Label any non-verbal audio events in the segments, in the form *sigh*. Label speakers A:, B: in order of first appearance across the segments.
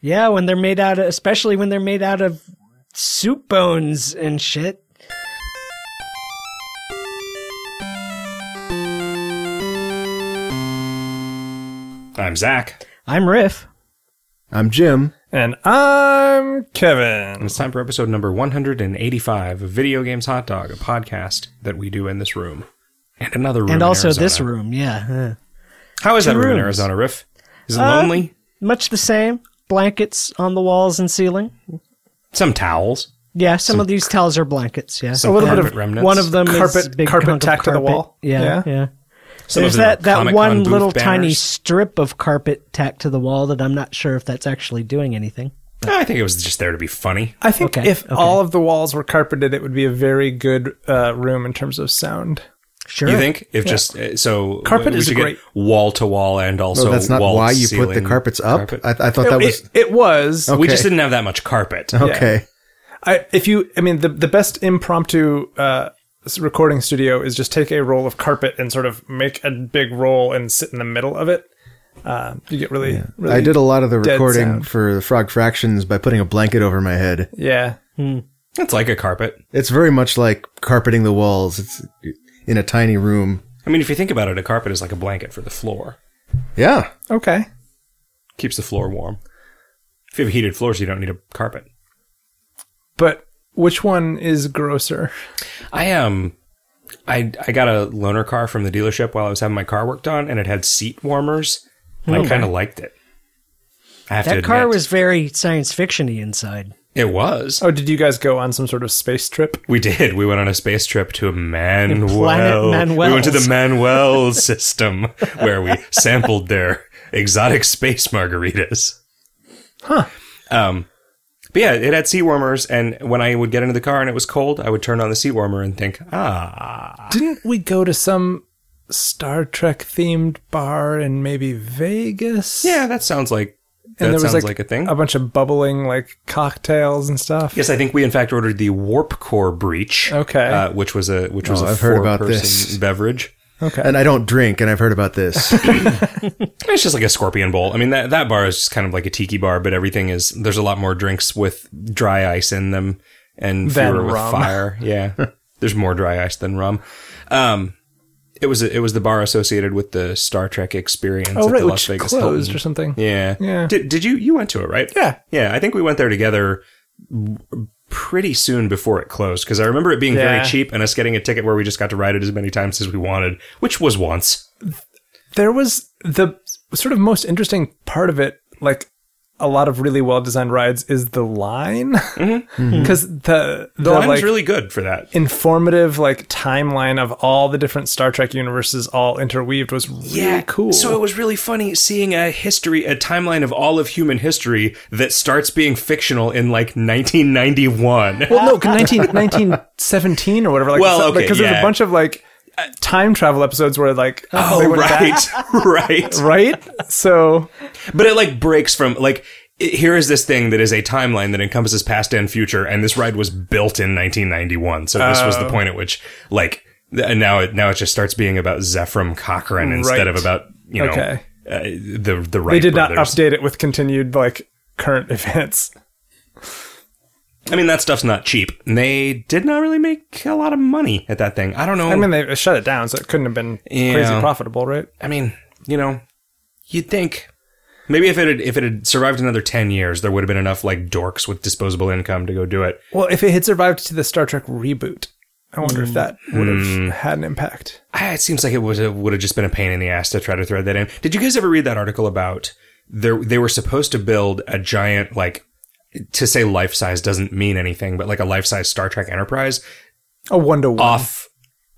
A: Yeah, when they're made out of, especially when they're made out of soup bones and shit.
B: I'm Zach.
A: I'm Riff.
C: I'm Jim.
D: And I'm
B: And
D: Kevin.
B: it's time for episode number 185 of Video Games Hot Dog, a podcast that we do in this room. And another room. in
A: and also this
B: Arizona.
A: room, yeah. huh.
B: How is that
A: Two
B: room in
A: rooms.
B: Arizona, Riff? Is it
A: Uh,
B: lonely?
A: Much the same. Blankets on the walls and ceiling.
B: Some towels.
A: Yeah, some, of these towels are blankets, yeah.
B: some
D: a little bit
B: carpet
D: of
B: remnants.
A: one of them is
D: Carpet-
A: big
D: carpet
A: hunk of
D: tacked to the
A: carpet.
D: wall?
A: Yeah,
D: Yeah.
A: yeah.
B: Some
A: There's
B: of them are
A: that, that
B: Comic-Con
A: one
B: booth
A: little tiny
B: banners.
A: strip of carpet tacked to the wall that I'm not sure if that's actually doing anything.
B: I think it was just there to be funny.
D: I think
A: Okay,
D: if
A: okay.
D: all of the walls were carpeted, it would be a very good uh, room in terms of sound.
A: Sure.
B: You think? If just uh, so,
D: Carpet
B: we
D: is
B: should
D: a
B: get wall to wall and also
C: So Oh, that's not
B: wall
C: why
B: to
C: you put the
B: ceiling
C: carpets up.
B: carpet.
C: I, I thought that was Oh.
D: it, it was.
B: We just
C: Okay.
B: didn't have that much
C: *laughs*
B: carpet.
C: okay.
D: I, if you, I mean, the, the best impromptu uh, s- recording studio is just take a roll of carpet and sort of make a big roll and sit in the middle of it. Uh, you get really, really.
C: I did a lot of the
D: dead
C: recording
D: sound.
C: for the Frog Fractions by putting a blanket over my head.
D: Yeah.
B: It's like a carpet.
C: It's very much like carpeting the walls. It's in a tiny room.
B: I mean, if you think about it, a carpet is like a blanket for the floor.
C: Yeah.
D: Okay.
B: Keeps the floor warm. If you have heated floors, you don't need a carpet.
D: But which one is grosser?
B: I um, I I got a loaner car from the dealership while I was having my car worked on, and it had seat warmers. And I kind of liked it. I have to
A: Oh, that
B: admit,
A: car was very science fiction-y inside.
B: it was.
D: Oh, did you guys go on some sort of space trip?
B: We did. We went on a space trip to Manuel.
A: Manuel's.
B: We went to the Manuel
D: *laughs*
B: system where we sampled their exotic space margaritas. Huh. Um, but yeah, it had seat warmers, and when I would get into the car and it was cold, I would turn on the seat warmer and think, ah,
D: Didn't we go to some Star Trek themed bar in maybe Vegas?
B: yeah, that sounds like that
D: and there was
B: sounds like,
D: like,
B: a thing.
D: a bunch of bubbling like cocktails and stuff.
B: Yes, I think we in fact ordered the Warp Core Breach.
D: Okay.
B: uh, which was a which was
C: Oh,
B: a
C: I've heard about
B: four-person
C: this.
B: beverage.
D: Okay.
C: And I don't drink, and I've heard about
B: *laughs*
C: this.
B: It's just like a scorpion bowl. I mean, that, that bar is just kind of like a tiki bar, but everything is there's a lot more drinks with dry ice in them and
D: Than
B: fewer with
D: rum. *laughs*
B: fire. Yeah, there's more dry ice than rum. Um, it was it was the bar associated with the Star Trek experience.
D: oh
B: at
D: right,
B: the Las
D: which
B: Vegas
D: closed
B: Hilton.
D: or something.
B: Yeah,
D: Yeah.
B: Did did you you went to it right?
D: Yeah.
B: yeah. I think we went there together pretty soon before it closed because I remember it being
D: Yeah.
B: very cheap and us getting a ticket where we just got to ride it as many times as we wanted, which was once.
D: There was the sort of most interesting part of it, like a lot of really well designed rides, is the line *laughs* because the the,
B: Mm-hmm. The line was
D: like
B: really good for that.
D: informative like timeline of all the different Star Trek universes all interweaved was really cool.
B: So it was really funny seeing a history, a timeline of all of human history that starts being fictional in like 1991.
D: Well, no, 19, 1917 or whatever. Like,
B: Well,
D: so-
B: okay,
D: like, there's
B: yeah. Uh,
D: a bunch of like time travel episodes where like they
B: oh,
D: went back,
B: right,
D: *laughs*
B: right.
D: right? So
B: But it like breaks from like it- here is this thing that is a timeline that encompasses past and future, and this ride was built in 1991. So this
D: Oh.
B: was the point at which like th- and now it now it just starts being about Zephram Cochrane instead
D: Right.
B: of about you know
D: Okay.
B: uh, the the right.
D: they did not
B: brothers.
D: update it with continued like current *laughs* events.
B: I mean that stuff's not cheap. And They did not really make a lot of money at that thing. I don't know.
D: I mean, they shut it down, so it couldn't have been
B: Yeah.
D: crazy profitable, right?
B: I mean, you know, you'd think maybe if it had if it had survived another ten years, there would have been enough like dorks with disposable income to go do it.
D: Well, if it had survived to the Star Trek reboot, I wonder
B: Mm.
D: if that would have had an impact.
B: Ah, It seems like it would have, would have just been a pain in the ass to try to thread that in. Did you guys ever read that article about there? They were supposed to build a giant like to say life size doesn't mean anything, but like a life size Star Trek Enterprise
D: A one to one.
B: off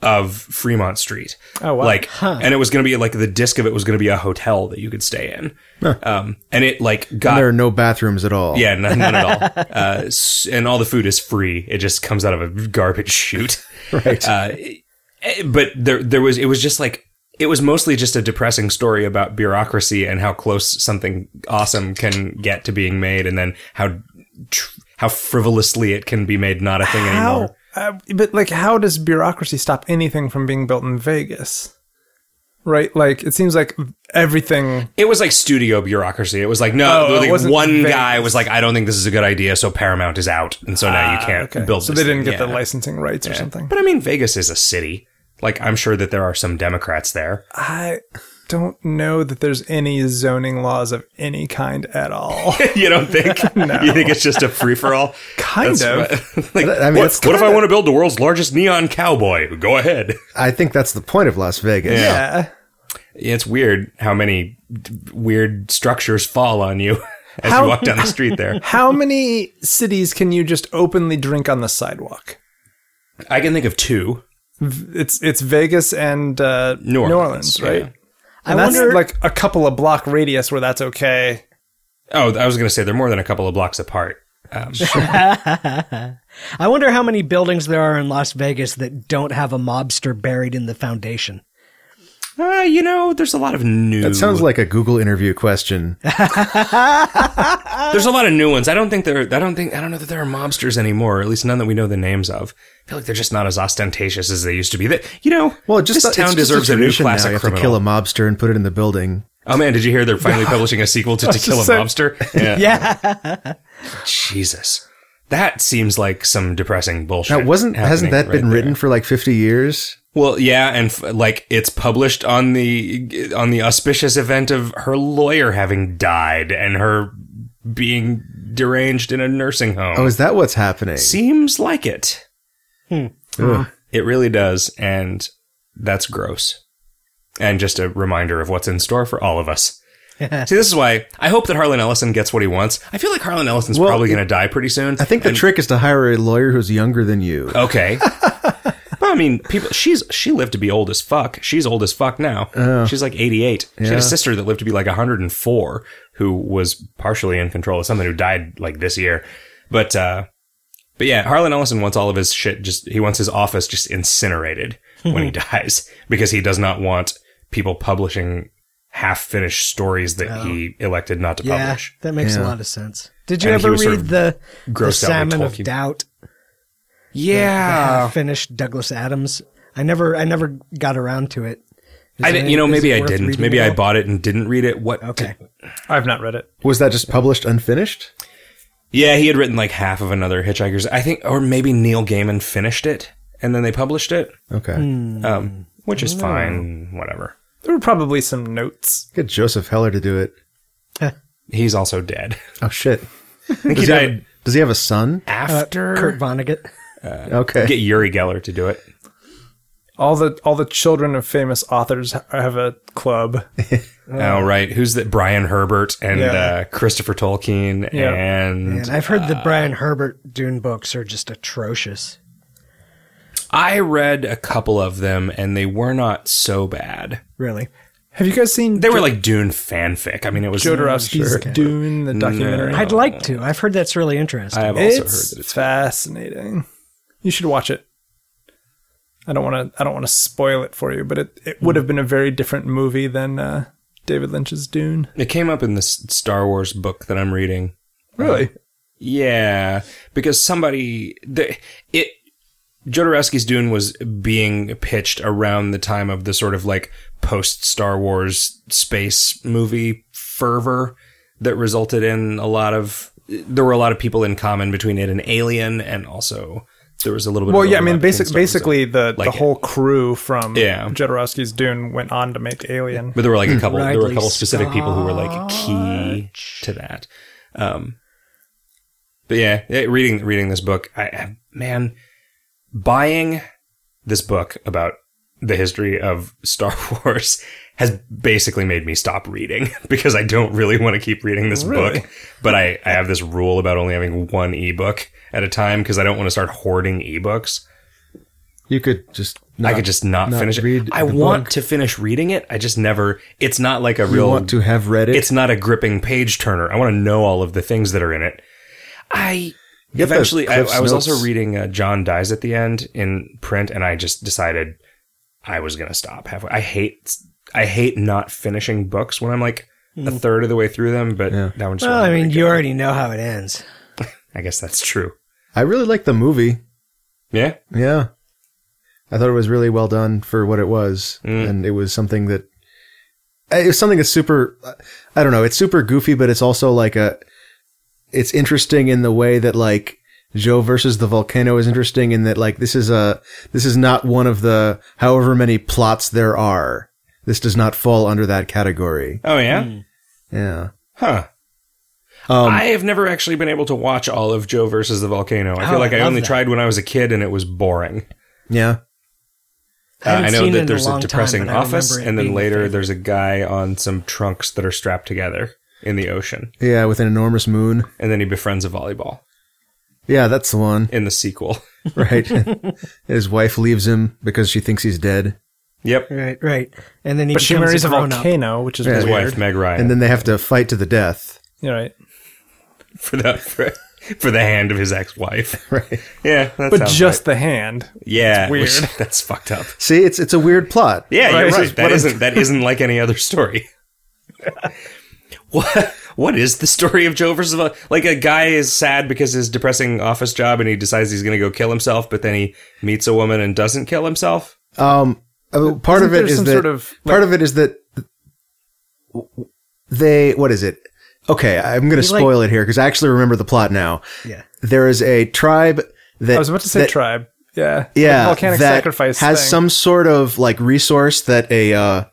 B: of Fremont Street.
D: Oh, wow.
B: Like, and it was going to be like the disc of it was going to be a hotel that you could stay in. Um, and it like got
C: there are no bathrooms at all.
B: Yeah, none, none at all. *laughs* Uh, s- and all the food is free. It just comes out of a garbage chute. *laughs* Right. Uh, eh, but there, there was. It was just like it was mostly just a depressing story about bureaucracy and how close something awesome can get to being made, and then how tr- how frivolously it can be made not a thing
D: how?
B: anymore.
D: Uh, but like, how does bureaucracy stop anything from being built in Vegas? right? Like it seems like everything.
B: It was like studio bureaucracy. It was like no,
D: Oh, it
B: like,
D: wasn't
B: one
D: Vegas.
B: guy was like, I don't think this is a good idea, so Paramount is out, and so now you can't
D: Ah, Okay,
B: build.
D: so
B: this
D: they didn't
B: thing.
D: get the
B: Yeah.
D: licensing rights or something.
B: But I mean, Vegas is a city. Like I'm sure that there are some Democrats there.
D: I don't know that there's any zoning laws of any kind at all.
B: *laughs* you don't think? You think it's just a free for *laughs* all?
D: Kind of.
B: like,
C: I mean,
B: what,
C: it's
B: what if I
C: kinda-
B: want to build the world's largest neon cowboy? Go ahead.
C: I think that's the point of Las Vegas.
D: yeah.
B: Yeah, it's weird how many d- weird structures fall on you *laughs* as
D: How-
B: you walk
C: *laughs*
B: down the street there.
D: How many cities can you just openly drink on the sidewalk?
B: I can think of two.
D: It's it's Vegas and uh,
B: New Orleans,
D: right?
B: yeah.
D: And
A: I
D: that's
A: wonder-
D: like a couple of block radius where that's okay.
B: Oh, I was going to say they're more than a couple of blocks apart.
A: I wonder how many buildings there are in Las Vegas that don't have a mobster buried in the foundation.
B: Uh, you know, there's a lot of new.
C: That sounds like a Google interview
B: *laughs*
C: question.
B: there's a lot of new ones. I don't think there. I don't think. I don't know that there are mobsters anymore. Or at least none that we know the names of. I feel like they're just not as ostentatious as they used to be. That you know,
C: Well, just
B: this
C: it's
B: town
C: just
B: deserves a, new
C: tradition now.
B: classic
C: You have
B: criminal.
C: to kill a mobster and put it in the building.
B: Oh man, did you hear they're finally
C: *laughs*
B: publishing a sequel to To Kill a
D: just saying-
B: Mobster? Yeah.
A: Yeah.
B: Jesus. That seems like some depressing bullshit.
C: Now, wasn't hasn't
B: happening
C: that been
B: right
C: written for like fifty years?
B: there. Well, yeah, and f- like it's published on the on the auspicious event of her lawyer having died and her being deranged in a nursing home.
C: Oh, is that what's happening?
B: seems like it.
C: Ugh.
B: It really does, and that's gross. And just a reminder of what's in store for all of us. See, this is why I hope that Harlan Ellison gets what he wants. I feel like Harlan Ellison's
C: Well,
B: probably going to die pretty soon.
C: I think the trick is to hire a lawyer who's younger than you.
A: *laughs*
B: Okay. But I mean, people. She's she lived to be old as fuck. She's old as fuck now.
A: Oh.
B: she's like eighty eight. She had a sister that lived to be like hundred and four, who was partially in control of something who died like this year. But uh, but yeah, Harlan Ellison wants all of his shit. Just he wants his office just
A: *laughs*
B: incinerated when he dies because he does not want people publishing half finished stories that he elected not to
A: Oh. yeah.
B: publish.
A: That makes a
C: Yeah.
A: lot of sense. Did you
B: And he
A: ever
B: was sort
A: read
B: of
A: the, the
B: grossed out by
A: Salmon of
B: Tolkien.
A: Doubt? Uh,
B: Yeah,
A: Finished Douglas Adams. I never I never got around to it. Is
B: I
A: it
B: didn't.
A: any-
B: You know,
A: is
B: maybe
A: it
B: I
A: worth
B: didn't.
A: reading
B: Maybe
A: at
B: I
A: all?
B: bought it and didn't read it. What?
A: Okay.
D: I've not read it.
C: Was that just published unfinished?
B: Yeah, he had written like half of another Hitchhiker's. I think, or maybe Neil Gaiman finished it and then they published it,
C: Okay.
B: um, which
D: Oh,
B: is fine. Whatever.
D: There were probably some notes.
C: Get Joseph Heller to do it.
B: He's also
D: *laughs*
B: dead.
C: Oh shit.
B: I think he
C: Does he, have,
B: died
C: does he have a son?
B: after.
A: Uh, Kurt Vonnegut.
C: Okay.
B: Uh, *laughs* Get Yuri Geller to do it.
D: All the all the children of famous authors ha- have a
B: *laughs*
D: club.
B: oh right, who's that? Brian Herbert and
D: Yeah.
B: uh, Christopher Tolkien
D: Yeah.
B: and
A: And I've heard the Brian Herbert Dune books are just atrocious.
B: I read a couple of them and they were not so bad.
A: Really.
D: Have you guys seen
B: They were like Dune fanfic. I mean, it was
D: Jodorowsky's Dune, the documentary?
B: No.
A: I'd like to. I've heard that's really
B: I
A: interesting.
B: have also
D: It's
B: heard that it's
D: fascinating. You should watch it. I don't want to. I don't want to spoil it for you, but it, it
B: Hmm.
D: would have been a very different movie than uh, David Lynch's Dune.
B: it came up in this Star Wars book that I'm reading.
D: Really?
B: Yeah, because somebody the, it Jodorowsky's Dune was being pitched around the time of the sort of like post Star Wars space movie fervor that resulted in a lot of there were a lot of people in common between it and Alien, and also there was a little bit.
D: Well,
B: of
D: yeah. I mean,
B: overlap between
D: basic,
B: Star Wars and-
D: basically, the,
B: like
D: the
B: it.
D: whole crew from
B: Yeah.
D: Jodorowsky's Dune went on to make Alien.
B: But there were like a couple. there were a
A: Ridley
B: couple specific people who were like key to that. Um, but yeah, eh, reading reading this book, I- I man, buying this book about the history of Star *laughs* Wars has basically made me stop reading *laughs* because I don't really want to keep reading this book. But I, I have this rule about only having one ebook at a time because I don't want to start hoarding ebooks.
C: You could just. Not,
B: I could just not,
C: not
B: finish
C: read
B: it. I
C: the
B: want to finish reading it. I just never. It's not like a
C: You
B: real.
C: want to have read it.
B: It's not a gripping page turner. I want to know all of the things that are in it. I
C: Get the
B: eventually. I,
C: Cliff's
B: I was
C: Notes.
B: also reading uh, John dies at the end in print, and I just decided I was going to stop halfway. I hate. I hate not finishing books when I'm like a third of the way through them. But
C: Hmm. Yeah.
B: that one. Just
A: well, I
B: wasn't
A: mean,
B: very
A: you
B: good.
A: already know how it ends.
B: I guess that's true.
C: I really like the movie.
B: Yeah.
C: Yeah. I thought it was really well done for what it was, and it was something that it was something that's super i don't know it's super goofy but it's also like a it's interesting in the way that like joe versus the volcano is interesting in that like this is a this is not one of the however many plots there are this does not fall under that category
B: Oh yeah,
A: Hmm.
C: yeah
B: huh?
C: um
B: I have never actually been able to watch all of Joe versus the volcano. I feel
A: Oh,
B: like
A: I
B: I,
A: love
B: only
A: that.
B: tried when I was a kid, and it was boring.
C: yeah
B: Uh,
A: haven't
B: I know
A: seen it
B: that
A: in
B: there's a
A: long time,
B: depressing
A: but I remember
B: office,
A: it
B: and then
A: being my
B: later
A: favorite.
B: there's a guy on some trunks that are strapped together in the ocean,
C: yeah with an enormous moon
B: and then he befriends a volleyball
C: yeah that's the one *laughs*
B: in the sequel. *laughs*
C: right his wife leaves him because she thinks he's dead
B: Yep,
A: Right, right. And then he
D: But she
A: becomes
D: marries a,
A: a grown up.
D: volcano, which is
C: Yeah.
B: his
D: weird.
B: wife Meg Ryan,
C: and then they have to fight to the
D: *laughs*
C: death
D: You're right.
B: for the for, for the hand of his ex-wife. *laughs*
C: right
B: Yeah, that
D: But
B: sounds
D: just the hand.
B: right. yeah,
D: weird.
B: which- *laughs* that's fucked up.
C: see it's it's a weird plot
B: Yeah,
D: Right.
B: you're
D: This
B: right. That
D: is
C: *laughs*
B: isn't that isn't like any other story. *laughs* what what is the story of Joe versus the- like a guy is sad because his depressing office job and he decides he's going to go kill himself, but then he meets a woman and doesn't kill himself.
C: Um, uh, part
D: Isn't
C: of it
D: there
C: is
D: some
C: that
D: sort of, like-
C: part of it is that they what is it? Okay, I'm going to
A: He, like-
C: spoil it here because I actually remember the plot now.
A: Yeah.
C: There is a tribe that
D: I was about to say
C: that-
D: tribe. Yeah.
C: Yeah,
D: Like volcanic
C: that
D: sacrifice
C: has
D: thing.
C: some sort of like resource that a uh,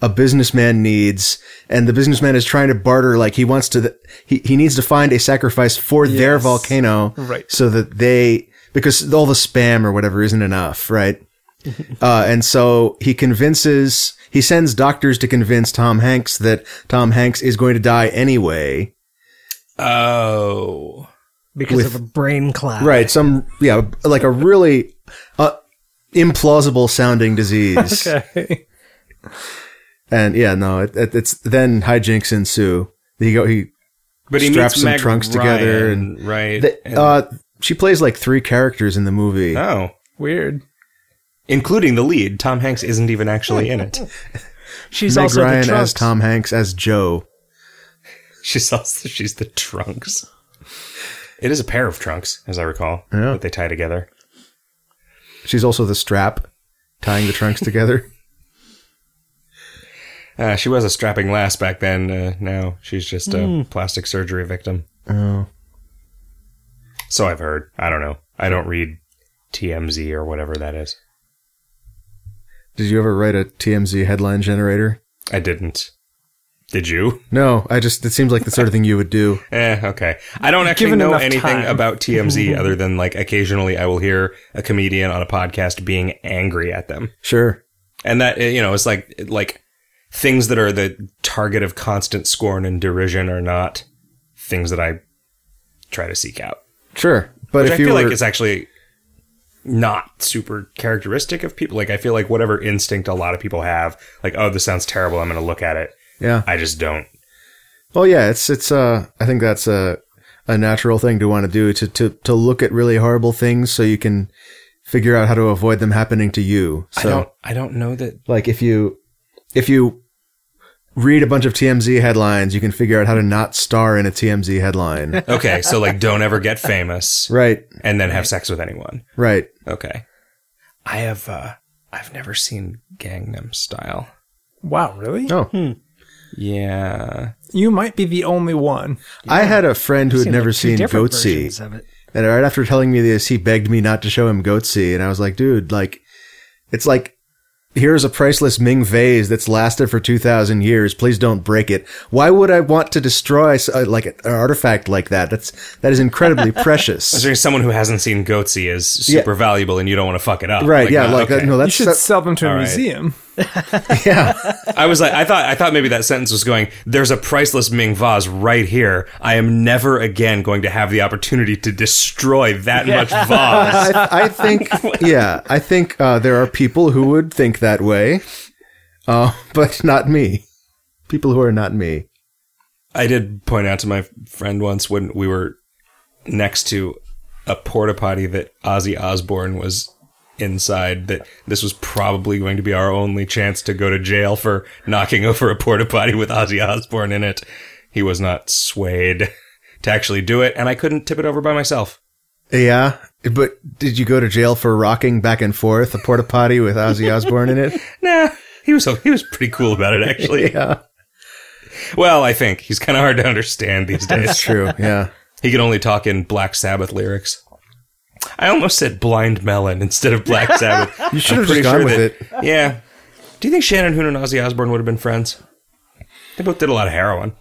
C: a businessman needs, and the businessman is trying to barter. Like he wants to, he he needs to find a sacrifice for their
D: Yes.
C: volcano,
D: Right.
C: So that they because all the spam or whatever isn't enough,
D: *laughs*
C: right? uh, and so he convinces, he sends doctors to convince Tom Hanks that Tom Hanks is going to die anyway.
B: Oh.
A: because
C: With-
A: of a brain cloud.
C: Right. Some, yeah, like a really uh, implausible sounding disease.
D: *laughs* Okay.
C: And yeah, no, it, it, it's then hijinks ensue. He go he
B: But he
C: Straps
B: meets
C: some
B: Meg
C: trunks together and-
B: Ryan, right.
C: they,
B: and-
C: uh she plays like three characters in the movie.
B: oh.
D: Weird.
B: Including the lead, Tom Hanks isn't even actually in
C: *laughs*
B: it.
A: She's
C: Meg
A: also the
C: Ryan
A: trunks.
C: as Tom Hanks as Joe.
B: She's also she's the trunks. It is a pair of trunks, as I recall,
C: Yeah.
B: that they tie together.
C: She's also the strap tying the trunks
B: *laughs*
C: together.
B: Uh, she was a strapping lass back then. Uh, now she's just a
D: Hmm.
B: plastic surgery victim.
C: Oh.
B: So I've heard. I don't know. I don't read TMZ or whatever that is.
C: Did you ever write a TMZ headline generator?
B: I didn't. Did you?
C: No, I just it seems like the sort of thing you would do.
B: Eh, okay. I don't actually
D: Given
B: know
D: enough
B: anything
D: time.
B: about
D: *laughs*
B: TMZ other than like occasionally I will hear a comedian on a podcast being angry at them.
C: Sure.
B: and that eh, you know it's like like things that are the target of constant scorn and derision are not things that I try to seek out.
C: Sure. But
B: Which
C: if
B: I
C: you
B: feel
C: were
B: like it's actually not super characteristic of people. Like I feel like whatever instinct a lot of people have, like oh this sounds terrible, I'm going to look at it.
C: Yeah.
B: I just don't.
C: Well, yeah, it's it's uh, I think that's a a natural thing to want to do to to to look at really horrible things so you can figure out how to avoid them happening to you.
B: I
C: So,
B: don't. I don't know that. *laughs*
C: like if you if you read a bunch of TMZ headlines, you can figure out how to not star in a TMZ headline.
A: *laughs*
B: Okay, so like don't ever get *laughs* famous
C: right,
B: and then have sex with anyone.
C: right.
B: Okay. I have. uh I've never seen Gangnam Style.
D: Wow, really?
C: Oh,
B: Yeah.
D: You might be the only one.
C: I had a friend who had
A: Seen,
C: never
A: like, two
C: seen
A: different
C: Goatsy.
A: versions of it.
C: And right after telling me this, he begged me not to show him Goatsy. And I was like, dude, like, it's like, here's a priceless Ming vase that's lasted for 2,000 years. Please don't break it. Why would I want to destroy s- uh, like an artifact like that? That's, that is
A: *laughs*
C: incredibly precious.
B: Considering someone who hasn't seen Goatsy is super valuable and you don't want to fuck it up.
C: Right. yeah.
B: uh, no,
C: Like,
B: okay.
C: that, no,
D: You
C: that's,
D: should sell them to a
B: all right.
D: museum.
C: *laughs* yeah.
B: I was like, I thought, I thought maybe that sentence was going, there's a priceless Ming vase right here. I am never again going to have the opportunity to destroy that much vase. *laughs*
C: I, *laughs* I think, yeah, I think, uh, there are people who would think that way. Uh, *laughs* but not me. People who are not me.
B: I did point out to my friend once when we were next to a porta potty that Ozzy Osbourne was inside that this was probably going to be our only chance to go to jail for knocking *laughs* over a porta potty with Ozzy Osbourne in it. He was not swayed *laughs* to actually do it, and I couldn't tip it over by myself.
C: Yeah, *laughs* but did you go to jail for rocking back and forth a porta potty with Ozzy Osbourne in it?
B: Nah, he was he was pretty cool about it actually.
C: Yeah,
B: Well, I think he's kind of hard to understand these days.
C: it's true. Yeah.
B: he could only talk in Black Sabbath lyrics. I almost said Blind Melon instead of Black Sabbath.
C: You should have
B: pretty
C: just gone
B: sure
C: with
B: that-
C: it.
B: Yeah. Do you think Shannon Hoon and Ozzy Osbourne would have been friends? They both did a lot of heroin.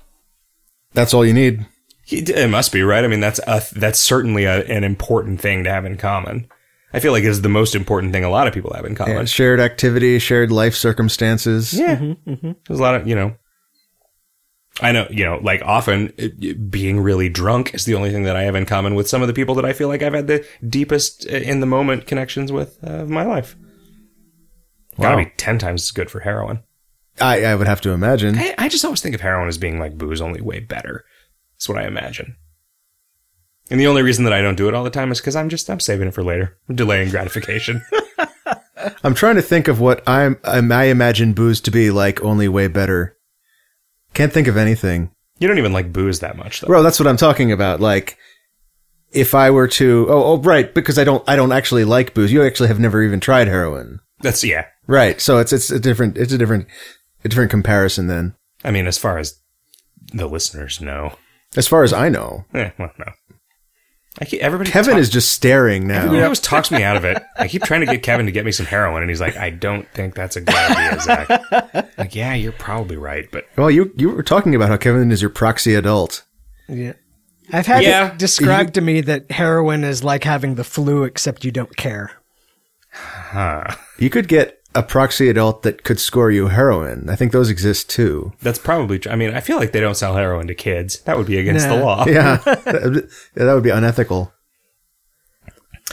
C: That's all you need.
B: He d- It must be right. I mean, that's a that's certainly a, an important thing to have in common. I feel like it's the most important thing a lot of people have in common.
C: And shared activity, shared life circumstances.
B: Yeah,
A: Mm-hmm,
B: there's a lot of you know. I know you know like often it- it- being really drunk is the only thing that I have in common with some of the people that I feel like I've had the deepest uh, in the moment connections with uh, of my life. Gotta be ten times as good for heroin.
C: I, I would have to imagine.
B: I, I just always think of heroin as being like booze, only way better. That's what I imagine. And the only reason that I don't do it all the time is because I'm just I'm saving it for later. I'm delaying *laughs* gratification.
C: I'm trying to think of what I'm, I'm I imagine booze to be like. Only way better. Can't think of anything,
B: you don't even like booze that much though.
C: bro. That's what I'm talking about. Like, if I were to, oh, oh, right, because I don't, I don't actually like booze. You actually have never even tried heroin,
B: That's yeah.
C: right? So it's it's a different, it's a different, a different comparison. Then,
B: I mean, as far as the listeners know.
C: as far as I know,
B: Eh, well, no. I keep, everybody
C: Kevin
B: talk-
C: is just staring now.
B: Everybody always talks me out of it. I keep trying to get Kevin to get me some heroin, and he's like, "I don't think that's a good idea, Zach." I'm like, yeah, you're probably right, but
C: Well, you you were talking about how Kevin is your proxy adult.
A: Yeah. I've had
B: Yeah.
A: it described to me that heroin is like having the flu, except you don't care.
C: You could get a proxy adult that could score you heroin. I think those exist too.
B: that's probably. Tr- I mean, I feel like they don't sell heroin to kids. That would be against the
A: Nah.
B: law.
C: Yeah, that that would be unethical.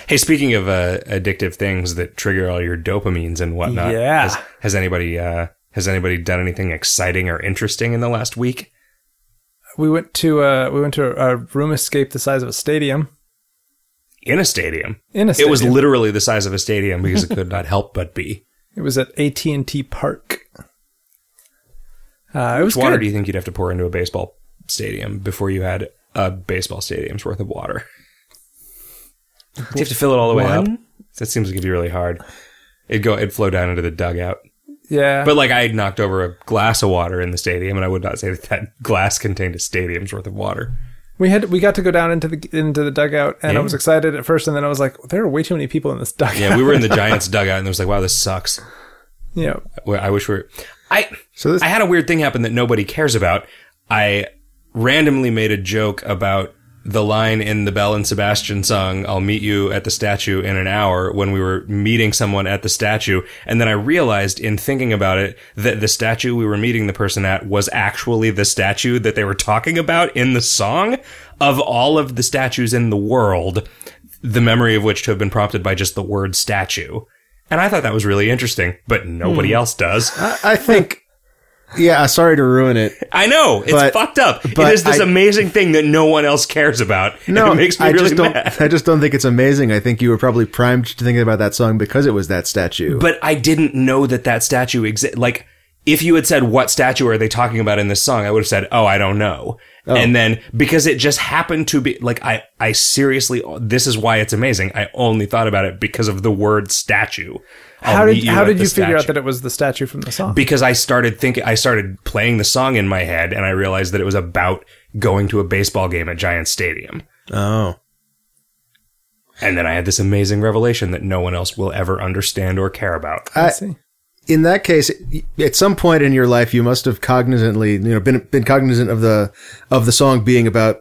B: Hey, speaking of uh, addictive things that trigger all your dopamines and whatnot,
D: Yeah.
B: has, has anybody uh, has anybody done anything exciting or interesting in the last week?
D: We went to uh, we went to a, a room escape the size of a stadium
B: In a stadium,
D: in a. Stadium.
B: it was literally the size of a stadium because it could not help but be.
D: It was at AT and T Park. Uh, it was
B: Which water
D: good.
B: do you think you'd have to pour into a baseball stadium before you had a baseball stadium's worth of water? Do you have to fill it all the way up? That seems like it'd be really hard. It'd go, it'd flow down into the dugout.
D: yeah,
B: But like I had knocked over a glass of water in the stadium, and I would not say that that glass contained a stadium's worth of water.
D: we had we got to go down into the into the dugout, and I
B: Yeah.
D: was excited at first, and then I was like, there are way too many people in this dugout.
B: Hmm?
D: *laughs*
B: Yeah, we were in the Giants *laughs* dugout, and it was like, wow, this sucks.
D: you know,
B: Well, I wish we were. I
C: So this
B: I had a weird thing happen that nobody cares about. I randomly made a joke about the line in the Bell and Sebastian song, I'll meet you at the statue in an hour, when we were meeting someone at the statue. And then I realized in thinking about it that the statue we were meeting the person at was actually the statue that they were talking about in the song. Of all of the statues in the world, the memory of which to have been prompted by just the word statue. And I thought that was really interesting, but nobody
D: Hmm.
B: else does.
C: I think. Yeah, sorry to ruin it.
B: I know it's
C: But-
B: fucked up.
C: but
B: it is this
C: I-
B: amazing thing that no one else cares about.
C: No,
B: and *laughs* it makes me
C: I
B: really
C: just don't.
B: mad.
C: I just don't think it's amazing. I think you were probably primed to think about that song because it was that statue.
B: But I didn't know that that statue exists. Like, if you had said, "What statue are they talking about in this song?" I would have said, "Oh, I don't know."
D: Oh.
B: And then because it just happened to be like I, I seriously, this is why it's amazing. I only thought about it because of the word statue. I'll
D: how
B: meet
D: did how
B: at
D: did
B: the
D: you figure out
B: statue.
D: that it was the statue from the song?
B: because I started thinking, I started playing the song in my head, and I realized that it was about going to a baseball game at Giant Stadium.
C: oh,
B: And then I had this amazing revelation that no one else will ever understand or care about.
D: I
C: I,
D: see.
C: in that case, at some point in your life, you must have cognizantly, you know, been been cognizant of the of the song being about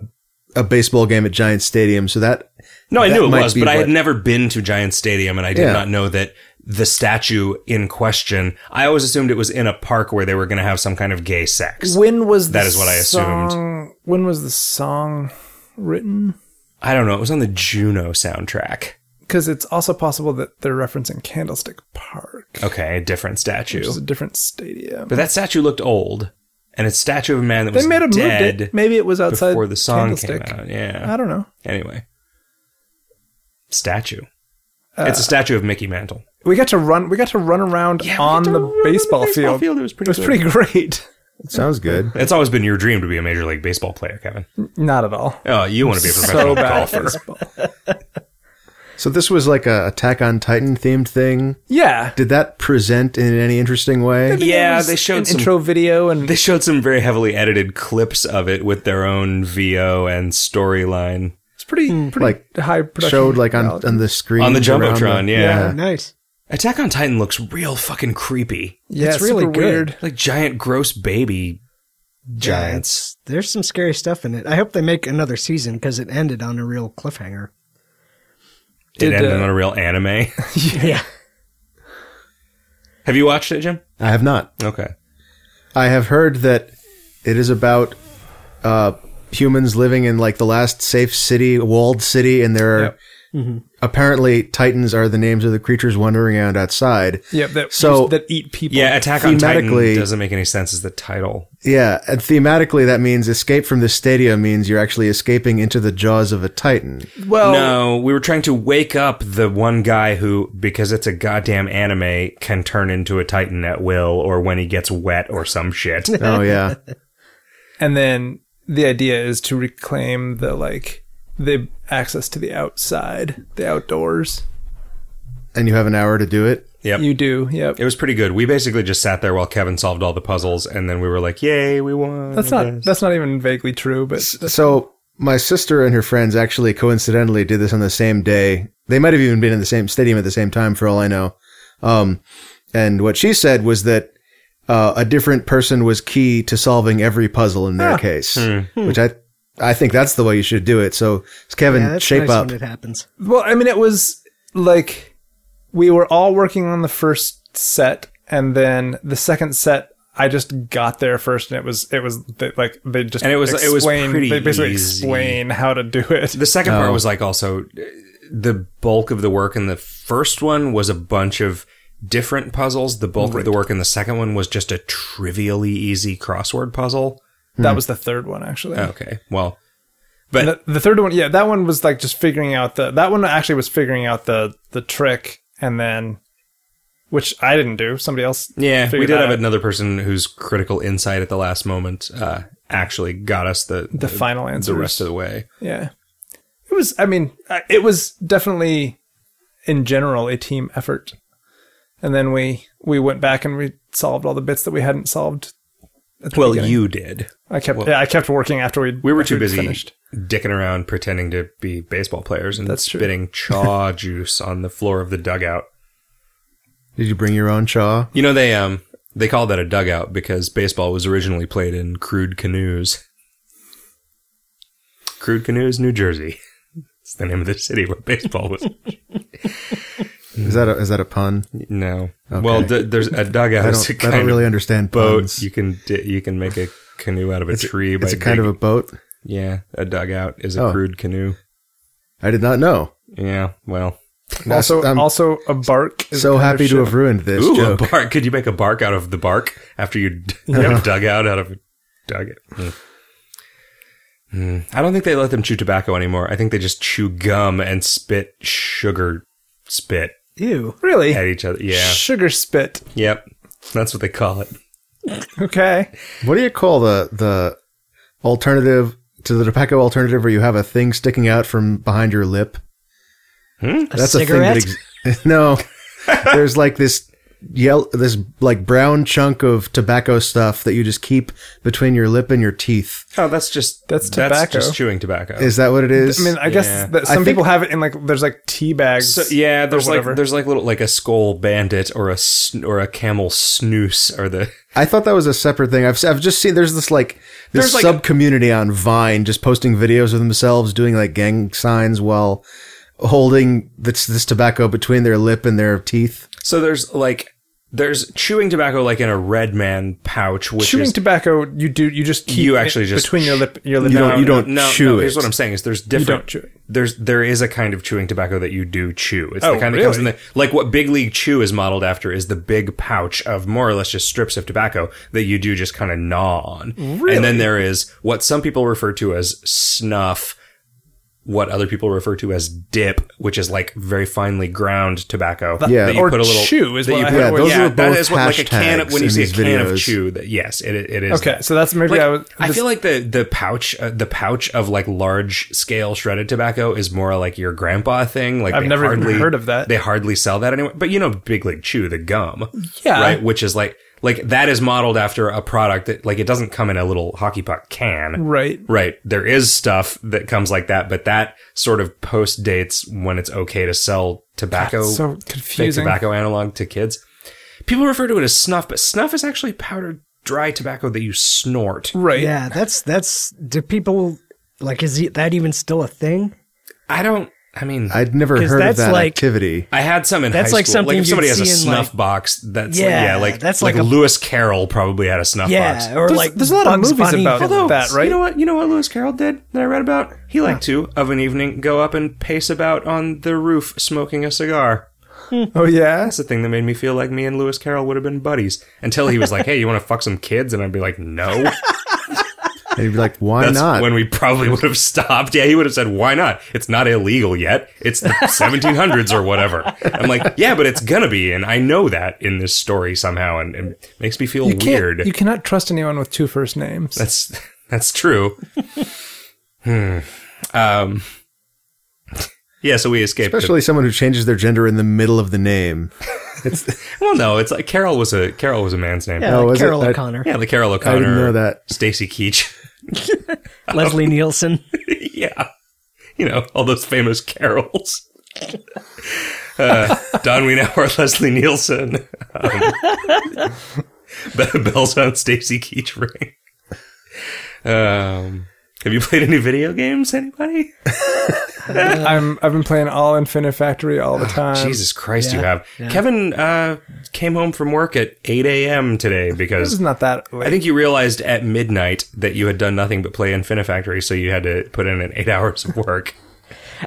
C: a baseball game at Giant Stadium. So that
B: No, I
C: That
B: knew it
C: might
B: was,
C: be
B: but I had
C: what-
B: never been to Giant Stadium and I did
C: Yeah.
B: not know that the statue in question, I always assumed it was in a park where they were going to have some kind of gay sex.
D: When was
B: That
D: the
B: is what I assumed.
D: song- When was the song written?
B: I don't know. It was on the Juno soundtrack.
D: Because it's also possible that they're referencing Candlestick Park,
B: Okay, a different statue.
D: which is a different stadium.
B: But that statue looked old, and it's a statue of a man that was
D: they may have
B: dead
D: moved it. Maybe it was outside
B: before the song came
D: Candlestick.
B: out. Yeah.
D: I don't know.
B: Anyway, statue. it's a statue of Mickey Mantle.
D: We got to run. We got to run around
B: Yeah, we
D: on,
B: got to
D: the
B: run on the
D: baseball
B: baseball
D: field.
B: field. It was pretty
D: It was
B: good.
D: pretty great. *laughs*
C: sounds good.
B: It's always been your dream to be a major league baseball player, Kevin.
D: Not at all.
B: Oh, you want to be a
D: So
B: professional
D: bad at
B: golfer.
D: baseball.
C: So this was like a Attack on Titan themed thing.
D: Yeah.
C: Did that present in any interesting way?
D: I mean,
B: Yeah,
D: it was
B: they showed
D: an
B: some-
D: intro video and
B: They showed some very heavily edited clips of it with their own VO and storyline
D: it's pretty
B: Hmm,
D: pretty
C: like,
D: high production.
C: Showed like on,
D: value.
C: on the screen
B: on the
C: around
B: jumbotron.
C: the-
B: yeah.
A: Oh, nice.
B: Attack on Titan looks real fucking creepy.
D: yeah,
A: it's really
D: super
A: good.
D: weird.
B: Like giant, gross baby giants.
A: There's some scary stuff in it. I hope they make another season because it ended on a real cliffhanger.
B: it
D: Did,
B: ended
D: uh,
B: on a real
A: *laughs*
B: anime. *laughs*
A: *laughs* Yeah.
B: Have you watched it, Jim?
C: I have not.
B: Okay.
C: I have heard that it is about uh, humans living in like the last safe city, walled city, and there are apparently titans are the names of the creatures wandering around outside.
D: Yep, that
C: So-
D: that eat people.
B: Yeah, Attack on Titan
C: Thematically-
B: doesn't make any sense as the title.
C: Yeah, and thematically that means escape from the stadia means you're actually escaping into the jaws of a titan.
D: Well,
B: No, we were trying to wake up the one guy who, because it's a goddamn anime, can turn into a titan at will or when he gets wet or some shit.
D: *laughs*
C: Oh yeah,
D: and then the idea is to reclaim the like the access to the outside, the outdoors.
C: and you have an hour to do it.
B: yep.
D: You do, yep.
B: it was pretty good. We basically just sat there while Kevin solved all the puzzles, and then we were like, "Yay, we won!"
D: that's not that's not even vaguely true, but
C: So my sister and her friends actually coincidentally did this on the same day. They might have even been in the same stadium at the same time, for all I know. Um, and what she said was that uh, a different person was key to solving every puzzle in their case,
B: Hmm.
A: Hmm.
C: which I I think that's the way you should do it. So Kevin,
A: yeah that's
C: shape
A: nice
C: up.
A: when it happens.
D: Well, I mean, it was like we were all working on the first set, and then the second set, I just got there first, and it was it was they, like they just
B: And it was- it was
D: explain-
B: pretty
D: they basically
B: easy.
D: explain how to do it.
B: The second part was like also uh, the bulk of the work in the first one was a bunch of different puzzles. The bulk of the work in the second one was just a trivially easy crossword puzzle.
D: That was the third one, actually.
B: Okay, well,
D: And the, the third one, yeah, that one was like just figuring out the that one actually was figuring out the the trick, and then which I didn't do. Somebody else,
B: yeah, we
D: figured
B: did
D: that
B: have
D: out.
B: another person whose critical insight at the last moment uh, actually got us the
D: the final answer.
B: the rest of the way.
D: Yeah. It was, I mean, I- it was definitely in general a team effort. And then we, we went back and we solved all the bits that we hadn't solved. at the
B: Well,
D: beginning.
B: you did.
D: I kept, yeah, I kept working after we,
B: We were
D: after
B: too
D: we'd
B: busy
D: Finished.
B: dicking around pretending to be baseball players and
D: That's true.
B: spitting
D: *laughs*
B: chaw juice on the floor of the dugout.
C: Did you bring your own chaw?
B: You know they um they call that a dugout because baseball was originally played in crude canoes. Crude Canoes, New Jersey. *laughs* It's the name of the city where baseball
D: *laughs*
B: was.
C: Is that a, is that a pun?
B: No, well, d- there's a dugout.
C: I
B: is a
C: don't, I
B: kind
C: don't really
B: of
C: understand
B: boat.
C: puns.
B: You can di- you can make a canoe out of a tree. by
C: it's a kind of a boat.
B: dig- yeah. A dugout is a
C: Oh.
B: crude canoe.
C: I did not know.
B: Yeah. Well,
D: Also,
C: I'm
D: also a bark. is
C: um, so
D: kind of
C: happy to
D: shit.
C: have ruined this
B: Ooh,
C: joke.
B: a bark. Could you make a bark out of the bark after you
C: *laughs*
B: yep. dug out out of dug it? Mm. Mm. I don't think they let them chew tobacco anymore. I think they just chew gum and spit sugar spit
A: Ew.
D: Really?
B: at each other. Yeah.
D: Sugar spit.
B: Yep. That's what they call it.
D: Okay.
C: What do you call the the alternative to the tobacco alternative where you have a thing sticking out from behind your lip?
B: Hmm?
A: A cigarette?
C: ex- *laughs* no, there's like this yellow, this like brown chunk of tobacco stuff that you just keep between your lip and your teeth.
B: Oh, that's just
D: That's
B: That's
D: tobacco.
B: just chewing tobacco.
C: Is that what it is?
D: I mean, I
B: Yeah.
D: guess that some
C: think-
D: people have it in like, there's like tea bags.
B: so, yeah, there's like
D: whatever.
B: there's like little like a skull bandit or a sn- or a camel snooze or the *laughs*
C: I thought that was a separate thing. I've s- I've just seen there's this like
B: There's,
C: this
B: like,
C: sub community on Vine just posting videos of themselves doing like gang signs while holding this this tobacco between their lip and their teeth.
B: so there's like there's chewing tobacco like in a red man pouch which
D: Chewing
B: is
D: tobacco, you do, you just keep
B: You
D: it
B: actually just
D: between your
B: ch-
D: lip, your lip.
C: You don't-
D: No,
C: you don't
B: no,
C: chew
B: no, Here's
C: it.
B: what I'm saying: is there's different.
D: don't chew it.
B: There's there is a kind of chewing tobacco that you do chew. It's
D: Oh,
B: the kind that comes in
D: really?
B: the like what Big League Chew is modeled after is the big pouch of more or less just strips of tobacco that you do just kind of gnaw on. Really? And then there is what some people refer to as snuff. what other people refer to as dip, which is like very finely ground tobacco.
C: Yeah.
B: that
D: or chew is
B: that
D: what
B: you
D: I
B: put-
D: heard.
C: Yeah,
D: was-
C: those
B: yeah,
C: were
B: that
C: both
B: is what, like a can of,
C: hashtags
B: when you
C: in
B: see a
C: these
B: can of
C: videos.
B: chew. That yes, it it is.
D: okay,
B: that.
D: so that's maybe
B: Like,
D: I was.
B: I
D: this-
B: feel like the the pouch uh, the pouch of like large scale shredded tobacco is more like your grandpa thing. Like
D: I've
B: they
D: never even
B: hardly-
D: heard of that.
B: They hardly sell that anymore. But you know, Big League Chew, the gum,
D: Yeah.
B: right? Which is like like that is modeled after a product that like it doesn't come in a little hockey puck can,
D: right.
B: Right. There is stuff that comes like that, but that sort of post dates when it's okay to sell tobacco,
D: That's so
B: fake
D: confusing.
B: tobacco analog to kids. People refer to it as snuff, but snuff is actually powdered dry tobacco that you snort.
D: Right.
A: Yeah, that's that's. Do people like? Is it- that even still a thing?
B: I don't. I mean, I,
C: I'd never
A: 'Cause
C: heard of
A: that's
C: that
A: like-
C: activity.
D: *laughs*
B: had some in
A: That's
B: high
A: like
B: school.
A: something
B: like if somebody
A: you'd
B: has a
A: see in, like-
B: snuff box, that's like-
A: Yeah,
B: yeah, like
A: that's
B: like,
A: like a-
B: Lewis Carroll probably had a snuff box.
A: Yeah, or
D: There's-
A: like
D: there's a lot of
A: Bugs
D: movies
A: Bunny
D: about
A: films.
D: that, right?
B: You know what? You know what Lewis Carroll did that I read about. He liked to, of an evening, go up and pace about on the roof smoking a cigar.
D: Oh yeah.
B: That's the thing that made me feel like me and Lewis Carroll would have been buddies until he was like, "Hey, you want to fuck some kids?" And I'd be like, "No."
C: And you'd be like, why
B: That's
C: not?
B: when we probably would have stopped. Yeah, he would have said, "Why not? It's not illegal yet. It's the
C: *laughs*
B: 1700s or whatever." I'm like, "Yeah, but it's gonna be," and I know that in this story somehow, and it makes me feel
D: You can't.
B: weird.
D: You cannot trust anyone with two first names.
B: That's that's true. hmm. Um. Yeah, so we escaped. the-
C: Especially someone who changes their gender in the middle of the name.
B: well, no, it's like Carol was a Carol was a man's name.
A: Yeah,
B: Yeah,
C: Oh,
A: like
C: was it?
A: Carol *laughs*
C: I-
A: O'Connor,
B: the Carol
C: I
B: O'Connor.
C: didn't know that.
B: Stacy Keach.
A: Leslie Nielsen.
B: yeah, *laughs* you know all those famous carols. *laughs* uh, Don Wienauer, *laughs* Leslie Nielsen, um, *laughs* Be- bells on Stacy Keach ring. Um, have you played any video games? Anybody?
D: I'm. I've been playing all Infinifactory all the time.
B: Jesus Christ, you
A: Um, yeah,
B: have. Kevin uh, came home from work at 8 a.m. today
D: This is
B: because
D: not that. Late.
B: I think you realized at midnight that you had done nothing but play Infinifactory, so you had to put in an eight *laughs* hours of work.
A: *laughs*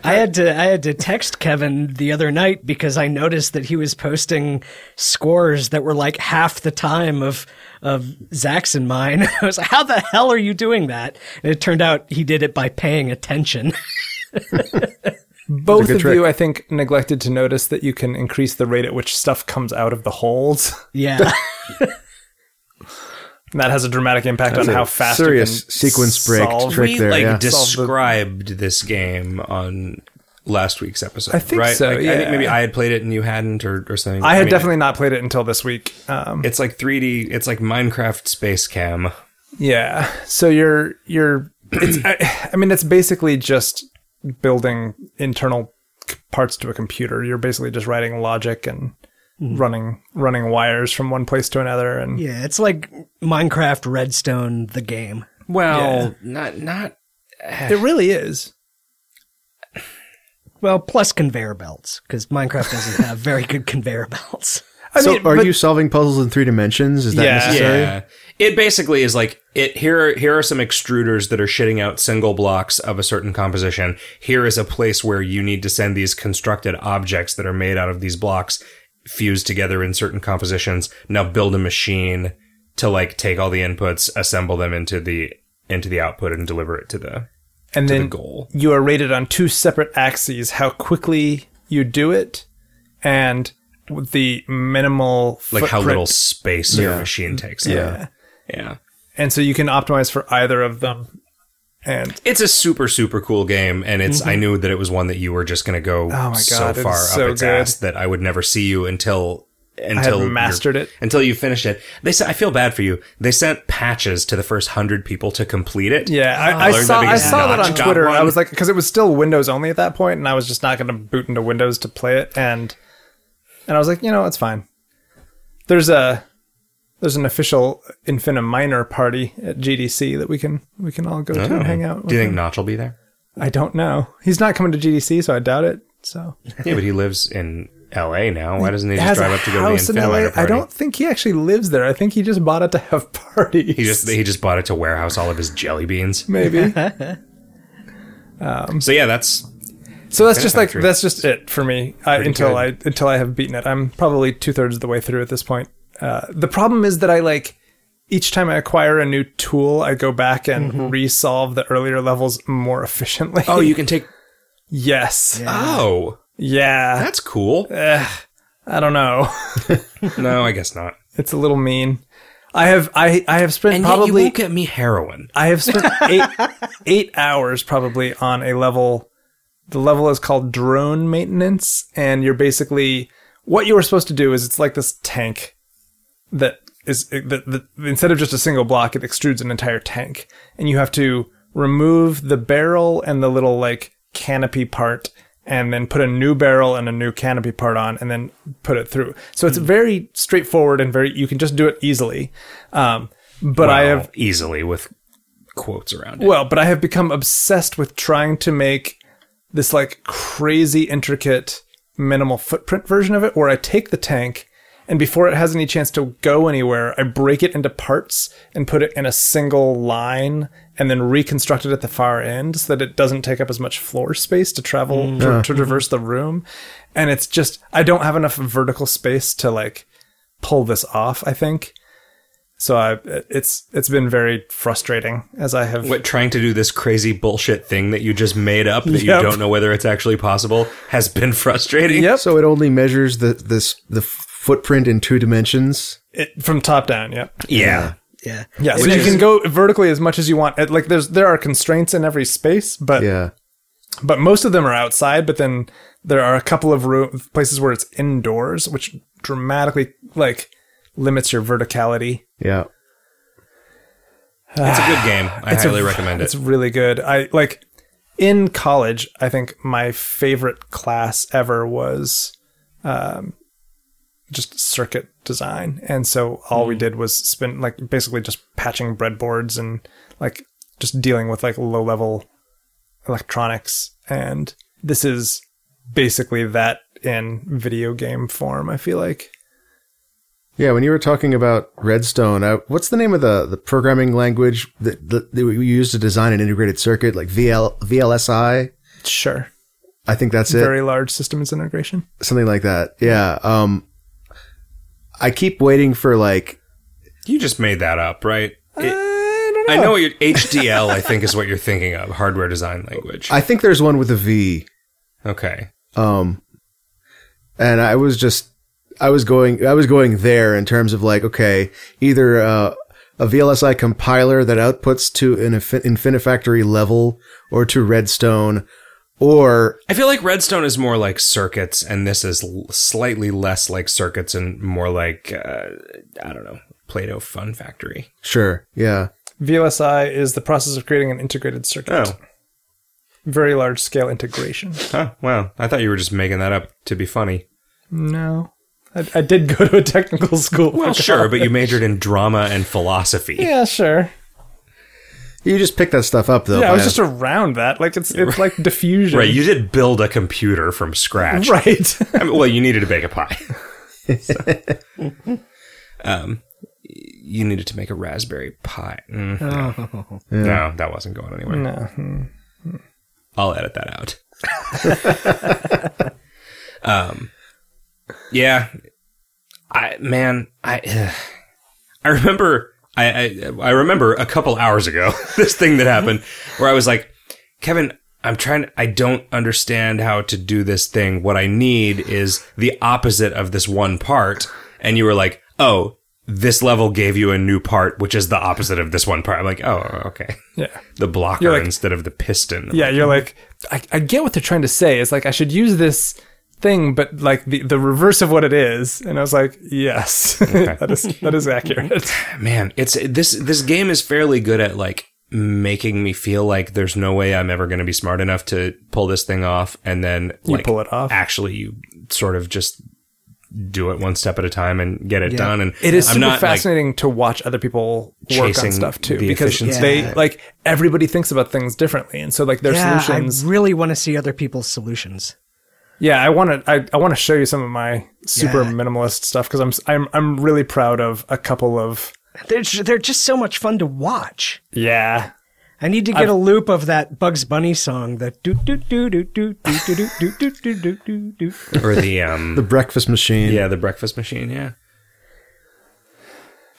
A: I had to I had to text Kevin the other night because I noticed that he was posting scores that were like half the time of of Zach's and mine. *laughs* I was like, "How the hell are you doing that?" And it turned out he did it by paying attention. *laughs*
D: both
C: good
D: of
C: trick.
D: you, I think, neglected to notice that you can increase the rate at which stuff comes out of the holes.
A: yeah, *laughs*
D: And that has a dramatic impact on
C: a
D: how fast you
C: serious
D: can
C: sequence break
D: solve-
C: trick.
B: we
C: there,
B: like
C: yeah.
B: described this game on last week's episode.
D: I think
B: right?
D: so,
B: Like, I
D: yeah.
B: think maybe I had played it and you hadn't, or, or something.
D: I had
B: mean,
D: definitely not played it until this week. Um,
B: It's like 3D. It's like Minecraft Space Cam.
D: yeah, so you're you're. *clears throat* It's. I, I mean, it's basically just building internal c- parts to a computer. You're basically just writing logic and Mm-hmm. running running wires from one place to another. And
A: yeah, it's like Minecraft Redstone, the game.
B: Well, not not.
D: it really is.
A: Well, plus conveyor belts because Minecraft *laughs* doesn't have very good conveyor belts.
D: I
C: so
D: mean,
C: are
D: but-
C: you solving puzzles in three dimensions? Is that
D: Yeah.
C: necessary?
B: It basically is like it. Here, are- here are some extruders that are shitting out single blocks of a certain composition. Here is a place where you need to send these constructed objects that are made out of these blocks fused together in certain compositions. Now build a machine to like take all the inputs, assemble them into the into the output, and deliver it to the
D: and
B: to
D: then
B: the goal.
D: you are rated on two separate axes how quickly you do it and the minimal
B: Like how
D: footprint.
B: little space your machine takes. up.
C: Yeah.
B: yeah.
D: and so you can optimize for either of them and
B: it's a super super cool game and it's i knew that it was one that you were just going to go
D: Mm-hmm. Oh my
B: so
D: God, it
B: far
D: is
B: up
D: so
B: its
D: good.
B: ass that i would never see you until until you're-
D: mastered it.
B: until you finish it they said i feel bad for you they sent patches to the first 100 people to complete it
D: yeah i, I
B: learned
D: saw
B: that
D: i
B: because
D: saw that
B: Notch
D: on
B: got
D: twitter i
B: one.
D: was like because it was still windows only at that point and i was just not going to boot into windows to play it and and i was like you know it's fine there's a there's an official Infina Minor party at GDC that we can we can all go to
B: Oh.
D: and hang out.
B: Hmm. do you
D: with
B: think notch will be there
D: I don't know. He's not coming to GDC, so I doubt it. So
B: yeah but he lives in la now why doesn't he
D: He
B: just
D: has
B: drive
D: a
B: up to go
D: house
B: to
D: in
B: the
D: LA.
B: Infinite
D: I don't think he actually lives there. I think he just bought it to have *laughs* parties.
B: he just he just bought it to warehouse all of his jelly beans *laughs*
D: maybe. Hmm.
B: so yeah that's
D: so that's just like
B: Factory.
D: that's just it for me I, until
B: good.
D: I until I have beaten it. I'm probably two thirds of the way through at this point. Uh, the problem is that I like each time I acquire a new tool, I go back and resolve the earlier levels more efficiently.
B: Mm-hmm. oh you can take
D: *laughs* Yes. Yeah.
B: Oh, that's cool.
D: Uh, I don't know. *laughs*
B: No, I guess not.
D: It's a little mean. I have I I have spent
B: And yet you
D: probably
B: won't get me heroin.
D: I have spent eight eight hours probably on a level. The level is called drone maintenance, and you're basically what you were supposed to do is it's like this tank that is that, that instead of just a single block, it extrudes an entire tank, and you have to remove the barrel and the little like canopy part, and then put a new barrel and a new canopy part on, and then put it through. So it's very straightforward and very you can just do it easily. Um, but I
B: Well,
D: have
B: easily with quotes around it.
D: well, but I have become obsessed with trying to make this like crazy intricate minimal footprint version of it where I take the tank and before it has any chance to go anywhere, I break it into parts and put it in a single line and then reconstruct it at the far end so that it doesn't take up as much floor space to travel to, to traverse the room. And it's just I don't have enough vertical space to like pull this off, I think. So I it's it's been very frustrating as I have
B: What trying to do this crazy bullshit thing that you just made up that you
D: Yep.
B: don't know whether it's actually possible has been *laughs* frustrating.
D: Yep.
C: So it only measures the this the f- footprint in two dimensions.
D: It, from top down, yeah.
B: Yeah.
A: Yeah.
D: Yeah, so you can go vertically as much as you want. It- like there's there are constraints in every space, but
C: Yeah.
D: but most of them are outside, but then there are a couple of room, places where it's indoors, which dramatically like limits your verticality.
C: Yeah.
B: It's a good
D: *sighs*
B: game. I
D: a-
B: highly recommend it.
D: It's really good. I like in college, I think my favorite class ever was um, just circuit design. And so all
B: Hmm.
D: we did was spend like basically just patching breadboards and like just dealing with like low level electronics. And this is basically that in video game form, I feel like.
C: Yeah, when you were talking about Redstone, uh, what's the name of the, the programming language that, that, that we use to design an integrated circuit, like VL, VLSI?
D: Sure.
C: I think that's it.
D: Very large systems integration.
C: Something like that. Yeah. Um, I keep waiting for like,
B: you just made that up, right? It-
D: I don't
B: I know what your HDL I think is what you're thinking of, hardware design language.
C: I think there's one with a V.
B: okay.
C: Um, and I was just, I was going, I was going there in terms of like, okay, either uh, a VLSI compiler that outputs to an infin- Infinifactory level or to Redstone, or
B: I feel like Redstone is more like circuits, and this is l- slightly less like circuits and more like uh, I don't know, Play-Doh Fun Factory.
C: sure, yeah,
D: VLSI is the process of creating an integrated circuit.
B: Oh.
D: Very large scale integration.
B: Oh, wow. I thought you were just making that up to be funny.
D: No. I, I did go to a technical school.
B: Well, sure, but you majored in drama and philosophy.
D: Yeah, sure.
C: you just pick that stuff up though.
D: Yeah, I was
C: by-
D: just around that. Like it's it's like diffusion.
B: Right, you did build a computer from scratch.
D: *laughs* Right.
B: I mean, well, you needed to bake a pie. So, um, you needed to make a raspberry pie. Mm, no. No, that wasn't going anywhere.
D: No.
B: I'll edit that out. *laughs* um, yeah, I man, I *sighs* ugh. I remember I, I I remember a couple hours ago *laughs* this thing that happened where I was like, Kevin, I'm trying. I don't understand how to do this thing. What I need is the opposite of this one part, and you were like, oh. This level gave you a new part, which is the opposite of this one part. I'm like, oh, okay. *laughs*
D: Yeah.
B: The blocker
D: like-
B: instead of the piston.
D: Yeah, you're like I, I get what they're trying to say. It's like I should use this thing, but like the, the reverse of what it is. And I was like, yes. *laughs* that is that is accurate.
B: man it's this this game is fairly good at like making me feel like there's no way i'm ever going to be smart enough to pull this thing off and then
D: You
B: like,
D: pull it off.
B: actually you sort of just do it one step at a time and get it done and
D: It is
B: i'm
D: super
B: not like,
D: fascinating to watch other people work
B: chasing
D: on stuff too,
B: the
D: because
B: efficiency.
D: they like everybody thinks about things differently, and so like their
A: Yeah,
D: solutions.
A: I really want to see other people's solutions.
D: yeah, I want to. I, I want to show you some of my super
A: Yeah.
D: minimalist stuff because I'm s- I'm I'm really proud of a couple of
A: They're, ju- they're just so much fun to watch.
D: yeah.
A: I need to get a loop of that Bugs Bunny song that do do do do do do do do do do do do do do.
B: or the
D: *laughs*
C: the
B: um
C: breakfast machine.
B: yeah the breakfast machine yeah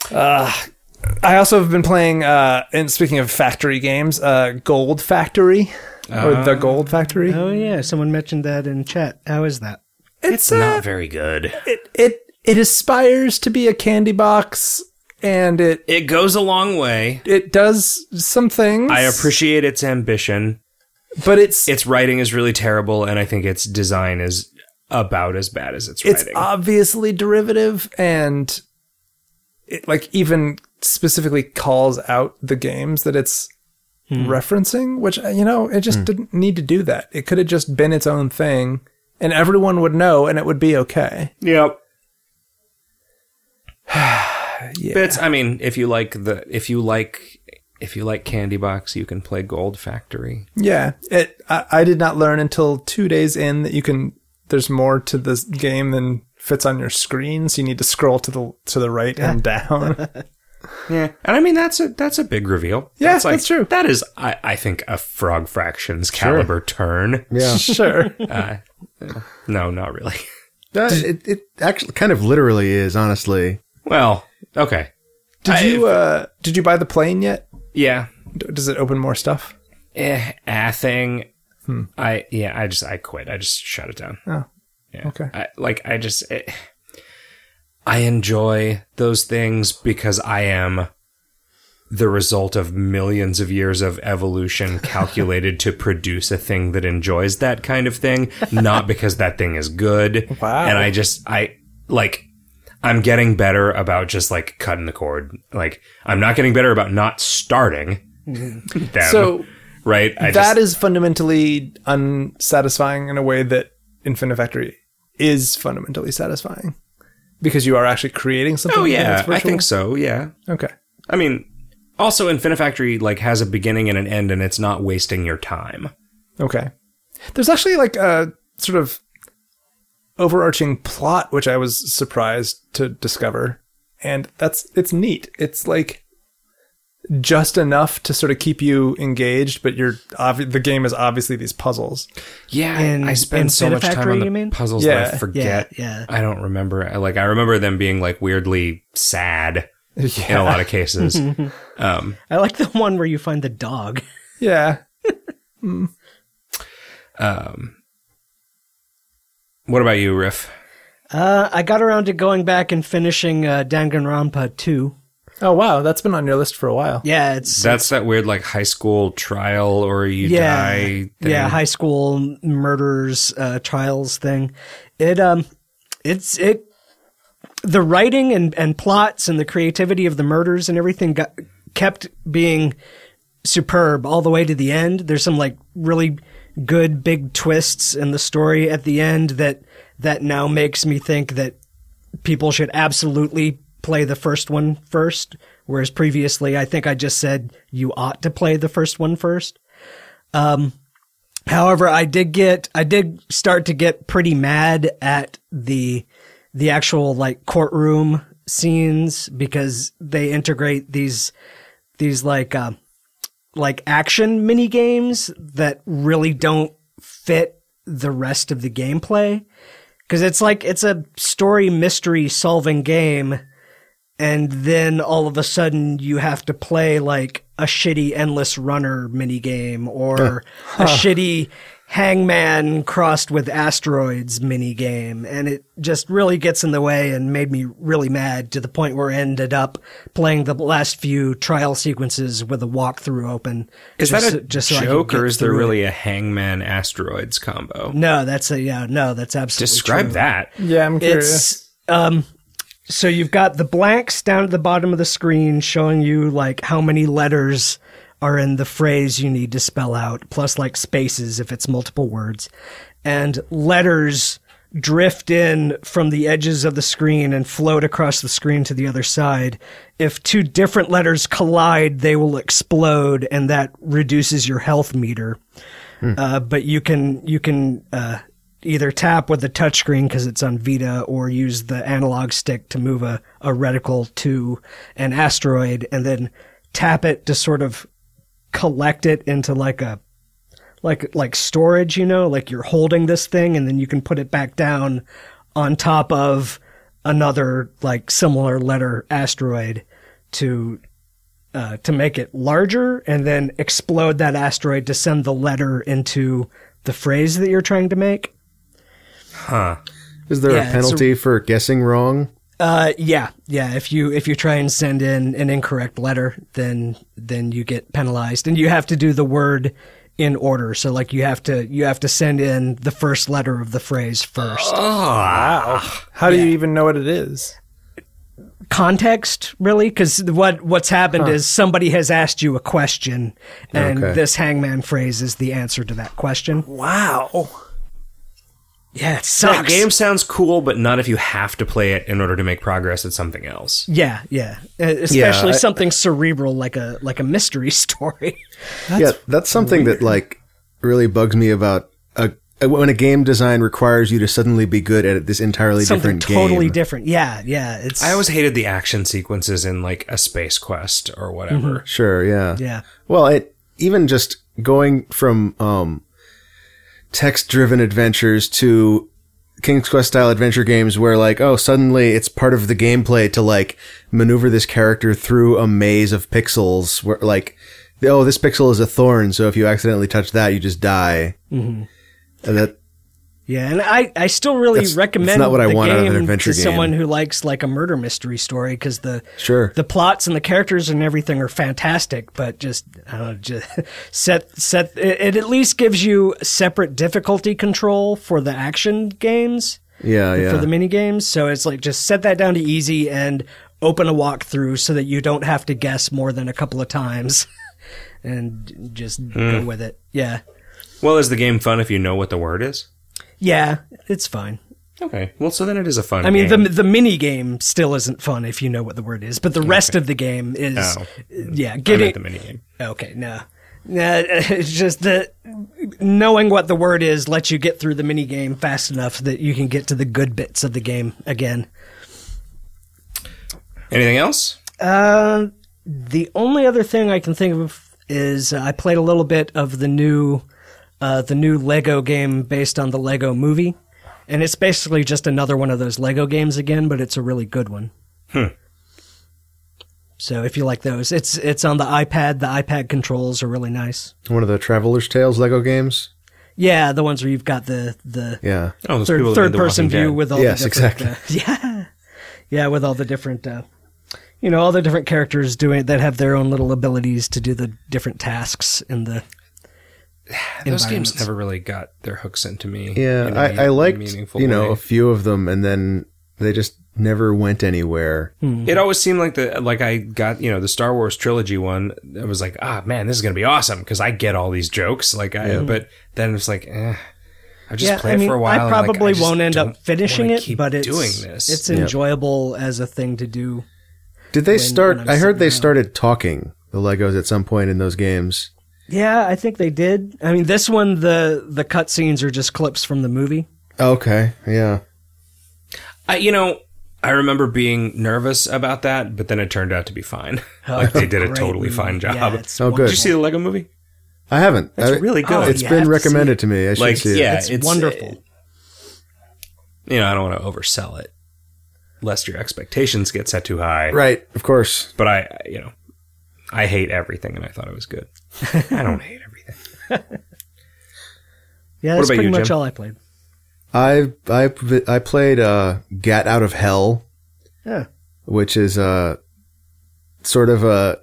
D: I also have been playing. Uh, and speaking of factory games, uh, Gold Factory. or the Gold Factory.
A: Oh yeah, someone mentioned that in chat. How is that?
D: it's uh,
B: Not very good.
D: it it it aspires to be a candy box, and it
B: It goes a long way.
D: it does some things.
B: I appreciate its ambition.
D: but it's
B: Its writing is really terrible, and I think its design is about as bad as its,
D: it's
B: writing.
D: obviously derivative and it like even specifically calls out the games that it's referencing which uh, you know it just didn't need to do that it could have just been its own thing and everyone would know and it would be okay
B: yep.
D: *sighs* yeah
B: But it's, I mean, if you like the, if you like, if you like Candy Box, you can play Gold Factory.
D: yeah it I, I did not learn until two days in that you can there's more to this game than fits on your screen so you need to scroll to the to the right and down
B: Yeah, and I mean that's a that's a big reveal.
D: Yeah,
B: that's,
D: that's true.
B: That is, I, I think, a Frog Fractions caliber turn.
C: Yeah.
D: sure
B: No, not really. *laughs*
C: That- it, it actually kind of literally is, honestly.
B: Well, okay,
D: did you uh did you buy the plane yet
B: yeah,
D: D- does it open more stuff
B: eh, ah thing. I yeah, I just I quit. I just shut it down.
D: Hmm. Oh,
B: yeah.
D: okay.
B: I, like I just eh, I enjoy those things because I am the result of millions of years of
D: *laughs*
B: evolution calculated to produce a thing that enjoys that kind of thing, not because that thing is good.
D: *laughs* Wow.
B: And I just I like I'm getting better about just like cutting the cord. Like I'm not getting better about not
D: *laughs*
B: starting. them,
D: So
B: right, I
D: that
B: just,
D: is fundamentally unsatisfying in a way that Infinifactory is fundamentally satisfying because you are actually creating something.
B: oh
D: even if
B: yeah,
D: it's
B: I
D: virtual.
B: think so. Yeah,
D: Okay.
B: I mean, also Infinifactory like has a beginning and an end, and it's not wasting your time.
D: Okay. There's actually like a sort of overarching plot which I was surprised to discover, and that's it's neat. It's like just enough to sort of keep you engaged, but you're obvi- the game is obviously these
B: *laughs*
D: puzzles.
B: Yeah,
A: In-
B: I I spend so much time
A: Infinifactory,
B: on
A: you
B: the
A: mean?
B: puzzles that
D: Yeah.
B: I forget.
A: Yeah, yeah.
B: I don't remember. I- Like I remember them being like weirdly sad in a lot of
A: *laughs*
B: cases. um,
A: I like the one where you find the dog.
D: Yeah.
B: um, what about you, Riff?
A: Uh, I got around to going back and finishing uh, Danganronpa 2.
D: Oh wow, that's been on your list for a while.
A: Yeah, it's
B: That's that weird like high school trial or you
A: yeah,
B: die. Thing.
A: yeah, high school murders uh, trials thing. It um, it's it. The writing and and plots and the creativity of the murders and everything got, kept being superb all the way to the end. There's some like really good big twists in the story at the end that that now makes me think that people should absolutely play the first one first. Whereas previously, I think I just said you ought to play the first one first. However, I did get I did start to get pretty mad at the the actual like courtroom scenes because they integrate these these like uh, like action mini games that really don't fit the rest of the gameplay because it's like it's a story mystery solving game and then all of a sudden you have to play like a shitty endless runner minigame or a shitty hangman crossed with asteroids minigame and it just really gets in the way and made me really mad to the point where I ended up playing the last few trial sequences with a walkthrough open
B: Is
A: just
B: that a
A: so- just so I could
B: joke
A: get
B: or is there
A: through it.
B: really a hangman asteroids combo?
A: no that's a yeah no that's absolutely
B: Describe
A: true.
B: that.
D: Yeah, I'm curious.
A: It's um so you've got the blanks down at the bottom of the screen showing you like how many letters are in the phrase you need to spell out plus like spaces if it's multiple words and letters drift in from the edges of the screen and float across the screen to the other side if two different letters collide they will explode and that reduces your health meter uh, but you can you can uh, either tap with the touchscreen because it's on Vita, or use the analog stick to move a, a reticle to an asteroid, and then tap it to sort of collect it into like a like like storage. You know, like you're holding this thing, and then you can put it back down on top of another like similar letter asteroid to uh, to make it larger and then explode that asteroid to send the letter into the phrase that you're trying to make.
C: Is there
A: Yeah,
C: a
A: it's
C: penalty for guessing wrong?
A: Uh, yeah, yeah. If you if you try and send in an incorrect letter, then then you get penalized, and you have to do the word in order. So like you have to you have to send in the first letter of the phrase first. Ah,
D: Wow. How do you even know what it is?
A: context really because what what's happened is somebody has asked you a question and
C: Okay.
A: this hangman phrase is the answer to that question
D: Wow.
A: yeah it
B: That
A: sucks
B: game sounds cool, but not if you have to play it in order to make progress at something else.
A: yeah yeah Uh, especially
C: I-
A: something cerebral like a like a mystery *laughs* story
C: yeah, that's something that like really bugs me about a, when a game design requires you to suddenly be good at this entirely
A: something
C: different
A: totally
C: game.
A: different yeah yeah it's
B: I always hated the action sequences in like a space quest or
A: Mm-hmm.
B: whatever.
C: Sure, yeah.
A: yeah
C: Well, it even just going from um, text-driven adventures to King's Quest style adventure games where like, oh, suddenly it's part of the gameplay to like maneuver this character through a maze of pixels where like oh, this pixel is a thorn, so if you accidentally touch that, you just die. Mm-hmm. And that
A: yeah and i i still really
C: That's- that's
A: recommend
C: not what I
A: the
C: want out of an
A: game
C: adventure
A: to
C: game.
A: someone who likes like a murder mystery story because the
C: Sure.
A: the plots and the characters and everything are fantastic, but just I don't know, just *laughs* set set it, it at least gives you separate difficulty control for the action games
C: yeah,
A: and
C: yeah.
A: for the mini games. So it's like just set that down to easy and open a walkthrough so that you don't have to guess more than a couple of times *laughs* and just
B: Hmm.
A: go with it. Yeah.
B: Well, is the game fun if you know what the word is?
A: Yeah, it's fine.
B: Okay. Well, so then it is a fun.
A: I mean,
B: game.
A: the the mini game still isn't fun if you know what the word is, but the rest of the game is,
B: Oh.
A: yeah,
B: I meant
A: getting
B: the mini game.
A: Okay, no. No, *laughs* it's just that knowing what the word is lets you get through the mini game fast enough that you can get to the good bits of the game again.
B: Anything else?
A: Uh, the only other thing I can think of is uh, I played a little bit of the new, uh, the new Lego game based on the Lego movie, and it's basically just another one of those Lego games again, but it's a really good one. So if you like those, it's it's on the iPad. The iPad controls are really nice.
C: One of the Traveler's Tales Lego games.
A: Yeah, the ones where you've got the the
C: Yeah.
B: Oh, those
A: third,
B: people that made
A: third
B: The
A: person
B: Walking
A: view
B: Dead.
A: with all
C: Yes,
A: the different, uh, *laughs* yeah, yeah, with all the different, uh, you know, all the different characters doing that have their own little abilities to do the different tasks in the.
B: those games
A: environments.
B: never really got their hooks into me.
C: Yeah,
B: in a mean-
C: I, I liked
B: meaningful
C: you know
B: way.
C: a few of them, and then they just never went anywhere.
B: It always seemed like the like I got you know the Star Wars trilogy one. I was like, ah man, this is gonna be awesome because I get all these jokes. Like, I, but then it's like, eh, I just
A: yeah,
B: play
A: I mean,
B: it for a while.
A: I
B: and, like,
A: probably
B: just
A: won't end
B: don't
A: up finishing
B: wanna
A: it,
B: keep
A: but it's
B: doing this.
A: It's enjoyable as a thing to do.
C: Did they
A: When-
C: start?
A: when I'm
C: I heard they
A: sitting down.
C: started talking the Legos at some point in those games.
A: Yeah, I think they did. I mean, this one the the cutscenes are just clips from the movie.
C: Okay, yeah,
B: I, you know, I remember being nervous about that, but then it turned out to be fine. *laughs*
A: *laughs*
B: like they did a
A: Great
B: totally
A: movie.
B: fine job.
A: Yeah, it's
C: Oh, good.
B: Did you see the Lego Movie?
C: I haven't.
B: It's
C: I,
B: really
A: Oh,
B: good.
C: It's
A: You have
C: been
A: to
C: recommended to me. I should
B: Like,
C: see it.
B: yeah,
A: It's, wonderful.
B: You know, I don't want to oversell it, lest your expectations get set too high.
C: right. Of course.
B: But I, you know, I hate everything, and I thought it was good. *laughs* I don't hate everything.
A: yeah,
B: What
A: that's
B: about
A: pretty
B: you,
A: much
B: Jim?
A: all I played.
C: I I I played uh, Gat Out of Hell,
A: Yeah.
C: which is uh, sort of a.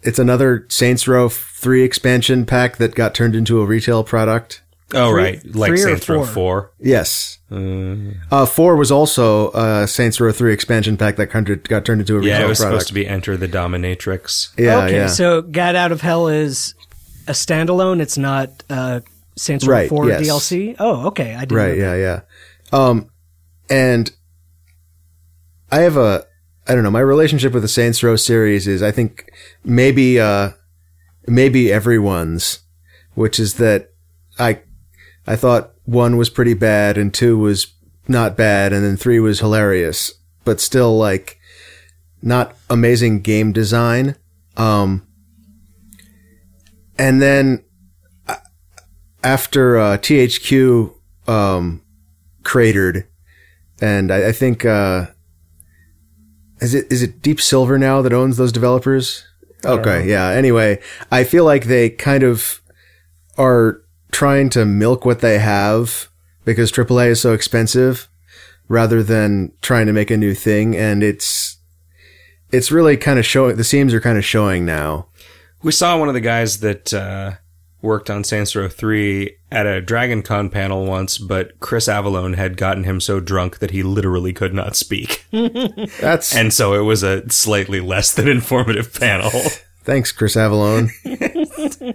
C: It's another Saints Row three expansion pack that got turned into a retail product.
B: Oh
A: Three-
B: right, like
A: three or
B: Saints Row Four.
A: four?
C: Yes,
B: Uh,
C: Uh, four was also uh, Saints Row three expansion pack that kind of got turned into a retail
B: yeah, it was
C: product.
B: supposed to be Enter the Dominatrix.
C: yeah,
A: okay,
C: yeah.
A: so God Out of Hell is a standalone. It's not uh, Saints Row
C: Right,
A: 4
C: yes.
A: DLC. Oh, okay. I didn't
C: right,
A: know
C: yeah, yeah. Um, and I have a, I don't know, my relationship with the Saints Row series is, I think, maybe, uh, maybe everyone's, which is that I, I thought one was pretty bad and two was not bad and then three was hilarious, but still like not amazing game design. Um, and then a- after uh, THQ um, cratered, and I, I think uh, is it is it Deep Silver now that owns those developers? Okay, yeah. Anyway, I feel like they kind of are trying to milk what they have because AAA is so expensive rather than trying to make a new thing and it's it's really kind of showing the seams are kind of showing now.
B: We saw one of the guys that uh, worked on Saints Row 3 at a Dragon Con panel once, but Chris Avalone had gotten him so drunk that he literally could not speak.
C: That's
B: And so it was a slightly less than informative panel.
C: thanks Chris Avalon.
B: *laughs*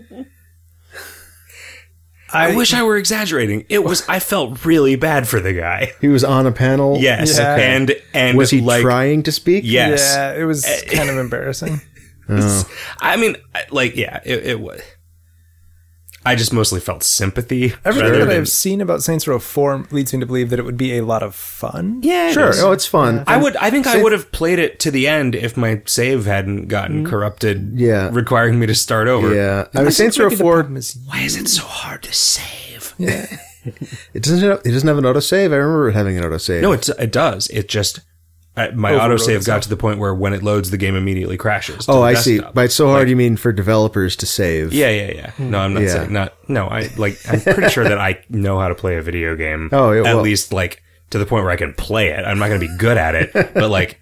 B: I wish I were exaggerating. It was I felt really bad for the guy.
C: he was on a panel.
B: Yes.
D: Yeah.
B: And and
C: Was he
B: like
C: trying to speak?
B: Yes.
D: Yeah, it was
C: Eh.
D: kind of
C: *laughs*
D: embarrassing.
B: *laughs* I mean I- like yeah, it, it was I just mostly felt sympathy.
D: Everything
B: rather
D: that
B: than-
D: I've seen about Saints Row 4 leads me to believe that it would be a lot of fun.
B: Yeah, it
C: Sure.
B: is.
C: Oh, it's fun.
B: I would. I think I would have played it to the end if my save hadn't gotten corrupted.
C: Mm-hmm. Yeah.
B: requiring me to start over.
C: yeah. I mean Saints Row 4
B: Why is it so hard to save?
C: it doesn't have, it doesn't have an autosave. I remember it having an autosave.
B: No, it it does. It just I, my autosave got
D: itself.
B: to the point where when it loads, the game immediately crashes. to
C: Oh,
B: the
C: I see.
B: desktop.
C: By it's so hard, you mean for developers to save?
B: yeah, yeah, yeah. No, I'm not
C: Yeah.
B: saying not. No, I like. I'm pretty sure that I know how to play a video game.
C: Oh, yeah,
B: at
C: well-
B: least like to the point where I can play it. I'm not going to be good at it, but like.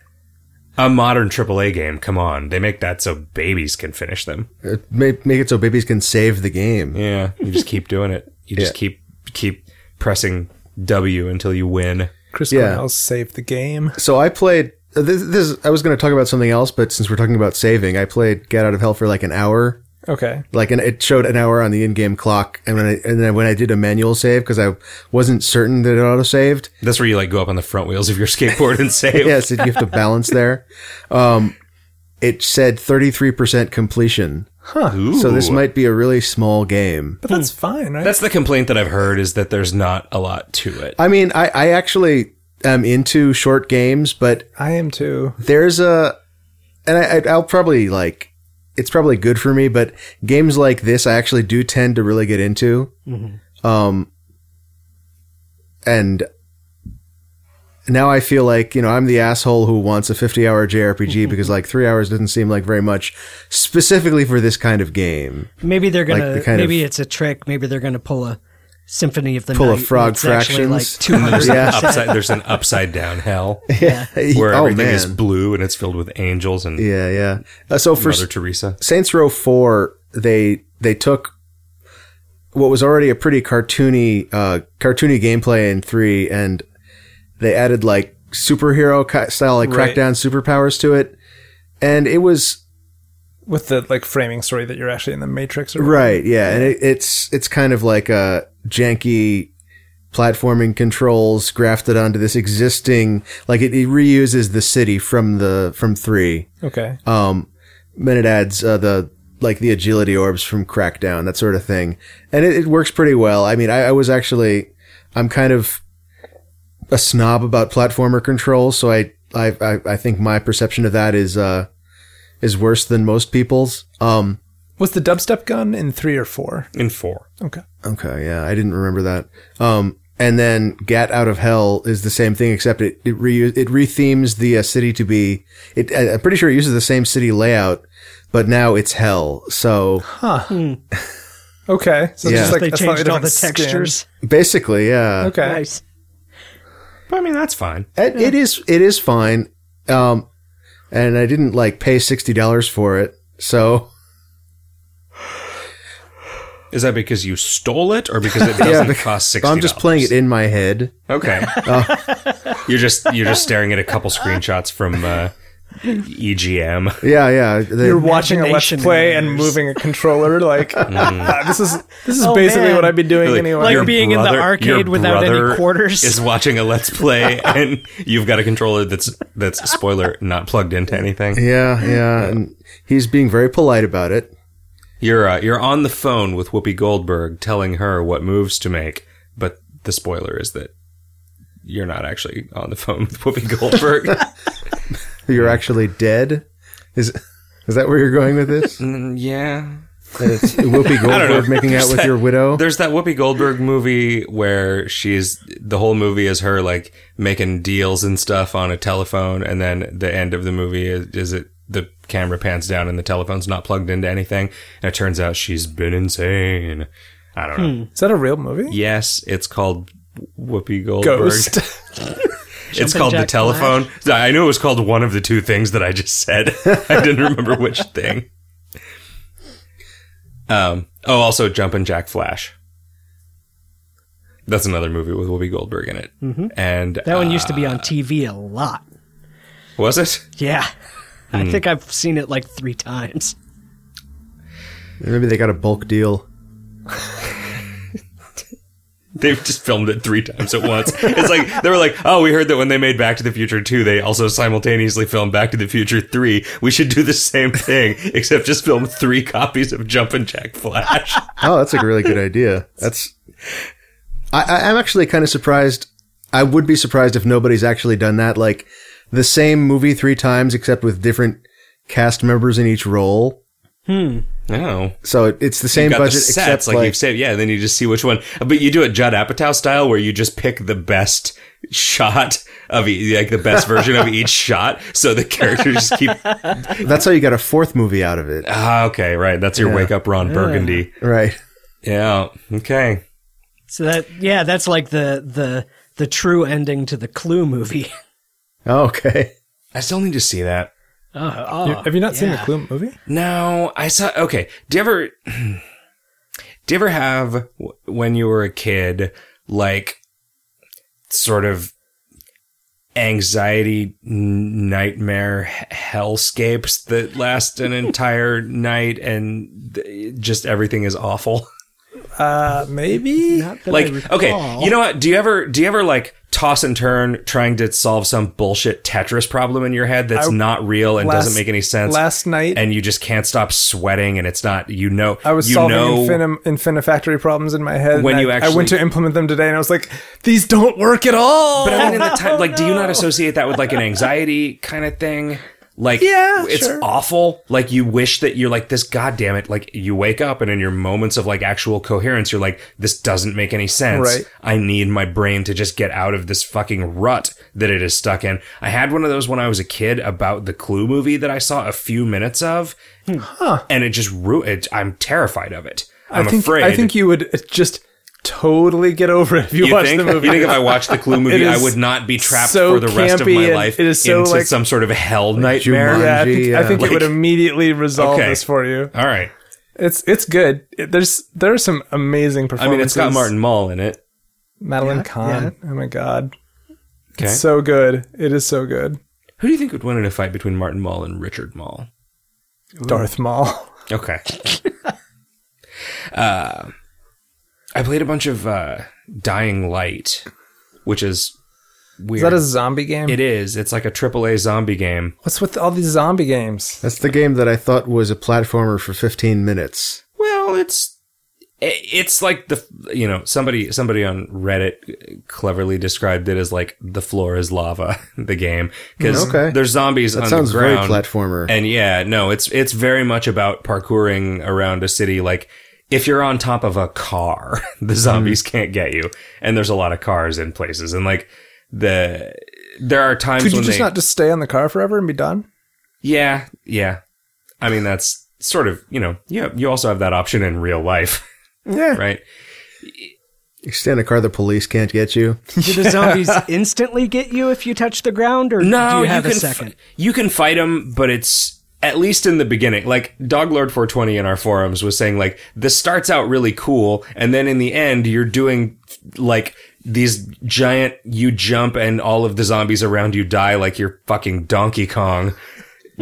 B: A modern AAA game, come on. They make that so babies can finish them.
C: Uh, Make, make it so babies can save the game.
B: Yeah, you just keep doing it. You just keep keep pressing W until you win.
D: Chris
C: Yeah.
D: Cornell saved the game.
C: So I played. uh, This, this I was going to talk about something else, but since we're talking about saving, I played Get Out of Hell for like an hour.
D: Okay.
C: Like, and it showed an hour on the in-game clock, and when I, and then when I did a manual save because I wasn't certain that it auto-saved.
B: That's where you like go up on the front wheels of your skateboard and save.
C: *laughs* Yes, you have to balance there. Um, it said 33% completion,
B: Ooh.
C: so this might be a really small game.
D: But
A: Hmm.
D: that's fine, right?
B: That's the complaint that I've heard is that there's not a lot to it.
C: I mean, I, I actually am into short games, but
D: I am too.
C: there's a and I, I- I'll probably like it's probably good for me, but games like this I actually do tend to really get into. Um, and now I feel like you know I'm the asshole who wants a 50 hour JRPG because like three hours doesn't seem like very much, specifically for this kind of game.
A: Maybe they're gonna.
C: the kind
A: maybe
C: of-
A: it's a trick. Maybe they're gonna pull a symphony of the
C: Pull a
A: night. and
C: Frog
A: it's actually
C: Fractions.
A: Like two
C: *laughs*
A: hundred.
C: Yeah.
B: Upside, there's an upside down hell
C: *laughs*
B: where
C: oh
B: everything
C: man,
B: is blue and it's filled with angels and
C: yeah, yeah. Uh, so for
B: Mother Teresa.
C: Saints Row Four, they they took what was already a pretty cartoony uh, cartoony gameplay in three, and they added like superhero ki- style, like
D: Right.
C: crackdown superpowers to it, and it was
D: With the like framing story that you're actually in the Matrix or
C: right, yeah, and it, it's it's kind of like a janky platforming controls grafted onto this existing like it, it reuses the city from the from three
D: Okay.
C: Um, then it adds uh, the like the agility orbs from Crackdown, that sort of thing, and it, it works pretty well. I mean, I, I was actually I'm kind of a snob about platformer controls, so I I I, I think my perception of that is uh is worse than most people's. Um,
D: Was the dubstep gun in three or four?
B: In four.
D: Okay.
C: okay, yeah, I didn't remember that. Um. And then Gat Out of Hell is the same thing, except it it, re- it rethemes the uh, city to be. It, I- I'm pretty sure it uses the same city layout, but now it's hell. So
D: Okay. So it's
C: Yeah.
D: just like
A: they
D: a slightly
A: changed all the
D: different skin.
A: textures.
C: Basically, yeah.
D: Okay.
A: Nice.
B: But I mean that's fine.
C: It, it is it is fine. Um and I didn't like pay sixty dollars for it. So
B: Is that because you stole it or because
C: *laughs*
B: it doesn't
C: because-
B: cost sixty?
C: I'm just playing it in my head.
B: Okay.
C: *laughs*
B: *laughs* You're just you're just staring at a couple screenshots from uh, EGM.
C: Yeah, yeah. They-
D: You're watching a let's
A: Imagination
D: play and
A: matters.
D: moving a controller
C: *laughs*
D: like
C: Hmm.
D: uh, this is this is basically
A: Oh, man.
D: what I'd be doing
B: Like,
A: *laughs*
D: anyway.
A: Like
B: your
A: being in the
B: brother-
A: arcade
B: your
A: without any
B: brother
A: quarters.
B: Is watching a
A: *laughs*
B: let's play and you've got a controller that's that's spoiler not plugged into anything.
C: yeah, yeah. And he's being very polite about it.
B: You're uh, you're on the phone with Whoopi Goldberg telling her what moves to make, but the spoiler is that you're not actually on the phone with Whoopi Goldberg.
C: You're actually dead. Is is that where you're going with
B: *laughs*
C: this?
B: Mm, yeah.
C: *laughs* It's *laughs* Whoopi Goldberg making out with your widow.
B: There's that Whoopi Goldberg movie where she's the whole movie is her like making deals and stuff on a telephone, and then the end of the movie is, is it the camera pans down and the telephone's not plugged into anything. And it turns out she's been insane. I don't know.
D: Is that a real movie?
B: Yes, it's called Whoopi Goldberg.
D: Ghost.
B: It's called the
A: Jack
B: telephone. I knew it was called one of the two things that I just said. *laughs* I didn't remember
A: *laughs*
B: which thing. Um. Oh, also Jumpin' Jack Flash. That's another movie with Whoopi Goldberg in it. Mm-hmm. And
A: That
B: uh,
A: one used to
C: Ah.
A: be on TV a lot.
B: was it? *laughs*
A: Yeah. *laughs*
C: Hmm.
A: I think I've seen it like three times.
C: Maybe they got a bulk deal.
B: They've just filmed it three times at once. It's like they were like, "Oh, we heard that when they made Back to the Future 2, they also simultaneously filmed Back to the Future 3. We should do the same thing, *laughs* except just film three copies of Jumpin'
A: *laughs*
B: Jack Flash."
C: Oh, that's like a really good idea. That's. I, I, I'm actually kind of surprised. I would be surprised if nobody's actually done that. Like the same movie three times, except with different cast members in each role.
A: Oh.
B: No.
C: So it, it's the same
B: got
C: budget,
B: the
C: except
B: sets like,
C: like,
B: you've saved. Yeah, and then you just see which one. But you do it Judd Apatow style, where you just pick the best shot of e- like the best version of
C: *laughs*
B: each shot, so the characters just keep.
C: that's how you got a fourth movie out of it,
B: Ah, okay, right. That's your wake up, Ron Burgundy.
C: right?
B: Yeah. Okay.
A: So that yeah, that's like the the the true ending to the Clue movie. *laughs*
C: Oh, okay.
B: I still need to see that.
A: Oh, oh,
D: Have *laughs* you not seen the
A: yeah.
D: Clue movie?
B: No, I saw. Okay, do you ever, *clears throat* do you ever have w- when you were a kid, like, sort of anxiety n- nightmare h- hellscapes that last an entire *laughs* night and th- just everything is awful?
D: Uh, maybe.
B: like okay you know what do you ever do you ever like toss and turn trying to solve some bullshit tetris problem in your head that's
D: I-
B: not real and
D: last-
B: doesn't make any sense
D: last night-
B: and you just can't stop sweating and it's not you know
D: I was
B: you
D: solving
B: know
D: infin- infinifactory problems in my head.
B: When
D: and
B: you
D: I, I
B: actually-
D: went to implement them today, and I was like, "These don't work at all."
B: but i mean in
D: Oh,
B: the time like do you not associate that with like an anxiety kind of thing like
D: Yeah,
B: it's
D: sure.
B: awful like you wish that you're like this goddamn it like you wake up and in your moments of like actual coherence you're like this doesn't make any sense
D: Right.
B: I need my brain to just get out of this fucking rut that it is stuck in. I had one of those when I was a kid about the Clue movie that I saw a few minutes of,
D: Hmm.
B: and it just ruined. I'm terrified of it. I'm
D: I think
B: afraid.
D: I think you would uh, just totally get over it if you,
B: You
D: watched
B: think?
D: the movie.
B: You think if I watched the Clue
D: *laughs* It
B: movie, I
D: is
B: would not be trapped
D: so
B: for the rest of
D: campy
B: my
D: and
B: life
D: it is so,
B: into
D: like-
B: some sort of hell nightmare?
C: Jumanji.
D: yeah, I think, I
C: Yeah.
D: think it would
B: Like-
D: immediately resolve
B: Okay.
D: this for you.
B: All right.
D: It's it's good. It- there's there are some amazing
B: I
D: performances.
B: mean, it's got Martin Mull in it.
D: Madeline Kahn. Oh my god,
B: Okay.
D: it's so good. It is so good.
B: Who do you think would win in a fight between Martin Mull and Richard Mull?
D: Darth Maul. *laughs*
B: Okay. uh, I played a bunch of uh, Dying Light, which is
D: Is
B: weird.
D: that a zombie game?
B: it is. It's like a AAA zombie game.
D: What's with all these zombie games?
C: That's the game that I thought was a platformer for 15 minutes.
B: Well, it's i- it's like the you know somebody somebody on Reddit cleverly described it as like the floor is lava *laughs* the game because
C: Okay.
B: there's zombies
C: That
B: on
C: sounds
B: the
C: very
B: ground
C: platformer.
B: And yeah, no, it's it's very much about parkouring around a city. Like if you're on top of a car, *laughs* the zombies can't get you. And there's a lot of cars in places. And like the there are times
D: Could you
B: when
D: just
B: they,
D: not just stay in the car forever and be done?
B: yeah, yeah. I mean that's sort of you know yeah. You also have that option in real life,
D: Yeah.
B: *laughs* right?
C: you stay in a car, the police can't get you.
A: Do the
B: *laughs*
A: zombies instantly get you if you touch the ground, or do
B: No,
A: you have a
B: can fi-
A: second?
B: you can fight them, but it's at least in the beginning. Like Doglord420 in our forums was saying, like this starts out really cool, and then in the end, you're doing like these giant. You jump, and all of the zombies around you die, like you're fucking Donkey Kong.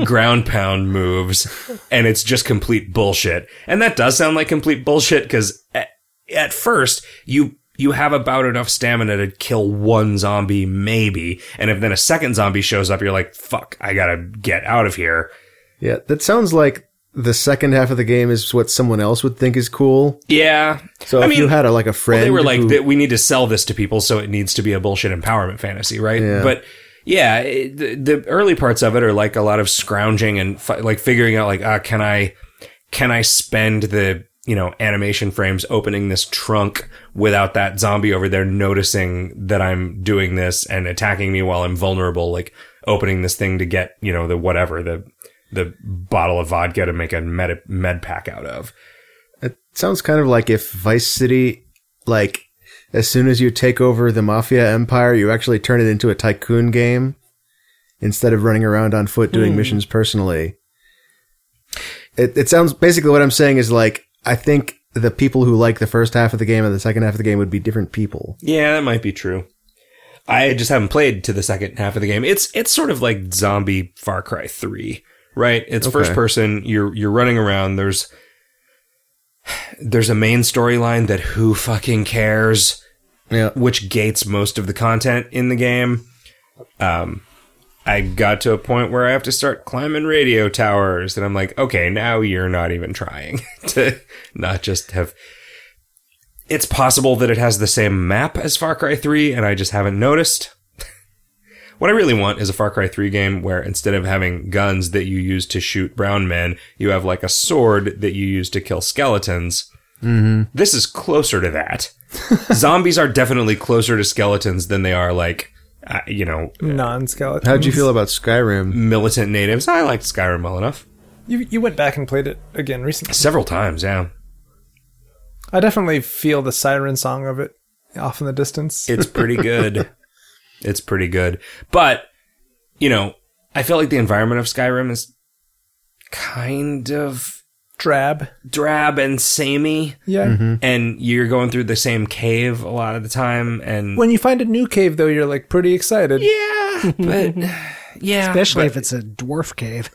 B: ground pound moves and it's just complete bullshit and that does sound like complete bullshit because at, at first you you have about enough stamina to kill one zombie maybe and if then a second zombie shows up you're like fuck i gotta get out of here
C: Yeah, that sounds like the second half of the game is what someone else would think is cool.
B: yeah
C: So
B: I
C: if
B: mean,
C: you had a, like a friend,
B: they were like
C: who-
B: that we need to sell this to people so it needs to be a bullshit empowerment fantasy right but yeah it, the, the early parts of it are like a lot of scrounging and fi- like figuring out like ah can i can i spend the you know animation frames opening this trunk without that zombie over there noticing that i'm doing this and attacking me while i'm vulnerable like opening this thing to get you know the whatever the the bottle of vodka to make a med, med pack out of.
C: It sounds kind of like if Vice City, like, as soon as you take over the mafia empire, you actually turn it into a tycoon game instead of running around on foot doing missions personally. It, it sounds basically what I'm saying is like, I think the people who like the first half of the game and the second half of the game would be different people.
B: Yeah, that might be true. I just haven't played to the second half of the game. It's it's sort of like zombie Far Cry 3, right? It's first person, you're you're running around, there's there's a main storyline that who fucking cares?
C: Yeah.
B: which gates most of the content in the game. Um, I got to a point where I have to start climbing radio towers, and I'm like, okay, now you're not even trying *laughs* to not just have. It's possible that it has the same map as Far Cry 3, and I just haven't noticed. *laughs* what I really want is a Far Cry 3 game where instead of having guns that you use to shoot brown men, you have like a sword that you use to kill skeletons. This is closer to that zombies are definitely closer to skeletons than they are like uh, you know
D: Non-skeleton.
C: How'd you feel about Skyrim?
B: militant natives. I liked Skyrim well enough
D: You you went back and played it again recently.
B: several times. Yeah,
D: I definitely feel the siren song of it off in the distance.
B: it's pretty good. it's pretty good, but you know, I feel like the environment of Skyrim is kind of
D: Drab.
B: drab and samey,
D: Yeah.
B: and you're going through the same cave a lot of the time, and
D: When you find a new cave, though, you're like pretty excited. Yeah.
B: yeah, but yeah,
A: especially
B: but
A: if it's a dwarf cave.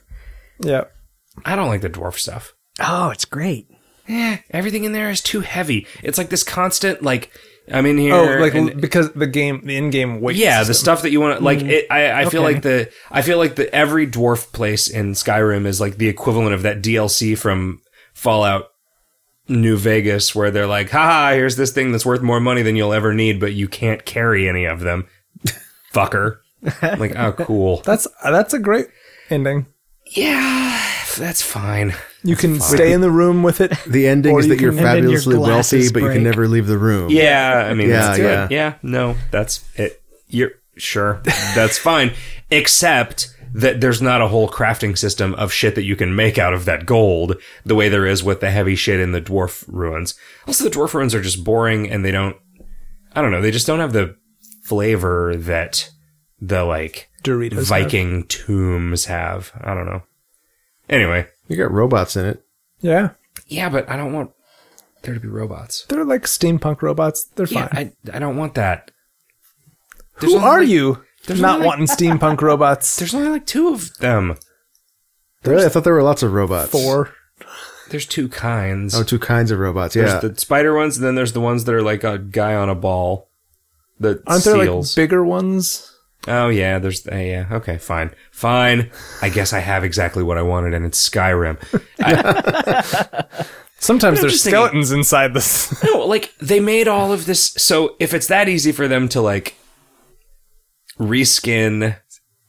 B: I don't like the dwarf stuff.
A: Oh, it's great.
B: eh, everything in there is too heavy. It's like this constant like I'm in here.
D: Oh, like
B: and-
D: because the game, the in-game weight.
B: yeah, the
D: system.
B: stuff that you want to like.
D: Mm.
B: It, I, I feel
A: Okay.
B: like the I feel like the every dwarf place in Skyrim is like the equivalent of that DLC from Fallout New Vegas, where they're like, "Haha, here's this thing that's worth more money than you'll ever need, but you can't carry any of them, *laughs* fucker." I'm like, oh,
D: *laughs*
B: cool.
D: That's that's a great ending.
B: yeah, that's fine.
D: You can stay in the room
B: *laughs*
D: with it.
C: The ending
D: Or
C: is
D: you
C: that you're
D: can-
A: and then your
C: fabulously wealthy,
A: glasses
C: but you
A: break.
C: can never leave the room.
B: Yeah, I mean,
C: Yeah,
B: that's
C: yeah.
B: good. yeah. No, that's it. You're sure that's *laughs* fine, except that there's not a whole crafting system of shit that you can make out of that gold the way there is with the heavy shit in the dwarf ruins. Also, the dwarf ruins are just boring, and they don't. I don't know. They just don't have the flavor that the like
D: Doritos. have.
B: Viking tombs have. I don't know. Anyway,
C: You got robots in it.
D: Yeah,
B: yeah, but I don't want there to be robots.
D: they're like steampunk robots. They're
B: Yeah,
D: fine.
B: I I don't want that.
D: Who are you?
B: there's
D: Not
B: only-
D: wanting
B: *laughs*
D: steampunk robots.
B: There's only like two of them.
C: Really? I thought there were lots of robots.
D: Four.
B: There's two kinds.
C: Oh, two kinds of robots. Yeah.
B: There's the spider ones, and then there's the ones that are like a guy on a ball. The
D: Aren't there
B: seals.
D: like bigger ones?
B: oh yeah, there's uh, yeah. Okay, fine, fine. I guess I have exactly what I wanted, and it's Skyrim.
D: Sometimes there's
B: just thinking-
D: skeletons inside this.
B: No, like they made all of this. So if it's that easy for them to like reskin,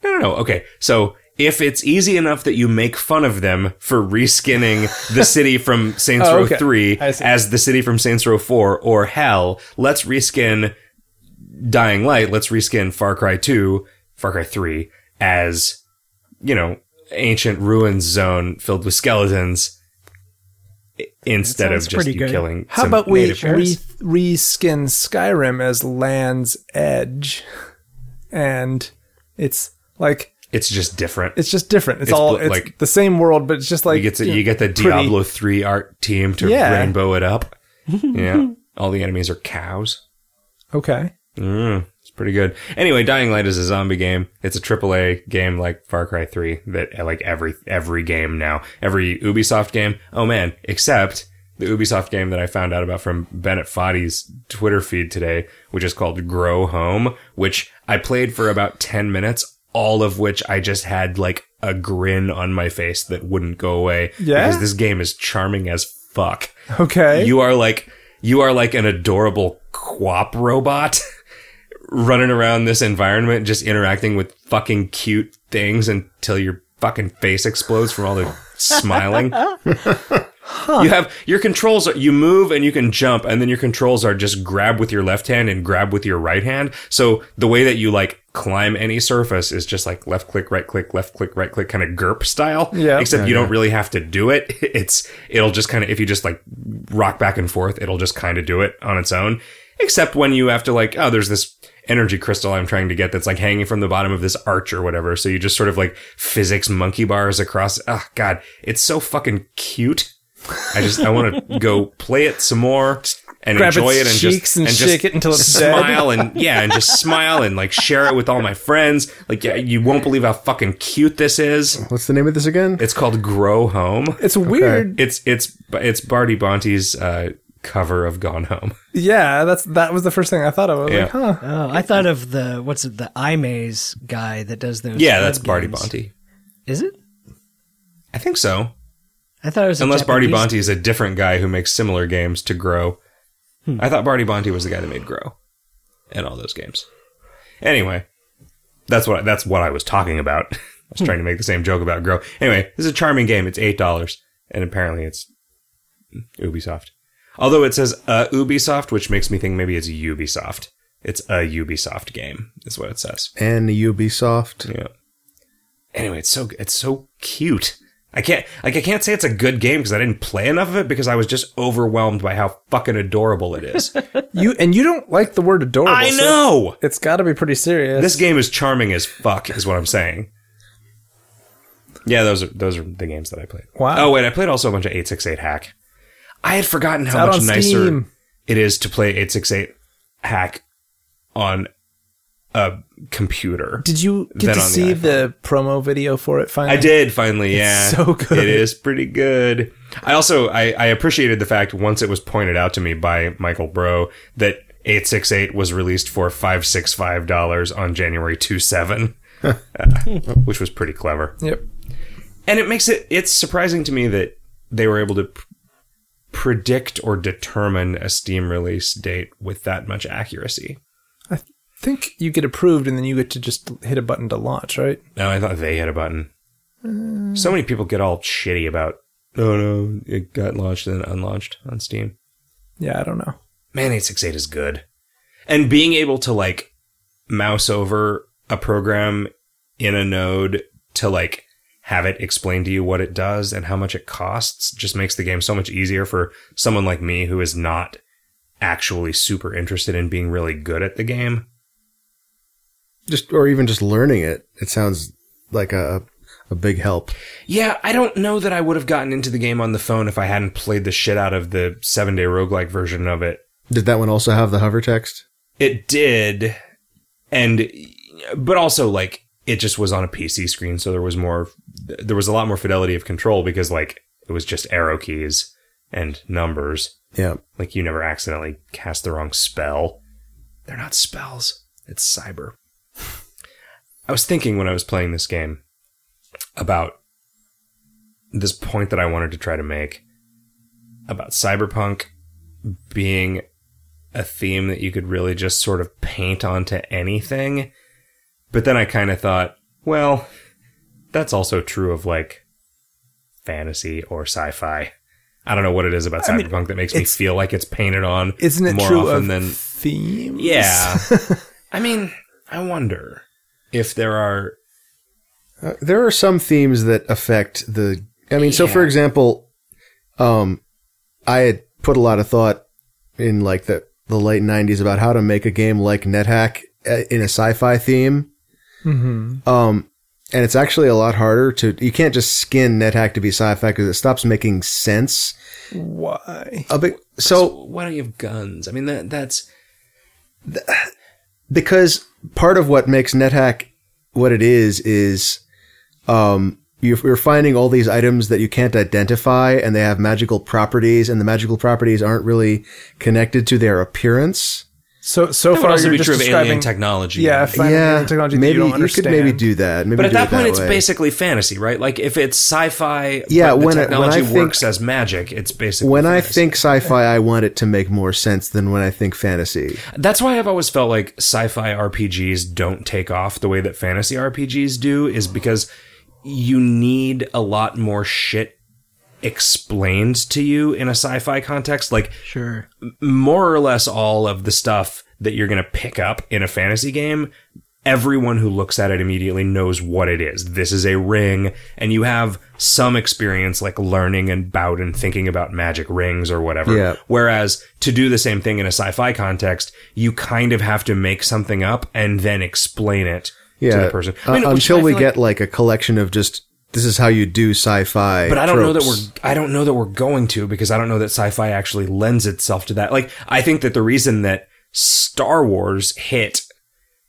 B: no, no, no. Okay, so if it's easy enough that you make fun of them for reskinning the city
D: *laughs*
B: from Saints
D: Oh,
B: Row
D: okay.
B: Three
D: I see.
B: as the city from Saints Row Four or Hell, let's reskin Dying Light. Let's reskin Far Cry Two, Far Cry Three as you know ancient ruins zone filled with skeletons. i- Instead of
A: sounds
B: just
A: pretty
B: you
A: good.
B: killing,
D: How
B: some
D: about we
B: native-
D: re- reskin Skyrim as Land's Edge, and it's like
B: It's just different.
D: it's just different. It's,
B: It's
D: all
B: bl-
D: it's
B: like-
D: the same world, but it's just like
B: you get to,
D: know,
B: you get the
D: pretty-
B: Diablo three art team to
D: Yeah.
B: rainbow it
D: *laughs*
B: up. yeah, all the enemies are cows.
D: Okay,
B: Mm, it's pretty good. Anyway, Dying Light is a zombie game. It's a AAA game like Far Cry three that like every every game now, every Ubisoft game. Oh man, except the Ubisoft game that I found out about from Bennett Foddy's Twitter feed today, which is called Grow Home, which I played for about ten minutes. All of which I just had like a grin on my face that wouldn't go away.
D: Yeah?
B: Because this game is charming as fuck.
D: okay.
B: You are like you are like an adorable quap robot *laughs* running around this environment just interacting with fucking cute things until your fucking face explodes from all the smiling. You have your controls are you move and you can jump, and then your controls are just grab with your left hand and grab with your right hand. So the way that you like climb any surface is just like left click, right click, left click, right click, kind of GURP style.
D: Yeah.
B: Except you don't really have to do it. *laughs* It's it'll just kind of if you just like rock back and forth, it'll just kind of do it on its own. Except when you have to like, oh, there's this energy crystal I'm trying to get that's like hanging from the bottom of this arch or whatever. So you just sort of like physics monkey bars across. Oh God, it's so fucking cute. I just I want to go play it some more and
D: Grab
B: enjoy it
D: its
B: and
D: cheeks
B: just
D: and
B: just
D: shake it until it's dead.
B: smile and yeah and just smile and like share it with all my friends. Like yeah, you won't believe how fucking cute this is.
C: What's the name of this again?
B: It's called Grow Home.
D: It's weird.
B: It's it's it's Barty Bonte's uh, cover of Gone Home. *laughs*
D: Yeah, that's that was the first thing I thought of. I was
B: Yeah.
D: like, huh.
A: Oh, I thought of the what's it, the iMaze guy that does those.
B: Yeah,
A: web
B: that's Barty
A: games.
B: Bonte.
A: Is it?
B: I think so.
A: I thought it was a
B: Unless Barty
A: Japanese-
B: Bonte is a different guy who makes similar games to Grow. I thought Barty Bonte was the guy that made Grow and all those games. Anyway, that's what that's what I was talking about. *laughs* I was trying to make the same joke about Grow. Anyway, this is a charming game. It's eight dollars, and apparently it's Ubisoft. Although it says uh, Ubisoft, which makes me think maybe it's Ubisoft. It's a Ubisoft game, is what it says.
C: and Ubisoft.
B: Yeah. Anyway, it's so it's so cute. I can't like I can't say it's a good game because I didn't play enough of it because I was just overwhelmed by how fucking adorable it
D: *laughs*
B: is.
D: You and you don't like the word adorable.
B: I
D: so
B: know.
D: it's got to be pretty serious.
B: This game is charming as fuck, is what I'm saying. Yeah, those are those are the games that I played.
D: Wow.
B: Oh wait, I played also a bunch of 868 hack. I had forgotten how
D: out
B: much
D: on
B: nicer
D: Steam.
B: it is to play 868 hack on a computer.
D: Did you
B: than
D: get to
B: on the
D: see
B: iPhone.
D: the, promo video for it finally?
B: I did finally, yeah.
D: so good.
B: It is pretty good. I also I, I appreciated the fact once it was pointed out to me by Michael Bro that 868 was released for 565 dollars on January
D: *laughs*
B: 27, uh, which was pretty clever.
D: Yep.
B: And it makes it it's surprising to me that they were able to pr- predict or determine a Steam release date with that much accuracy.
D: I think you get approved and then you get to just hit a button to launch, right?
B: No, I thought they hit a button. so many people get all shitty about. Oh no, it got launched and unlaunched on Steam.
D: Yeah, I don't know.
B: Man, eight six eight is good, and being able to like mouse over a program in a node to like have it explain to you what it does and how much it costs just makes the game so much easier for someone like me who is not actually super interested in being really good at the game.
C: Just or even just learning it. It sounds like a a big help.
B: Yeah, I don't know that I would have gotten into the game on the phone if I hadn't played the shit out of the seven day roguelike version of it.
C: Did that one also have the hover text?
B: It did. And, but also, like, it just was on a PC screen, so there was more, there was a lot more fidelity of control because, like, it was just arrow keys and numbers.
C: Yeah.
B: Like, you never accidentally cast the wrong spell. They're not spells, it's cyber. *laughs* I was thinking when I was playing this game about this point that I wanted to try to make about cyberpunk being a theme that you could really just sort of paint onto anything. But then I kind of thought, well, that's also true of like fantasy or sci-fi. I don't know what it is about
D: I mean,
B: cyberpunk that makes me
D: it's-
B: feel like it's painted on
D: Isn't it
B: more
D: true
B: often
D: of
B: than
D: themes? *laughs*
C: *laughs*
B: yeah. I mean, I wonder if there are
C: Uh, there are some themes that affect the. I mean, so for
B: Yeah.
C: example, um, I had put a lot of thought in like the the late '90s about how to make a game like NetHack uh, in a sci-fi theme.
D: hmm
C: Um, and it's actually a lot harder to. You can't just skin NetHack to be sci-fi because it stops making sense.
D: Why?
C: A bit, Uh, so
B: why don't you have guns? I mean, that that's
C: because part of what makes NetHack what it is is um, you- you're finding all these items that you can't identify, and they have magical properties, and the magical properties aren't really connected to their appearance.
D: So so
B: that would
D: far
B: also
D: you're
B: be
D: just
B: true of alien
D: describing
B: technology.
D: Yeah, if- Finding alien technology that you
C: maybe
D: don't
C: could maybe
D: understand.
C: do that. Maybe
B: But at
C: do
B: that
C: it
B: point, it's
C: way.
B: basically fantasy, right? Like if it's sci-fi,
C: Yeah,
B: but the
C: when it- when I
B: technology
C: think-
B: works as magic, it's basically
C: When I
B: fantasy.
C: think sci-fi, I want it to make more sense than when I think fantasy.
B: That's why I've always felt like sci-fi RPGs don't take off the way that fantasy RPGs do, is because you need a lot more shit explained to you in a sci-fi context. Like
A: Sure.
B: more or less all of the stuff that you're going to pick up in a fantasy game, everyone who looks at it immediately knows what it is. This is a ring, and you have some experience like learning about and thinking about magic rings or whatever.
C: Yeah.
B: Whereas to do the same thing in a sci fi context, you kind of have to make something up and then explain it to
C: yeah.
B: the person.
C: Uh,
B: I mean, which
C: until
B: I
C: we
B: feel like-
C: get like a collection of just this is how you do sci-fi.
B: but I don't know that
C: tropes.
B: we're I don't know that we're going to because I don't know that sci-fi actually lends itself to that. Like I think that the reason that Star Wars hit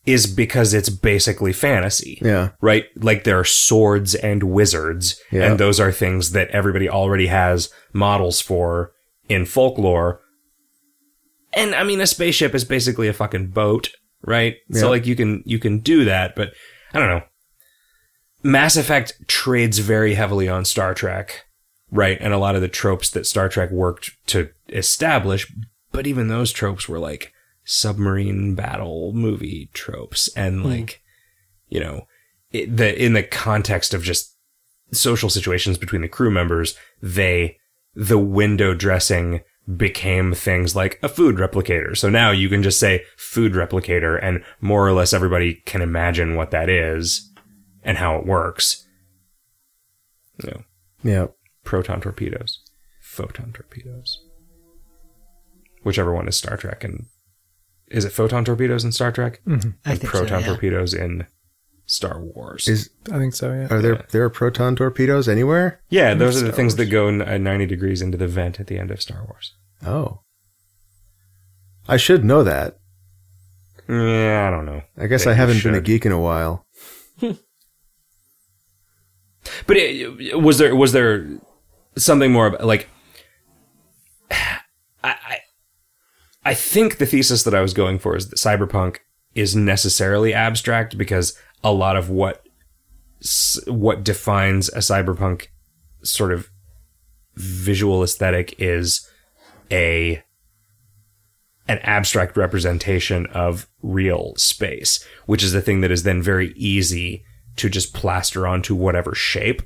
B: is because it's basically fantasy.
C: Yeah.
B: Right? Like there are swords and wizards
C: Yeah.
B: and those are things that everybody already has models for in folklore. And I mean a spaceship is basically a fucking boat, right?
C: Yeah.
B: So like you can you can do that, but I don't know. Mass Effect trades very heavily on Star Trek, right? And a lot of the tropes that Star Trek worked to establish, but even those tropes were like submarine battle movie tropes and like you know, it, the in the context of just social situations between the crew members, they the window dressing became things like a food replicator. So now you can just say food replicator and more or less everybody can imagine what that is and how it works. You know,
C: Yeah.
B: proton torpedoes, photon torpedoes. Whichever one is Star Trek and is it photon torpedoes in Star Trek?
D: Mm-hmm.
A: I
B: and
A: think
B: proton
A: so, yeah.
B: torpedoes in Star Wars.
C: Is
D: I think so. Yeah.
C: are there there are proton torpedoes anywhere?
B: yeah, those are the things that go n- uh, 90 degrees into the vent at the end of Star Wars.
C: Oh. I should know that.
B: Yeah, I don't know.
C: I guess
B: That
C: I
B: you
C: haven't been a
B: should.
C: geek in a while.
B: But it, was there was there something more about like *sighs* I, I I think the thesis that I was going for is that cyberpunk is necessarily abstract because a lot of what s- what defines a cyberpunk sort of visual aesthetic is a an abstract representation of real space, which is the thing that is then very easy to just plaster onto whatever shape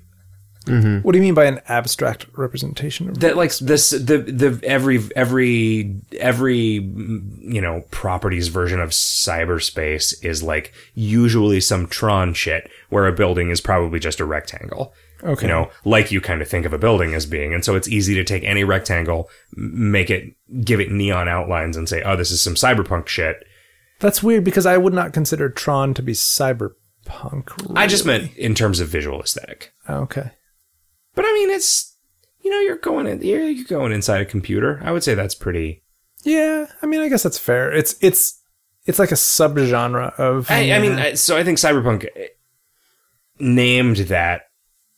D: What do you mean by an abstract representation? of-
B: that like this the the every every every mm, you know properties version of cyberspace is like usually some tron shit where a building is probably just a rectangle
D: Okay.
B: you know like you kind of think of a building as being and so it's easy to take any rectangle m- make it give it neon outlines and say oh this is some cyberpunk shit
D: That's weird because I would not consider Tron to be cyberpunk.
B: i just meant in terms of visual aesthetic
D: Okay.
B: but i mean it's you know you're going in you're, you're going inside a computer i would say that's pretty
D: Yeah, I mean, I guess that's fair. It's it's it's like a subgenre of.
B: I, I mean,
C: uh,
B: I- so I think Cyberpunk eh, named that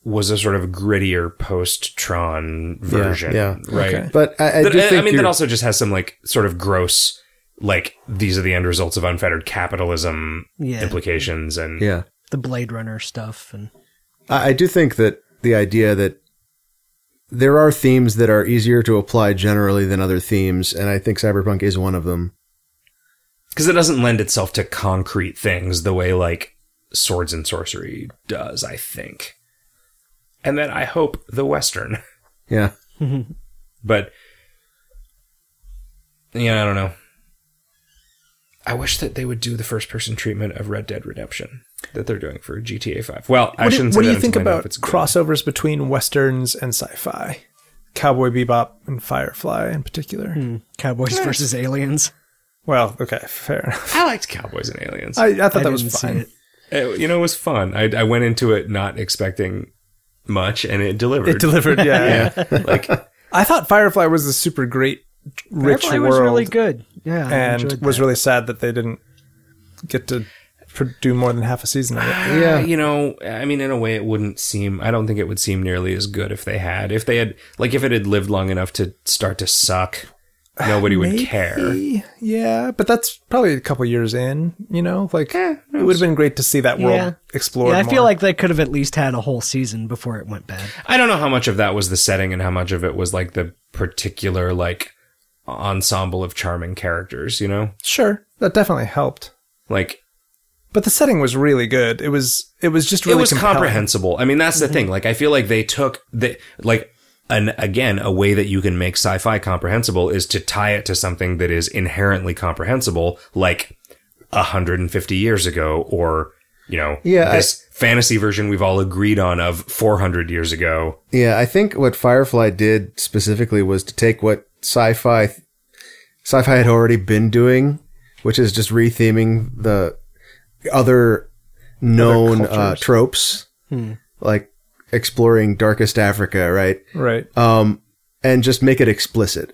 B: was a sort of grittier post Tron version,
C: yeah.
B: right?
D: Okay.
C: But I, I
B: That-
C: do
B: uh, I-
C: think
B: I mean,
C: you're-
B: that also just has some like sort of gross, like these are the end results of unfettered capitalism
A: Yeah.
B: implications, and
C: yeah.
A: The Blade Runner stuff and *laughs*
C: I, I do think that the idea that there are themes that are easier to apply generally than other themes, and I think cyberpunk is one of them.
B: because it doesn't lend itself to concrete things the way like swords and sorcery does, I think. And then I hope the Western.
C: Yeah.
B: But yeah, I don't know. I wish that they would do the first person treatment of Red Dead Redemption that they're doing for GTA 5. Well, I
D: what do,
B: shouldn't
D: what
B: say
D: do
B: that
D: you think
B: until I know if
D: about
B: it's good.
D: crossovers between westerns and sci-fi? Cowboy Bebop and Firefly, in particular.
A: Hmm. Cowboys versus Aliens.
D: Well, okay, fair enough.
B: I liked Cowboys and Aliens.
D: I, I thought
A: I
D: that
A: didn't
D: was
A: see
D: fine.
A: *laughs* it.
D: It.
B: It- you know, it was fun. I, I went into it not expecting much and it delivered.
D: delivered, *laughs* yeah.
A: *laughs*
B: like
D: I thought Firefly was a super great, rich
A: Firefly
D: world,
A: was really good. Yeah, I
D: and
A: enjoyed
D: was
A: that.
D: really sad that they didn't get to pro- do more than half a season of it.
A: *sighs*
B: yeah, you know, I mean in a way it wouldn't seem I don't think it would seem nearly as good if they had. If they had like if it had lived long enough to start to suck, nobody would care.
D: Uh, Maybe, Yeah, but that's probably a couple years in, you know? Like, it would have been great to see that world
A: Yeah.
D: explored.
A: Yeah, I
D: more.
A: feel like they could have at least had a whole season before it went bad.
B: I don't know how much of that was the setting and how much of it was like the particular like ensemble of charming characters, you know?
D: Sure, that definitely helped.
B: Like
D: But the setting was really good. It was it was just
B: it
D: really
B: was
D: compelling.
B: comprehensible. I mean, that's the thing. Like I feel like they took the like and again, a way that you can make sci-fi comprehensible is to tie it to something that is inherently comprehensible, like 150 years ago, or you know,
C: Yeah, I-
B: this fantasy version we've all agreed on of 400 years ago.
C: Yeah, I think what Firefly did specifically was to take what sci-fi sci-fi had already been doing, which is just retheming the other known uh,
D: cultures.
C: tropes, like exploring darkest Africa, right?
D: Right.
C: Um, and just make it explicit,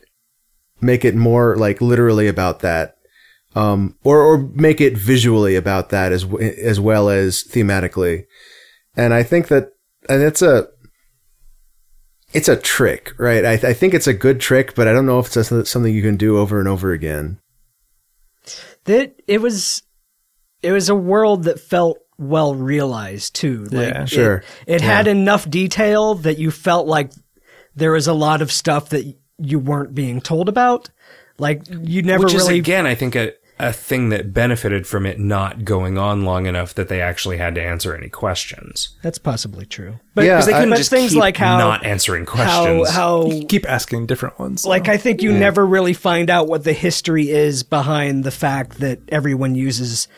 C: make it more like literally about that, um, or or make it visually about that as w- as well as thematically. And I think that and it's a it's a trick, right? I, I think it's a good trick, but I don't know if it's a- something you can do over and over again.
A: that it was it was a world that felt well realized too like
D: Yeah.
A: it-
C: Sure.
A: it, had enough detail that you felt like there was a lot of stuff that you weren't being told about like you never
B: Which is
A: really
B: again, I think a a thing that benefited from it not going on long enough that they actually had to answer any questions.
A: that's possibly true but
C: Yeah,
A: 'cause they
C: I-
A: couldn't
C: but
A: just things
B: keep
A: like how
B: not answering
A: how
B: questions.
A: how
D: Keep asking different ones.
A: like I think you never really find out what the history is behind the fact that everyone uses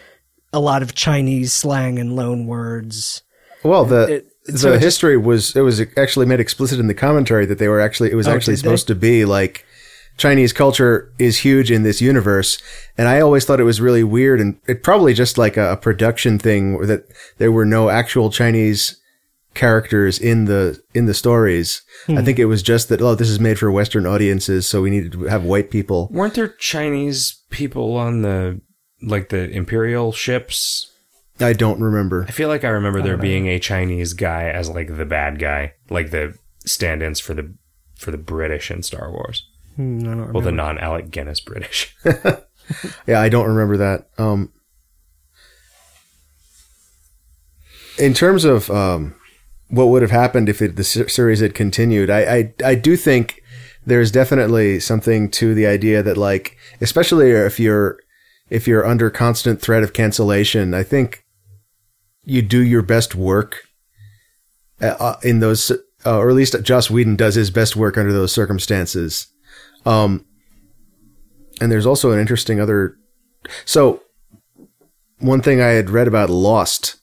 A: a lot of Chinese slang and loan words.
C: Well, the
A: It-
C: the
A: so it just-
C: history was it was actually made explicit in the commentary that they were actually it was actually
A: Oh, did they?
C: supposed to be like Chinese culture is huge in this universe, and I always thought it was really weird and it probably just like a, a production thing where that there were no actual Chinese characters in the in the stories.
A: Hmm.
C: I think it was just that oh, this is made for Western audiences, so we needed to have white people.
B: Weren't there Chinese people on the like the imperial ships?
C: I don't remember.
B: I feel like I remember there being a Chinese guy as like the bad guy, like the stand-ins for the for the British in Star Wars. well, the non-Alec Guinness British.
C: Yeah, I don't remember that. Um, in terms of um, what would have happened if it, the se- series had continued, I, I I do think there's definitely something to the idea that like, especially if you're if you're under constant threat of cancellation, I think you do your best work uh, uh, in those, uh, or at least Joss Whedon does his best work under those circumstances. Um, and there's also an interesting other. So, one thing I had read about Lost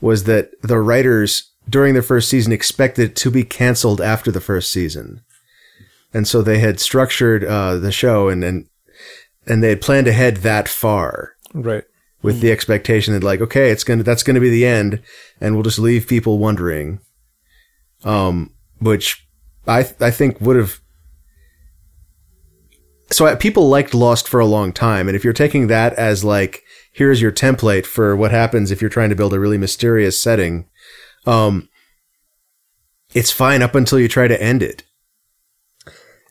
C: was that the writers during the first season expected it to be canceled after the first season, and so they had structured uh, the show and and and they had planned ahead that far
D: right.
C: with
A: Mm.
C: the expectation that like okay it's gonna that's gonna be the end and we'll just leave people wondering um which i th- i think would have so I, people liked lost for a long time and if you're taking that as like here's your template for what happens if you're trying to build a really mysterious setting um it's fine up until you try to end it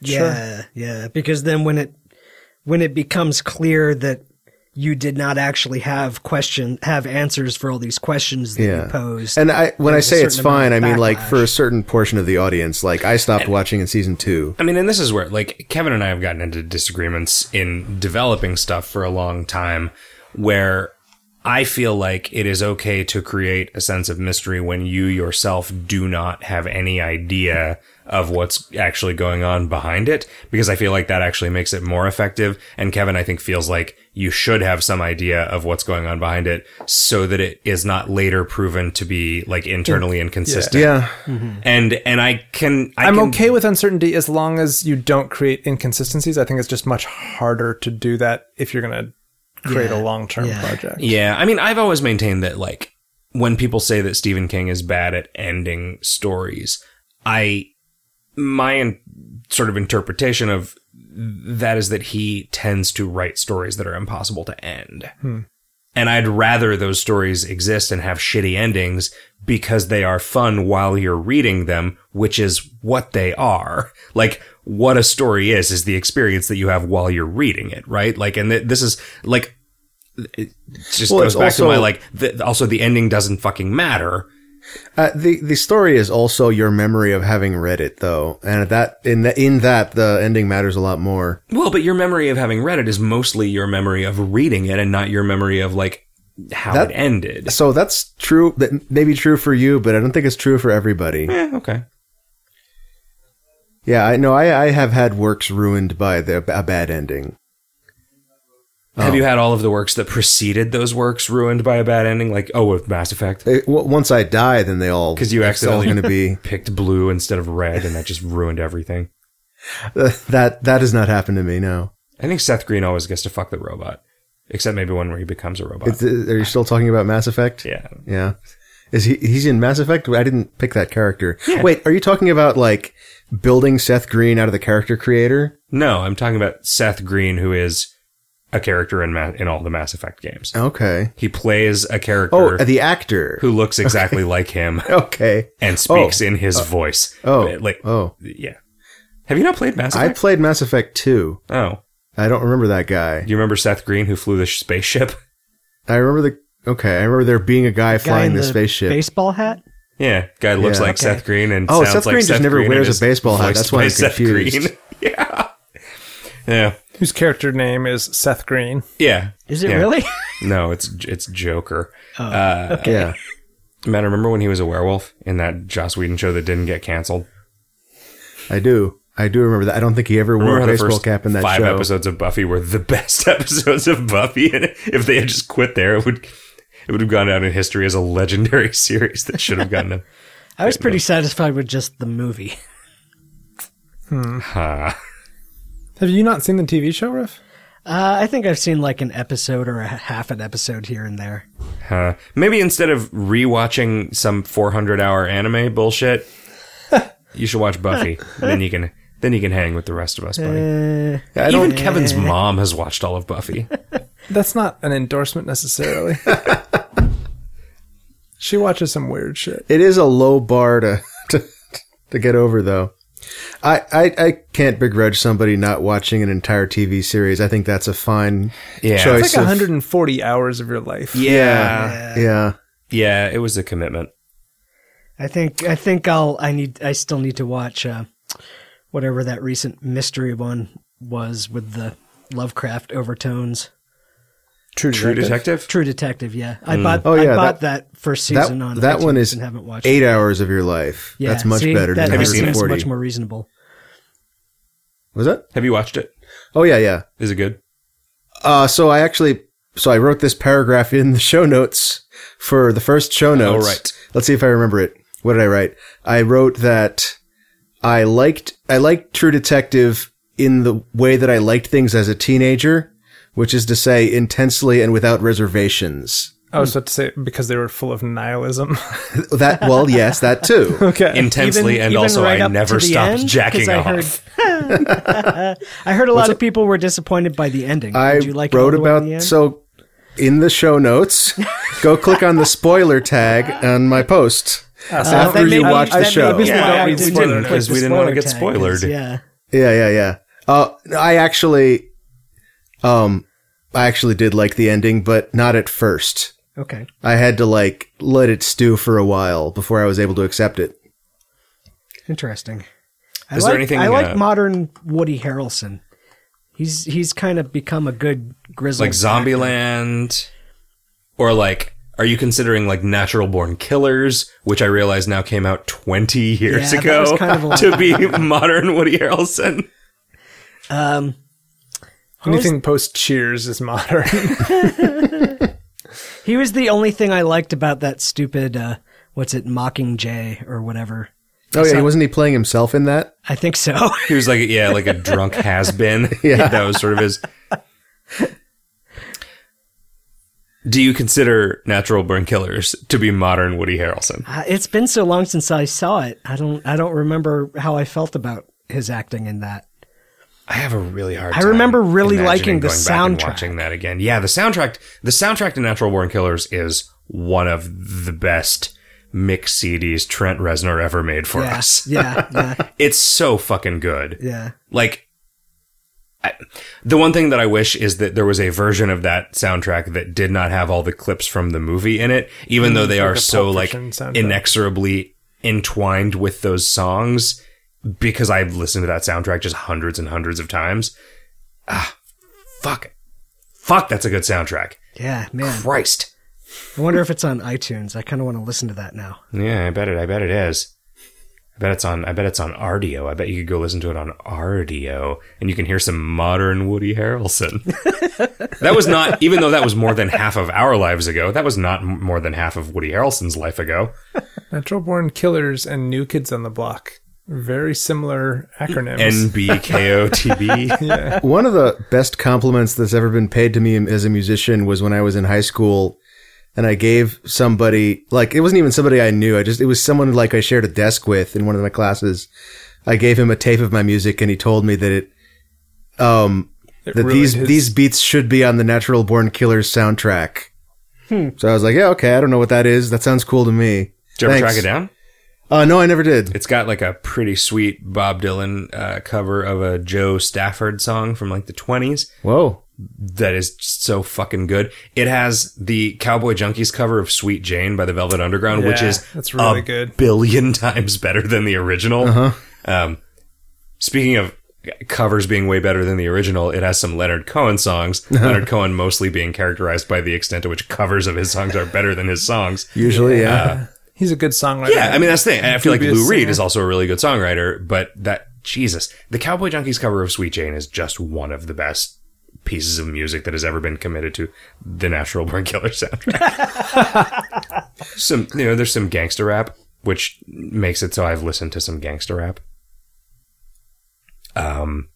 A: Yeah, yeah. Because then when it when it becomes clear that you did not actually have question have answers for all these questions that
C: Yeah.
A: you posed.
C: and i when i
A: There's a
C: say it's
A: certain amount
C: fine i
A: of
C: mean like
A: backlash.
C: for a certain portion of the audience like i stopped watching in season 2
B: I mean, and this is where like Kevin and I have gotten into disagreements in developing stuff for a long time where I feel like it is okay to create a sense of mystery when you yourself do not have any idea of what's actually going on behind it because I feel like that actually makes it more effective and Kevin I think feels like you should have some idea of what's going on behind it so that it is not later proven to be like internally inconsistent.
C: yeah
B: And and I can I
D: I'm
B: can,
D: okay with uncertainty as long as you don't create inconsistencies. I think it's just much harder to do that if you're going to create
A: Yeah.
D: a long term
A: Yeah.
D: project.
B: Yeah, I mean, I've always maintained that like when people say that Stephen King is bad at ending stories, I my in, sort of interpretation of that is that he tends to write stories that are impossible to end.
C: Hmm.
B: And I'd rather those stories exist and have shitty endings because they are fun while you're reading them, which is what they are. Like, what a story is, is the experience that you have while you're reading it, right? Like, and th- this is like, it just
C: Well,
B: goes
C: it's
B: back to
C: also-
B: my like, th also the ending doesn't fucking matter.
C: Uh, the the story is also your memory of having read it, though, and that in that in that the ending matters a lot more.
B: Well, but your memory of having read it is mostly your memory of reading it and not your memory of like how
C: That-
B: it ended.
C: So that's true. That may be true for you, but I don't think it's true for everybody.
B: Eh, okay.
C: Yeah, I know. I, I have had works ruined by the, a bad ending. Oh.
B: Have you had all of the works that preceded those works ruined by a bad ending? Like, oh, with Mass Effect,
C: It, w- once I die, then they all
B: 'Cause you *laughs* accidentally-
C: going to be *laughs*
B: picked blue instead of red, and that just ruined everything.
C: that that has not happened to me. No,
B: I think Seth Green always gets to fuck the robot, except maybe one where he becomes a robot.
C: It's, uh, are you still talking about Mass Effect?
B: yeah,
C: Yeah. Is he he's in Mass Effect? I didn't pick that character. Wait, are you talking about like building Seth Green out of the character creator?
B: no, I'm talking about Seth Green, who is a character in Ma- in all the Mass Effect games.
C: Okay.
B: He plays a
C: Oh,
B: character
C: the actor.
B: who looks exactly
C: *laughs*
B: like him
C: Okay.
B: and speaks in his voice.
C: Oh.
B: like
C: Oh.
B: yeah. Have you not played Mass
C: I
B: Effect?
C: played Mass Effect 2.
B: oh,
C: I don't remember that guy.
B: do you remember Seth Green who flew the sh- spaceship? *laughs*
C: I remember the Okay, I remember there being a guy,
A: Guy in
C: flying the, spaceship.
A: Baseball hat?
B: Yeah, guy looks
C: Yeah.
B: like Seth Green and
C: Oh,
B: sounds
C: Seth
B: like
C: Green just
B: Seth
C: never
B: Green and
C: wears a
B: is
C: baseball hat.
B: voiced
C: That's why
B: by
C: I'm
B: Seth
C: confused.
B: Green. *laughs* yeah, yeah,
D: whose character name is Seth Green.
B: yeah.
A: Is it
B: Yeah.
A: really? *laughs*
B: No, it's it's Joker.
C: Yeah.
B: Man, remember when he was a werewolf in that Joss Whedon show that didn't get canceled?
C: I do. I do remember that. I don't think he ever wore
B: Remember
C: a
B: how the
C: baseball
B: first
C: cap in that
B: five
C: show.
B: episodes of Buffy were the *laughs* best episodes of Buffy, and if they had just quit there, it would it would have gone down in history as a legendary *laughs* series that should have gotten a
A: I was pretty satisfied with just the movie.
B: ha.
D: Have you not seen the TV show, Riff?
A: Uh, I think I've seen like an episode or a half an episode here and there.
B: Huh. uh, Maybe instead of rewatching some 400 hour anime
C: *laughs*
B: bullshit, you should watch Buffy. And then you can then you can hang with the rest of us, buddy.
C: I don't
B: Even
C: *laughs*
B: Kevin's mom has watched all of Buffy.
D: That's not an endorsement necessarily. *laughs* she watches some weird shit.
C: It is a low bar to *laughs* to, to get over though. I, I I can't begrudge somebody not watching an entire TV series. I think that's a fine
B: Yeah.
C: choice.
D: It's like
C: of-
D: 140 hours of your life.
B: Yeah.
C: Uh, Yeah.
B: Yeah, it was a commitment.
A: I think I think I'll I need I still need to watch uh, whatever that recent mystery one was with the Lovecraft overtones.
D: True,
B: True Detective?
A: True Detective, yeah. I
B: Mm.
A: bought
C: Oh, yeah,
A: I bought that, first
C: That,
A: season on
C: that one
A: iTunes
C: is
A: and haven't watched
C: eight
A: it.
C: hours of your life.
A: Yeah,
C: that's much
A: see,
C: better
A: That
C: than
B: Have you seen it?
A: seems
C: 140.
A: much more reasonable.
C: Was that?
B: Have you watched it?
C: Oh yeah, yeah.
B: Is it good?
C: Uh, so I actually, so I wrote this paragraph in the show notes for the first show notes.
B: right.
C: Let's see if I remember it. What did I write? I wrote that I liked, I liked True Detective in the way that I liked things as a teenager, which is to say intensely and without reservations.
D: I was about to say because they were full of nihilism.
C: That, well, yes,
A: *laughs*
C: that too.
D: okay.
B: Intensely
A: Even-
B: and
A: even
B: also
A: right
B: I
A: up to
B: never
A: the
B: stopped
A: end, 'cause
B: jacking
A: I
B: off.
A: heard-
B: *laughs*
A: I heard *laughs* a lot of people were disappointed by the ending.
C: I
A: Did you like it all
C: wrote
A: the way to
C: about
A: the end?
C: so in the show notes. go click on the spoiler tag on my post after
A: Ah, that
C: you
A: made me-
C: watch
A: that
C: the
A: made
C: show.
A: me-
B: Yeah,
A: Yeah,
B: we
A: I didn't
B: didn't
A: click
B: because
A: the
B: we didn't want to
A: spoiler tag, 'cause,
B: get spoiled.
A: Yeah.
C: Yeah, yeah, yeah. Uh, no, I actually, um, I actually did like the ending, but not at first.
A: Okay.
C: I had to like let it stew for a while before I was able to accept it.
A: Interesting. I
B: Is
A: like,
B: there anything,
A: I like
B: uh,
A: modern Woody Harrelson. He's he's kind of become a good grizzled
B: Like Zombieland or like are you considering like Natural Born Killers, which I realize now came out 20 years
A: Yeah, that
B: ago,
A: was kind of a-
B: *laughs* to be modern Woody Harrelson?
A: Um,
D: Anything post Cheers is *laughs* modern.
A: he was the only thing I liked about that stupid uh, what's it Mockingjay or whatever.
C: Oh yeah, wasn't he playing himself in that?
A: I think so. *laughs*
B: He was like, yeah, like a drunk has been. *laughs*
C: Yeah.
B: that was sort of his. Do you consider Natural Born Killers to be modern Woody Harrelson?
A: Uh, it's been so long since I saw it. I don't I don't remember how I felt about his acting in that.
B: I have a really hard.
A: I
B: time
A: remember really
B: imagining
A: liking the
B: going back and
A: soundtrack.
B: watching that again, yeah, the soundtrack. The soundtrack to Natural Born Killers is one of the best mix CDs Trent Reznor ever made for
A: Yeah,
B: us.
A: yeah,
C: *laughs*
A: yeah,
B: It's so fucking good.
A: yeah.
B: Like, I, the one thing that I wish is that there was a version of that soundtrack that did not have all the clips from the movie in it, even though they
D: Mm, like
B: are
D: the
B: so
D: Pulp
B: like
D: Fiction soundtrack.
B: inexorably entwined with those songs. Because I've listened to that soundtrack just hundreds and hundreds of times. Ah, fuck, fuck, that's a good soundtrack.
A: Yeah, man.
B: Christ.
A: I wonder if it's on iTunes. I kind of want to listen to that now.
B: Yeah, I bet it. I bet it is. I bet it's on. I bet it's on RDO. I bet you could go listen to it on RDO, and you can hear some modern Woody Harrelson. *laughs* that was not, even though that was more than half of our lives ago. That was not m- more than half of Woody Harrelson's life ago.
D: Natural Born Killers and New Kids on the Block. Very similar acronyms.
B: *laughs* NBKOTB.
D: *laughs*
C: *laughs* One of the best compliments that's ever been paid to me as a musician was when I was in high school and I gave somebody, like, it wasn't even somebody I knew. I just, it was someone like I shared a desk with in one of my classes. I gave him a tape of my music and he told me that it, um, that
D: ruined
C: these,
D: his-
C: these beats should be on the Natural Born Killers soundtrack. So I was like, yeah, okay, I don't know what that is. That sounds cool to me.
B: Did you ever
C: Thanks.
B: track it down?
C: Uh, no, I never did.
B: It's got like a pretty sweet Bob Dylan uh, cover of a Joe Stafford song from like the twenties.
C: Whoa.
B: that is so fucking good. It has the Cowboy Junkies cover of Sweet Jane by the Velvet Underground, which
D: Yeah,
B: is
D: that's really
B: a
D: good.
B: billion *laughs* times better than the original. Um, speaking of covers being way better than the original, it has some Leonard Cohen songs. Leonard Cohen mostly being characterized by the extent to which covers of his songs are better than his songs.
C: Usually, yeah.
D: He's a good songwriter.
B: Yeah, I mean that's the thing. I feel like
D: Dubious
B: Lou Reed
D: singer.
B: is also a really good songwriter, but that Jesus, the Cowboy Junkies cover of Sweet Jane is just one of the best pieces of music that has ever been committed to the Natural Born Killer *laughs* soundtrack. some, you know, there's some gangster rap, which makes it so I've listened to some gangster rap. Um,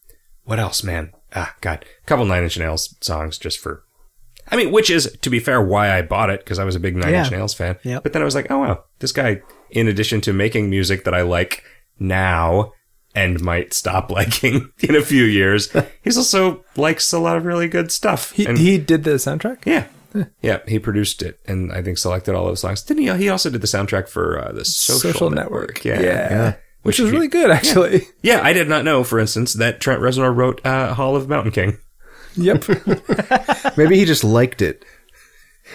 B: what else, man? Ah, God, couple Nine Inch Nails songs just for. I mean, which is, to be fair, why I bought it because I was a big Nine Inch
A: Yeah.
B: Nails fan.
A: Yep.
B: But then I was like, oh wow, this guy, in addition to making music that I like now and might stop *laughs* liking in a few years, *laughs* he's also likes a lot of really good stuff.
D: he,
B: and,
D: he did the soundtrack.
B: yeah. Yeah, he produced it and I think selected all those songs. Didn't he? He also did the soundtrack for uh, the Social, Network.
D: Yeah.
B: Which
D: Which, is
B: he-
D: really
B: *laughs*
D: good, actually.
B: Yeah, I did not know, for instance, that Trent Reznor wrote uh, Hall of Mountain King.
D: Yep.
C: Maybe he just liked it.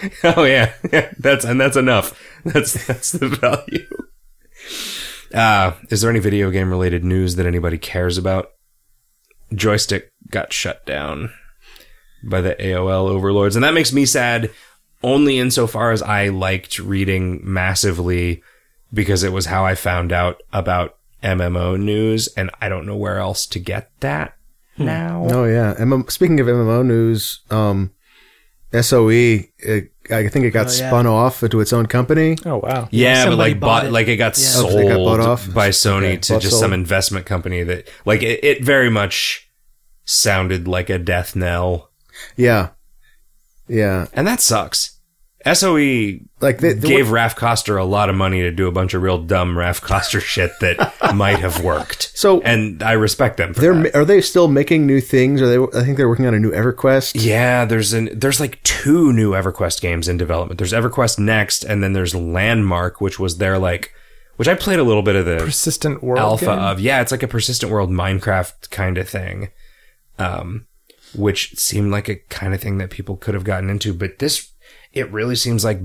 B: *laughs* Oh yeah, yeah. That's and that's enough. *laughs* That's that's the value. Uh, is there any video game related news that anybody cares about? Joystick got shut down by the AOL overlords, and that makes me sad. Only insofar as I liked reading massively because it was how I found out about MMO news, and I don't know where else to get that now.
C: Oh yeah. MM- Speaking of MMO news, um, SOE, it, I think it got
A: Oh, yeah.
C: spun off into its own company.
D: oh wow.
B: Yeah, but
A: Somebody
B: like
A: bought
B: bought,
A: it.
B: like it got
A: Yeah.
C: Oh, so they
B: sold
C: got bought off?
B: by Sony
C: Okay,
B: to
C: bought,
B: just
C: sold.
B: some investment company that like it, it very much sounded like a death knell,
C: Yeah, yeah.
B: and that sucks. Soe
C: Like they, they-
B: gave Raf Koster a lot of money to do a bunch of real dumb Raf Koster *laughs* shit that might have worked,
C: so
B: and I respect them for
C: they're
B: that.
C: ma- are they still making new things? Are they? I think they're working on a new EverQuest.
B: Yeah, there's an there's like two new EverQuest games in development. There's EverQuest Next, and then there's Landmark, which was their like, which I played a little bit of the
D: Persistent world.
B: alpha uh,
D: game?
B: of yeah it's like a persistent world minecraft kind of thing um which seemed like a kind of thing that people could have gotten into but this it really seems like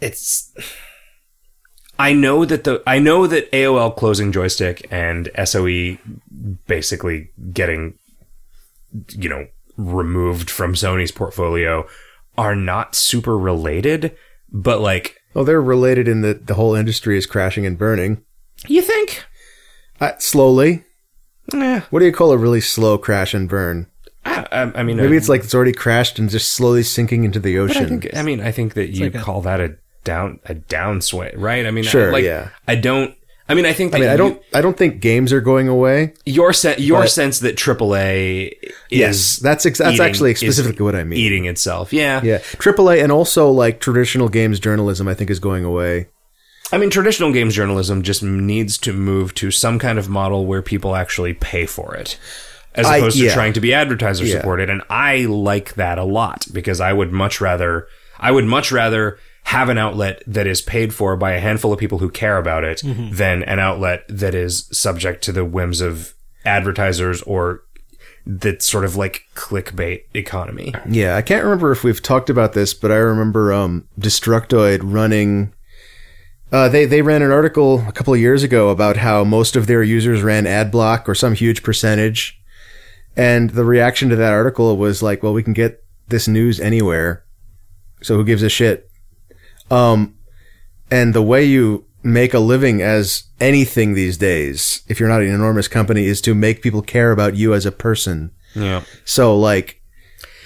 B: it's i know that the i know that aol closing joystick and soe basically getting you know removed from sony's portfolio are not super related but like
C: Oh, they're related in that the whole industry is crashing and burning
B: you think
C: uh, slowly.
B: yeah
C: What do you call a really slow crash and burn?
B: I, I- I mean
C: Maybe
B: I-
C: it's like it's already crashed and just slowly sinking into the
B: But I
C: ocean.
B: think I mean I think that you
A: like a-
B: call that a down a downswing, right? I mean, I-
C: Sure,
B: like,
C: yeah.
B: I don't. I mean, I think that
C: I mean, I
B: you-
C: don't. I don't think games are going away.
B: your sen- your
C: but-
B: sense that AAA is
C: that's ex- that's
B: eating-
C: actually
B: is
C: specifically what I mean.
B: eating itself. Yeah.
C: Yeah, AAA and also like traditional games journalism, I think is going away.
B: I mean, traditional games journalism just needs to move to some kind of model where people actually pay for it. As
C: I-
B: opposed
C: yeah.
B: to trying to be advertiser
C: Yeah.
B: supported, and I like that a lot because I would much rather I would much rather have an outlet that is paid for by a handful of people who care about it
C: Mm-hmm.
B: than an outlet that is subject to the whims of advertisers or that sort of like clickbait economy.
C: Yeah, I can't remember if we've talked about this, but I remember um, Destructoid running. Uh, they they ran an article a couple of years ago about how most of their users ran ad block or some huge percentage, and the reaction to that article was like, "Well, we can get this news anywhere, so who gives a shit?" Um, and the way you make a living as anything these days, if you're not an enormous company, is to make people care about you as a person.
B: Yeah.
C: So like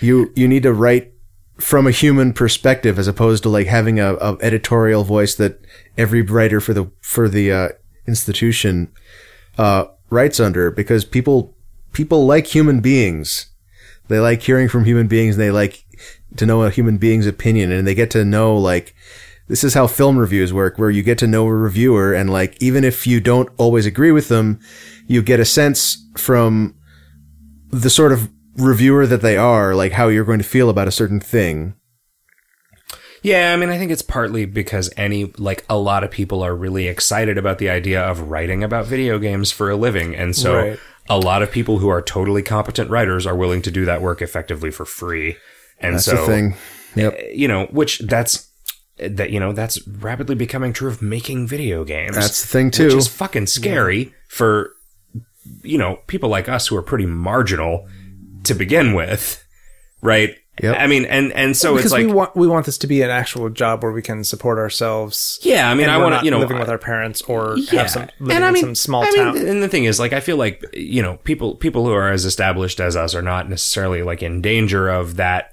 C: you you need to write from a human perspective as opposed to like having a, a editorial voice that every writer for the for the uh, institution uh, writes under because people people like human beings. They like hearing from human beings. They like to know a human being's opinion, and they get to know like this is how film reviews work, where you get to know a reviewer, and like even if you don't always agree with them, you get a sense from the sort of reviewer that they are, like how you're going to feel about a certain thing.
B: Yeah, I mean, I think it's partly because any, like, a lot of people are really excited about the idea of writing about video games for a living. And so
D: Right.
B: a lot of people who are totally competent writers are willing to do that work effectively for free. And
C: That's
B: so,
C: the thing. Yep.
B: you know, which that's, that, you know, that's rapidly becoming true of making video games.
C: That's the thing
B: Which
C: too.
B: is fucking scary for, you know, people like us who are pretty marginal to begin with, right?
C: Yep.
B: I mean, and, and so
D: because
B: it's like,
D: we want we want this to be an actual job where we can support ourselves.
B: yeah, I mean,
D: and
B: I
D: we're
B: want
D: not
B: to, you know,
D: living with our parents or have some living
B: and I
D: in
B: mean,
D: some small
B: I
D: town.
B: Mean, and the thing is, like, I feel like you know, people people who are as established as us are not necessarily like in danger of that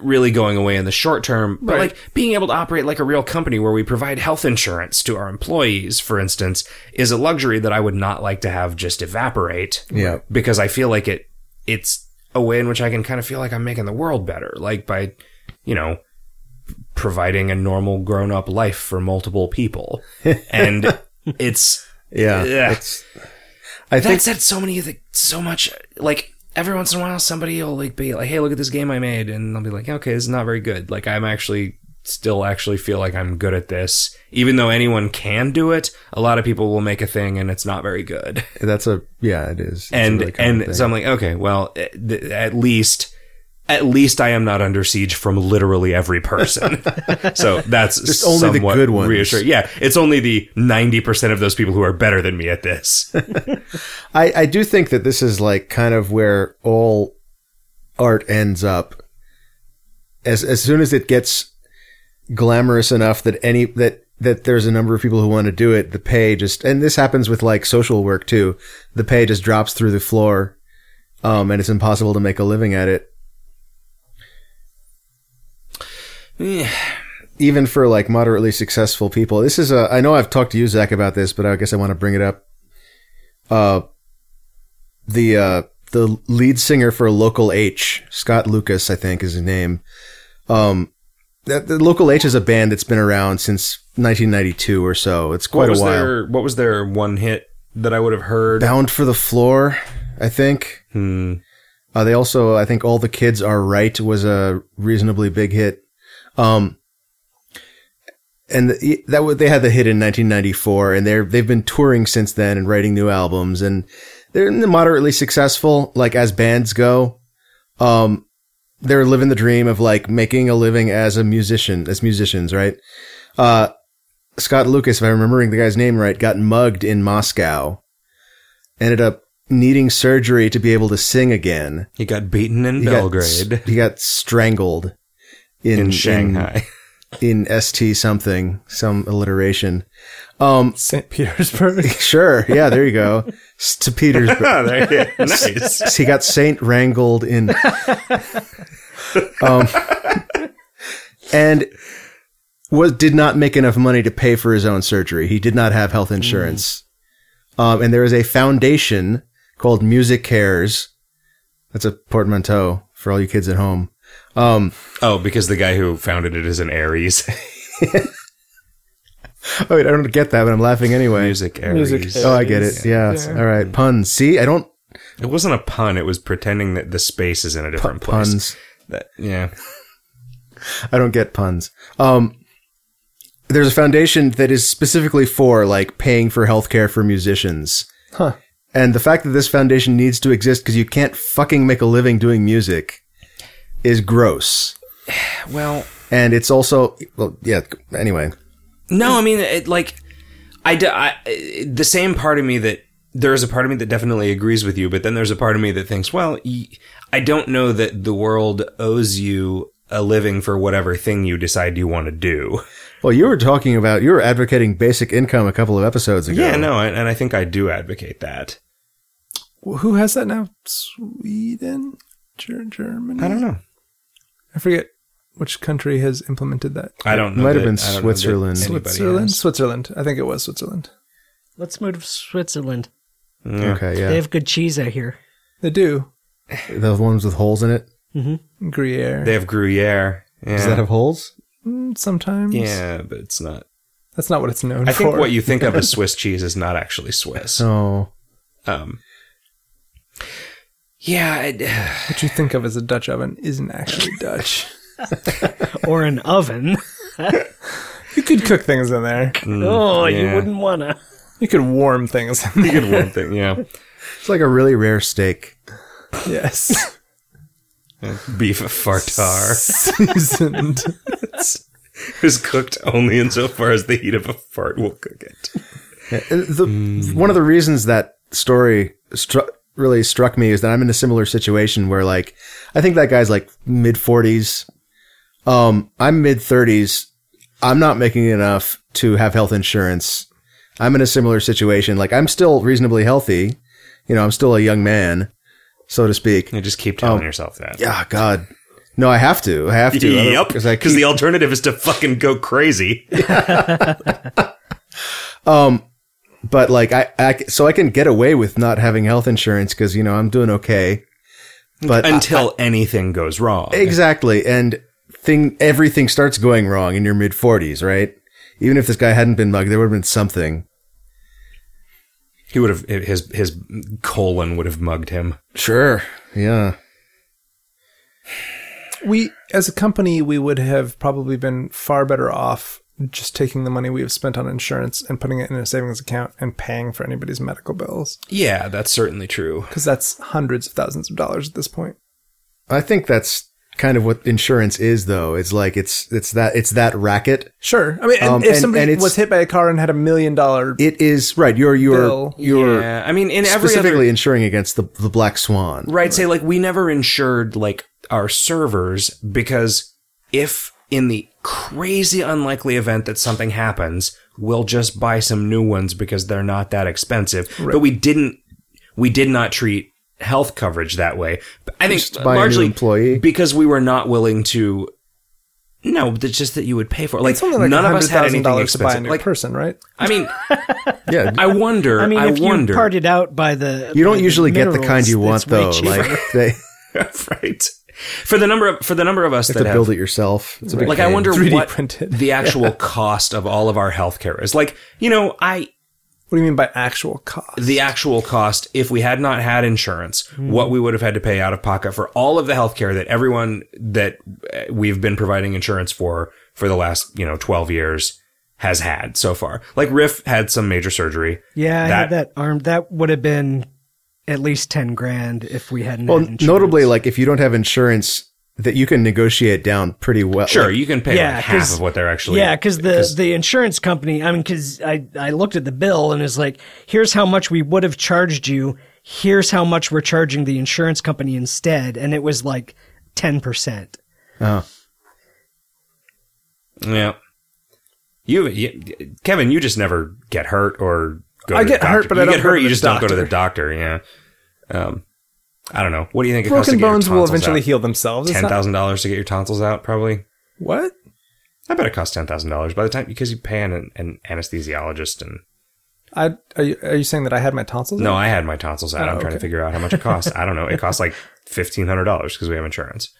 B: really going away in the short term. But
D: Right.
B: like being able to operate like a real company where we provide health insurance to our employees, for instance, is a luxury that I would not like to have just evaporate.
C: Yeah.
B: because I feel like it it's a way in which I can kind of feel like I'm making the world better, like by you know providing a normal grown up life for multiple people.
C: *laughs*
B: And it's
C: yeah.
B: Yeah.
C: It's, I
B: that
C: think
B: said so many of the so much like every once in a while somebody will like be like, Hey, look at this game I made and I'll be like, Okay, this is not very good. Like I'm actually still actually feel like I'm good at this. Even though anyone can do it, a lot of people will make a thing and it's not very good.
C: that's a yeah. It is. It's a
B: and
C: really common
B: and
C: thing.
B: so I'm like, okay, well, at th- at least at least I am not under siege from literally every
C: *laughs*
B: person. so that's
C: Just only the
B: somewhat
C: good ones.
B: Reassuring. Yeah, it's only the ninety percent of those people who are better than me at
C: *laughs*
B: this.
C: I I do think that this is like kind of where all art ends up. As as soon as it gets glamorous enough that any that that there's a number of people who want to do it, the pay just and this happens with like social work too. The pay just drops through the floor, um, and it's impossible to make a living
B: *sighs*
C: at it.
B: Yeah.
C: even for like moderately successful people, this is a. I know I've talked to you, Zach, about this, but I guess I want to bring it up. Uh, the uh, the lead singer for Local H, Scott Lucas, I think is his name. Um, that the Local H is a band that's been around since 1992 or so. It's quite
B: what was
C: a while.
B: Their, what was their one hit that I would have heard?
C: Bound for the floor, I think.
B: Hmm.
C: Uh, they also, I think, all the kids are right was a reasonably big hit. Um, and the, that wa- they had the hit in 1994, and they're they've been touring since then and writing new albums, and they're moderately successful, like as bands go. Um, they're living the dream of like making a living as a musician, as musicians, right? Uh, Scott Lucas, if I'm remembering the guy's name right, got mugged in Moscow, ended up needing surgery to be able to sing again.
B: He got beaten in
C: He got
B: Belgrade
C: s- he got strangled in,
B: in
C: *laughs*
B: Shanghai.
C: in, in ST something, some alliteration. Um,
D: St. Petersburg.
C: *laughs* sure, yeah, there you go. S- to Petersburg,
B: Oh, there *laughs* you go. nice.
C: he got Saint wrangled in. um, and was did not make enough money to pay for his own surgery. He did not have health insurance. Um, and there is a foundation called Music Cares. That's a portmanteau for all you kids at home. Um,
B: Oh, because the guy who founded it is an
C: *laughs*
B: Aries.
C: Oh, wait, I don't get that, but I'm laughing anyway.
B: Music Aries.
D: Music Aries.
C: Oh, I get it. Yeah. All right. Puns. See, I don't
B: It wasn't a pun. It was pretending that the space is in a different place.
C: puns.
B: That, yeah.
C: I don't get puns. Um, there's a foundation that is specifically for like paying for healthcare for musicians.
D: Huh.
C: And the fact that this foundation needs to exist because you can't fucking make a living doing music is gross.
B: *sighs* Well,
C: And it's also well, yeah. Anyway,
B: no, I mean, it, like, I, d- I- I- the same part of me that there is a part of me that definitely agrees with you, but then there's a part of me that thinks, well, y- I don't know that the world owes you a living for whatever thing you decide you want to do.
C: Well, you were talking about you were advocating basic income a couple of episodes ago.
B: Yeah, no, and, and I think I do advocate that.
D: Wh- Who has that now? Sweden, Ger- Germany.
B: I don't know.
D: I forget which country has implemented that.
B: I don't know.
C: might
B: that-
C: have been
B: I don't know that
C: Switzerland.
B: anybody
D: Switzerland.
B: has.
D: Switzerland. I think it was Switzerland.
A: Let's move to Switzerland.
B: Yeah.
C: Okay,
A: They
C: yeah.
A: have good cheese out here.
D: They do.
C: The ones with holes in it.
D: Gruyere.
B: They have Gruyere. Yeah.
C: Does that have holes?
D: Mm, Sometimes.
B: yeah, but it's not.
D: That's not what it's known
B: I
D: for.
B: think what you think
C: *laughs*
B: of as Swiss cheese is not actually Swiss.
C: Oh. No.
B: Um, yeah, I,
D: What you think of as a Dutch oven isn't
B: *laughs*
D: actually Dutch.
A: Or an
C: *laughs*
A: oven.
D: You could cook things in there.
C: Mm,
A: *laughs* oh, you
B: yeah.
A: wouldn't wanna.
D: You could warm things
B: *laughs*
D: in there.
B: good one thing. Yeah,
C: It's like a really rare steak.
D: yes.
B: *laughs* beef *laughs* fartar
D: *laughs* Seasoned.
B: is cooked only insofar as the heat of a fart will cook it.
C: And The, One of the reasons that story stru- really struck me is that I'm in a similar situation where, like, I think that guy's like mid 40s. Um, I'm mid 30s. I'm not making enough to have health insurance. I'm in a similar situation. Like, I'm still reasonably healthy. You know, I'm still a young man, so to speak.
B: You just keep telling yourself that.
C: Yeah, God. No, I have to. I have to.
B: Yep,
C: Because I
B: because
C: keep
B: the alternative is to fucking go crazy.
C: but like I, I c- so I can get away with not having health insurance because you know I'm doing okay. But
B: until anything goes wrong.
C: exactly, and thing everything starts going wrong in your mid 40s, right? Even if this guy hadn't been mugged, there would have been something.
B: He would have his his colon would have mugged him.
C: Sure. Yeah.
D: we, as a company, we would have probably been far better off just taking the money we have spent on insurance and putting it in a savings account and paying for anybody's medical bills.
B: Yeah, that's certainly true.
D: Because that's hundreds of thousands of dollars at this point.
C: I think that's kind of what insurance is, though. It's like it's it's that it's that racket.
D: Sure. I mean, and
C: Um,
D: if
C: and-
D: somebody
C: and it's-
D: was hit by a car and had a million dollar,
C: It is right. You're you're
D: Bill.
C: you're
B: yeah, I mean, in every
C: specifically
B: other
C: insuring against the the black swan.
B: right, say like we never insured like our servers because if in the crazy unlikely event that something happens, we'll just buy some new ones because they're not that expensive. But we didn't. We did not treat health coverage that way. But I think
C: buy a new
B: largely *laughs*
C: employee.
B: because we were not willing to. No, but it's just that you would pay for it. Like,
D: it's only like
B: none of us had
D: $100,000
B: anything
D: to buy a
B: expensive.
D: new
B: Like,
D: person, right?
B: I mean,
C: Yeah.
B: I
A: *laughs*
B: wonder.
A: I
B: I,
A: mean, if
B: wonder.
A: you parted out by the
C: You
A: by
C: don't
A: the
C: usually get the kind
A: minerals,
C: you want
A: it's way
C: though.
A: cheaper.
C: Like they
B: *laughs* right. For the number of for the number of us
C: to
B: that have,
C: build it yourself. It's a big
B: like, I
C: pain.
B: wonder
D: 3D
B: what
A: *laughs*
D: printed.
B: the actual cost of all of our healthcare is. Like, you know, I
D: What do you mean by actual cost?
B: the actual cost if we had not had insurance,
A: Hmm.
B: what we would have had to pay out of pocket for all of the healthcare that everyone that uh, we've been providing insurance for for the last you know twelve years has had so far. Like Riff had some major surgery.
A: Yeah, I
B: That-
A: had that arm. That would have been at least ten grand if we hadn't.
C: Well,
A: had insurance.
C: notably, like if you don't have insurance, that you can negotiate down pretty well.
B: Sure,
C: Like,
B: you can pay
A: Yeah,
B: like half
A: 'cause-
B: of what they're actually.
A: yeah, because the the insurance company. I mean, because I I looked at the bill and it's like, here's how much we would have charged you. Here's how much we're charging the insurance company instead, and it was like ten percent.
C: oh.
B: Yeah. You, you, Kevin, you just never get hurt or go.
D: I
B: to
D: get
B: the
D: hurt,
B: doctor.
D: but I
B: you
D: don't
B: get
D: go
B: hurt.
D: to
B: You
D: the
B: just don't go to the doctor. Yeah. Um, I don't know. What do you think? it costs to
D: Broken
B: get your
D: bones will
B: tonsils
D: eventually
B: out?
D: heal themselves. It's
B: Ten
D: not-
B: thousand dollars to get your tonsils out, probably.
D: What?
B: I bet it costs ten thousand dollars by the time because you pay an, an anesthesiologist and
D: I are you, are you saying that I had my tonsils?
B: no,
D: out?
B: I had my tonsils out.
D: Oh,
B: I'm trying to
D: okay.
B: figure out how much it costs. I don't know. It costs like fifteen hundred dollars because we have insurance,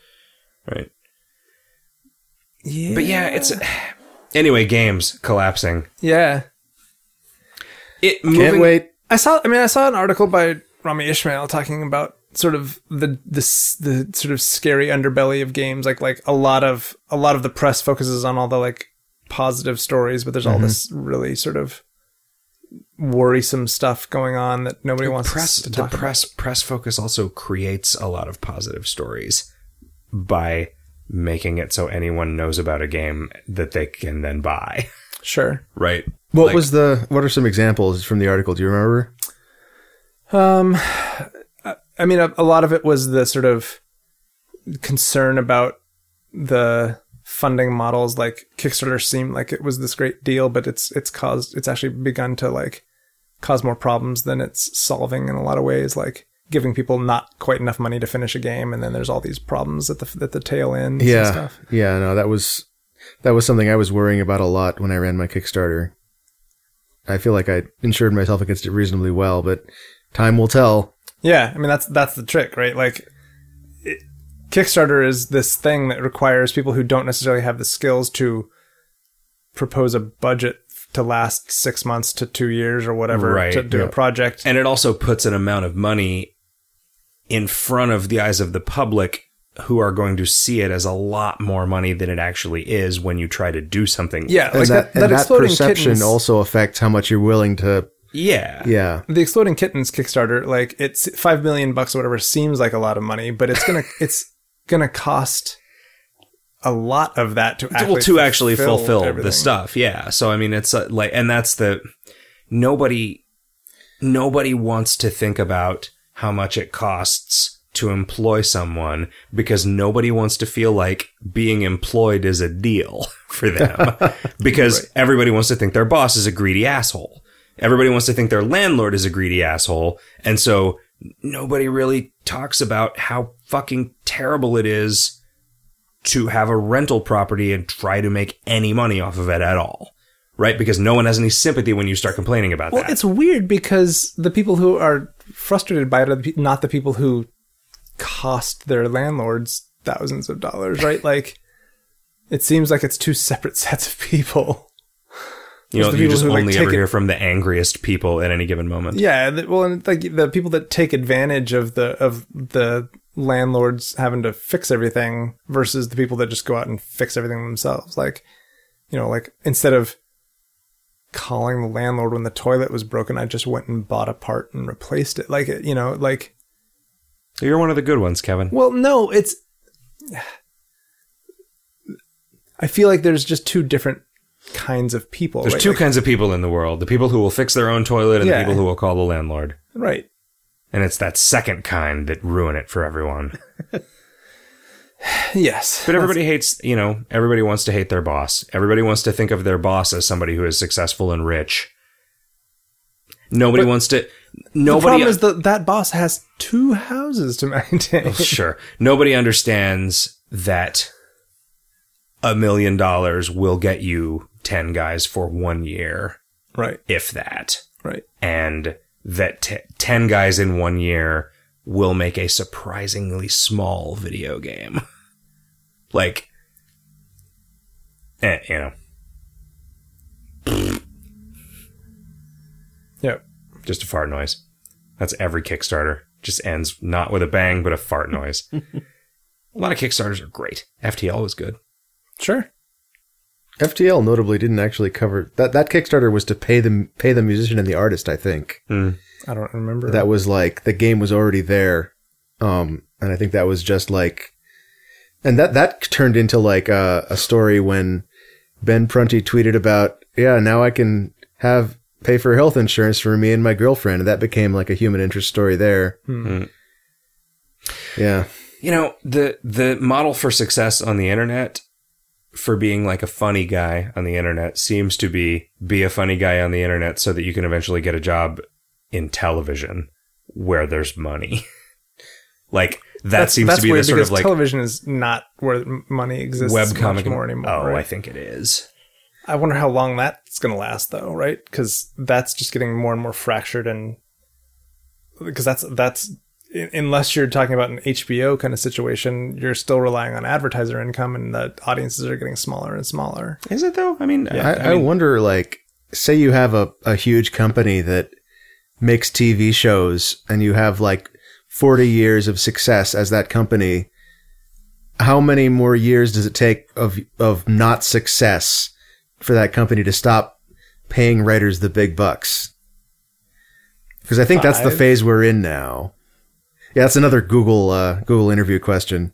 B: right?
D: Yeah.
B: But yeah, it's *sighs* anyway. Games collapsing.
D: yeah.
B: It
C: Can't
B: moving
C: wait.
D: I saw. I mean, I saw an article by Rami Ishmael talking about sort of the the s- the sort of scary underbelly of games. Like like a lot of a lot of the press focuses on all the like positive stories, but there's
B: Mm-hmm.
D: all this really sort of worrisome stuff going on that nobody wants
B: press
D: to
B: the
D: talk about.
B: press press focus also creates a lot of positive stories by making it so anyone knows about a game that they can then buy *laughs*
D: Sure.
B: right
C: What
B: Like-
C: was the? What are some examples from the article? Do you remember?
D: Um, I, I mean, a, a lot of it was the sort of concern about the funding models like Kickstarter seemed like it was this great deal, but it's it's caused it's actually begun to like cause more problems than it's solving in a lot of ways, like giving people not quite enough money to finish a game, and then there's all these problems at the at the tail end.
C: yeah,
D: and stuff.
C: yeah. No, that was that was something I was worrying about a lot when I ran my Kickstarter. I feel like I insured myself against it reasonably well, but time will tell.
D: Yeah, I mean that's that's the trick, right? Like it, Kickstarter is this thing that requires people who don't necessarily have the skills to propose a budget to last 6 months to 2 years or whatever
B: Right,
D: to do
C: yeah.
D: a project.
B: And it also puts an amount of money in front of the eyes of the public who are going to see it as a lot more money than it actually is when you try to do something.
D: yeah,
C: And
D: like
C: that,
D: that,
C: and that
D: exploding
C: perception
D: kittens,
C: also affects how much you're willing to.
B: Yeah.
C: Yeah,
D: the exploding kittens Kickstarter, like it's 5 million bucks or whatever seems like a lot of money, but it's
B: *laughs*
D: going to it's going to cost a lot of that to actually
B: well to actually fulfill
D: everything.
B: the stuff yeah so i mean it's uh, like and that's the nobody nobody wants to think about how much it costs to employ someone because nobody wants to feel like being employed is a deal *laughs* for
D: *laughs*
B: them because everybody wants to think their boss is a greedy asshole everybody wants to think their landlord is a greedy asshole and so nobody really talks about how fucking terrible it is to have a rental property and try to make any money off of it at all, right? Because no one has any sympathy when you start complaining about
D: Well,
B: that.
D: it's weird because the people who are frustrated by it are the pe- not the people who cost their landlords thousands of dollars, *laughs* right? like, it seems like it's two separate *laughs* sets of people.
B: you know,
D: the
B: you
D: people
B: just
D: who, like,
B: only
D: take
B: ever
D: it-
B: hear from the angriest people at any given moment.
D: Yeah, th- well, and like the people that take advantage of the of the landlords having to fix everything versus the people that just go out and fix everything themselves. Like, you know, like instead of calling the landlord when the toilet was broken, I just went and bought a part and replaced it. Like, you know, like
B: You're one of the good ones, Kevin.
D: Well, no, it's. I feel like there's just two different kinds of people.
B: There's
D: right?
B: two
D: Like-
B: kinds of people in the world the people who will fix their own toilet and
D: Yeah.
B: the people who will call the landlord.
D: right?
B: And it's that second kind that ruin it for everyone.
D: Yes,
B: But everybody hates, you know, everybody wants to hate their boss. Everybody wants to think of their boss as somebody who is successful and rich. Nobody wants to.
D: the
B: Nobody
D: problem
B: *laughs*
D: is that that boss has two houses to *laughs* maintain.
B: Oh, sure. Nobody understands that a million dollars will get you 10 guys for one year,
D: right,
B: if that.
D: right.
B: And that t- 10 guys in one year will make a surprisingly small video game. *laughs* like, eh, you know,
D: Yeah,
B: just a fart noise. That's every Kickstarter. Just ends not with a bang, but a fart *laughs* noise. a lot of Kickstarters are great. FTL was good.
D: sure.
C: FTL notably didn't actually cover that. That Kickstarter was to pay the pay the musician and the artist. I think.
D: I don't remember
C: that was like the game was already there um and i think that was just like and that that turned into like a, a story when ben prunty tweeted about yeah now i can have pay for health insurance for me and my girlfriend and that became like a human interest story there yeah
B: You know, the the model for success on the internet for being like a funny guy on the internet seems to be be a funny guy on the internet so that you can eventually get a job in television where there's money. *laughs* like that seems
D: that's
B: to be the
D: weird
B: sort
D: because
B: of like
D: television is not where m- money exists
B: web
D: much
B: comic
D: more anymore.
B: Oh,
D: right?
B: I think it is.
D: I wonder how long that's going to last, though, right? Because that's just getting more and more fractured, and because that's that's un- unless you're talking about an HBO kind of situation, you're still relying on advertiser income, and the audiences are getting smaller and smaller.
B: Is it though? I mean,
C: I, I, wonder like say you have a, a huge company that makes tv shows and you have like 40 years of success as that company how many more years does it take of of not success for that company to stop paying writers the big bucks because i think that's the
D: Five?
C: phase we're in now yeah that's another google uh, google interview question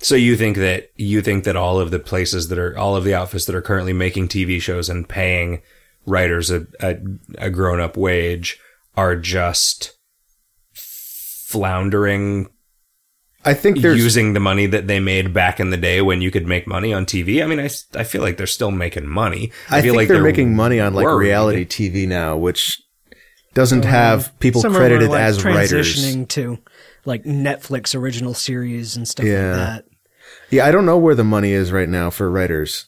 B: So you think that you think that all of the places that are all of the outfits that are currently making TV shows and paying writers a a, a grown up wage are just floundering
C: I think there's
B: using the money that they made back in the day when you could make money on TV. I mean, I, s- I feel like they're still making money.
C: I,
B: feel
C: think
B: like
C: they're, making money on like
B: worried.
C: reality TV now, which doesn't have people
A: Some of 'em are,
C: credited
A: like,
C: as writers.
A: transitioning to like Netflix original series and stuff
C: Yeah.
A: like that.
C: Yeah, I don't know where the money is right now for writers.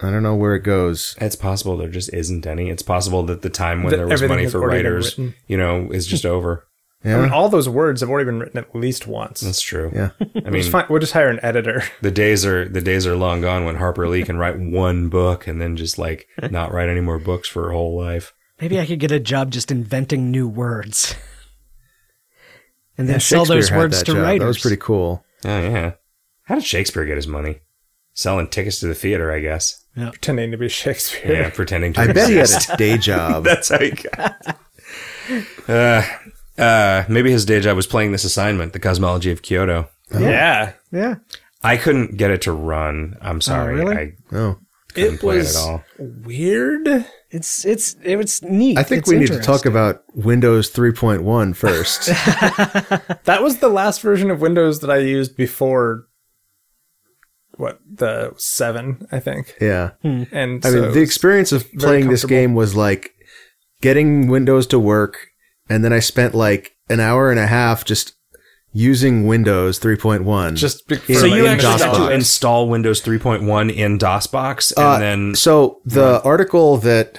C: I don't know where it goes.
B: It's possible there just isn't any. It's possible that the time when
D: That
B: there was
D: everything
B: money
D: has
B: for
D: already been
B: writers,
D: written.
B: you know, is just over.
C: Yeah,
D: I mean, all those words have already been written at least once.
B: That's true.
C: yeah.
B: I
D: We'll
B: mean,
D: just fi- we'll just hire an editor. *laughs*
B: the days are the days are long gone when Harper Lee can write one book and then just like not write any more books for her whole life.
A: Maybe I could get a job just inventing new words. *laughs* And then
C: Yeah,
A: sell those
C: Shakespeare had
A: words
C: that
A: to
C: job.
A: writers.
C: That was pretty cool.
B: Oh yeah. How did Shakespeare get his money? Selling tickets to the theater, I guess.
D: pretending to be Shakespeare.
B: Yeah, pretending to.
C: I bet he had
B: exist. *laughs*
C: a
A: *laughs*
C: day job.
B: That's how he got. uh, uh, maybe his day job was playing this assignment, the cosmology of Kyoto.
D: Yeah.
A: yeah.
B: I couldn't get it to run. I'm sorry.
A: really?
B: I
C: Oh,
B: couldn't play it
D: was-
B: at all.
D: Weird.
A: It's it's it's neat.
C: I think
A: It's
C: we need to
A: interesting.
C: talk about Windows
A: *laughs*
C: 3.1 first.
D: That was the last version of Windows that I used before what the 7, I think.
C: yeah,
D: And
C: I
D: so
C: mean the experience of playing this
D: comfortable.
C: game was like getting Windows to work, and then I spent like an hour and a half just using Windows 3.1.
D: just be- for
B: So
D: like
B: you
D: in
B: actually had
D: DOSBox.
B: to install Windows 3.1 in DOSBox, and
C: Uh,
B: then
C: so the article that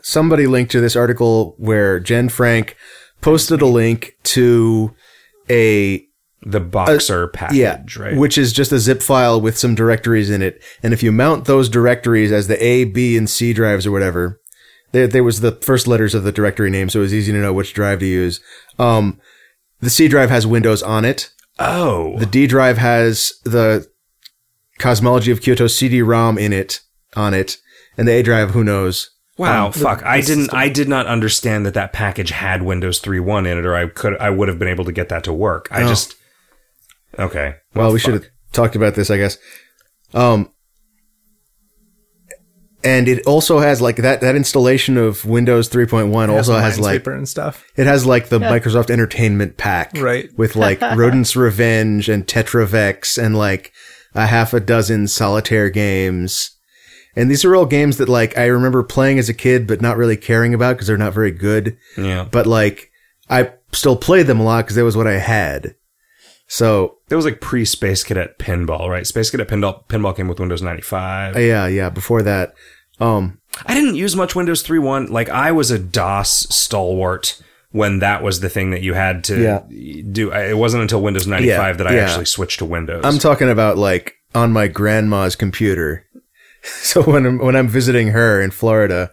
C: somebody linked to this article where Jen Frank posted a link to a
B: the boxer package,
C: yeah,
B: right?
C: which is just a zip file with some directories in it, and if you mount those directories as the A, B, and C drives or whatever, there there was the first letters of the directory name, so it was easy to know which drive to use. Um, the C drive has Windows on it.
B: oh,
C: The D drive has the Cosmology of Kyoto CD-ROM in it on it, and the A drive, who knows.
B: wow, fuck! I didn't, I did not understand that that package had Windows 3.1 in it, or I could, I would have been able to get that to work.
C: Oh.
B: I just, okay.
C: Well, we
B: fuck.
C: should have talked about this, I guess. Um, and it also has like that that installation of Windows 3.1 also has like
D: Minesweeper and stuff.
C: it has like the Microsoft Entertainment Pack,
D: Right.
C: With like Rodent's Revenge and Tetravex and like a half a dozen solitaire games. And these are all games that like I remember playing as a kid, but not really caring about because they're not very good.
B: yeah.
C: But like I still played them a lot because that was what I had. So
B: That was like pre Space Cadet Pinball, right? Space Cadet Pinball, Pinball came with Windows 95. I,
C: yeah, yeah. Before that, um,
B: didn't use much Windows 3.1. Like, I was a DOS stalwart when that was the thing that you had to do. I, it wasn't until Windows 95
C: Yeah,
B: that I
C: yeah.
B: actually switched to Windows.
C: I'm talking about like on my grandma's computer. *laughs* So when I'm when I'm visiting her in Florida,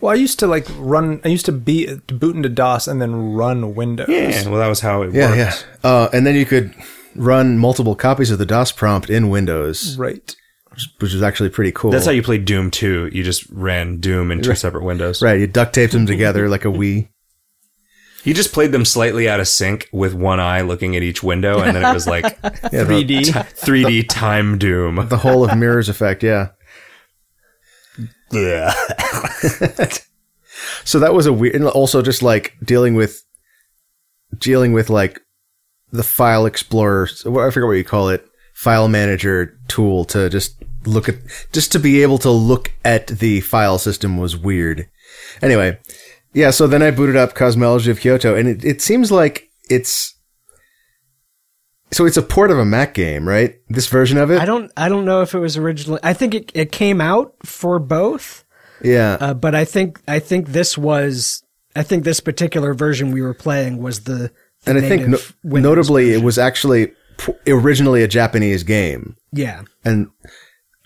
D: Well, I used to like run I used to be to boot into DOS and then run Windows.
B: yeah, well, that was how it
C: yeah,
B: worked.
C: yeah, uh, and then you could run multiple copies of the DOS prompt in Windows,
D: Right.
C: which was actually pretty cool.
B: Mm. That's how you played Doom 2. You just ran Doom in two separate windows.
C: right. You duct taped them together like a Wii.
B: You just played them slightly out of sync with one eye looking at each window, and then it was *laughs* like
C: Yeah, the,
D: 3D.
B: 3D time Doom.
C: the whole of Mirrors Effect. Yeah.
B: Yeah.
C: *laughs* So that was a weird, and also just like dealing with, dealing with like the file explorer. so what- I forget what you call it, file manager tool to just look at, just to be able to look at the file system was weird. Anyway, yeah. So then I booted up Cosmology of Kyoto, and it, it seems like it's. So it's a port of a Mac game, right? This version of it,
A: I don't I don't know if it was originally I think it, it came out for both,
C: yeah.
A: uh, but I think I think this was I think this particular version we were playing was the, the
C: and I think no-
A: native Windows
C: notably,
A: version.
C: it was actually p- originally a Japanese game,
A: yeah.
C: and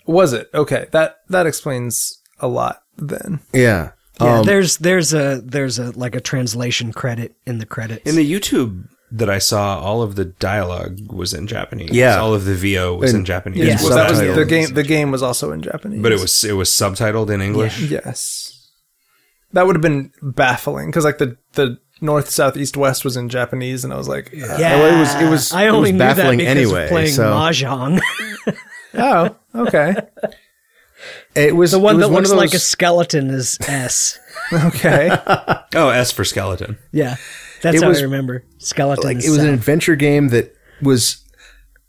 D: Was it? Okay. That that explains a lot then.
C: Yeah.
A: Yeah,
C: Um,
A: there's there's a there's a like a translation credit in the credits.
B: In the YouTube that I saw, all of the dialogue was in Japanese.
C: Yeah.
B: all of the VO was in Japanese.
A: yeah.
B: Was
D: Well, that was
C: subtitles.
D: the game. The game was also in Japanese,
B: but it was it was subtitled in English.
D: yes. That would have been baffling because like the the north, south, east, west was in Japanese, and I was like,
A: yeah,
C: uh, well, it was- it was-
A: I
C: it was
A: only knew that
C: baffling
A: because of
C: anyway,
A: Playing
C: so-
A: mahjong,
D: oh, okay,
C: *laughs*
D: *laughs*
C: it was
A: the one
C: it was
A: that looks
C: of
A: like a
C: those-
A: skeleton is S.
D: okay.
B: Oh, S for skeleton.
A: Yeah, that's
C: It
A: how
C: was
A: I remember skeleton.
C: like
A: is
C: it was an
A: S.
C: adventure game that was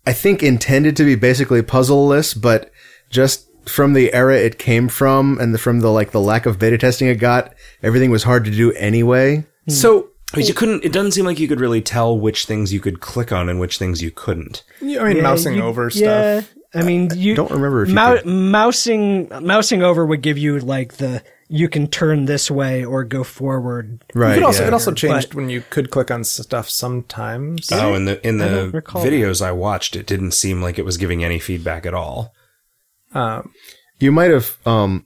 C: I think intended to be basically puzzle lists, but just from the era it came from and the, from the like the lack of beta testing it got, everything was hard to do anyway.
B: So you couldn't. It doesn't seem like you could really tell which things you could click on and which things you couldn't.
D: Yeah, I mean, mousing over
A: yeah.
D: stuff.
A: I mean, you
C: don't remember if you could-
A: mousing mousing over would give you like the you can turn this way or go forward.
D: You
C: Right.
D: could also,
C: yeah.
D: It also changed when you could click on stuff sometimes.
B: Oh, in the in
A: I
B: the
A: don't recall that.
B: videos I watched, it didn't seem like it was giving any feedback at all.
D: Um,
C: You might have um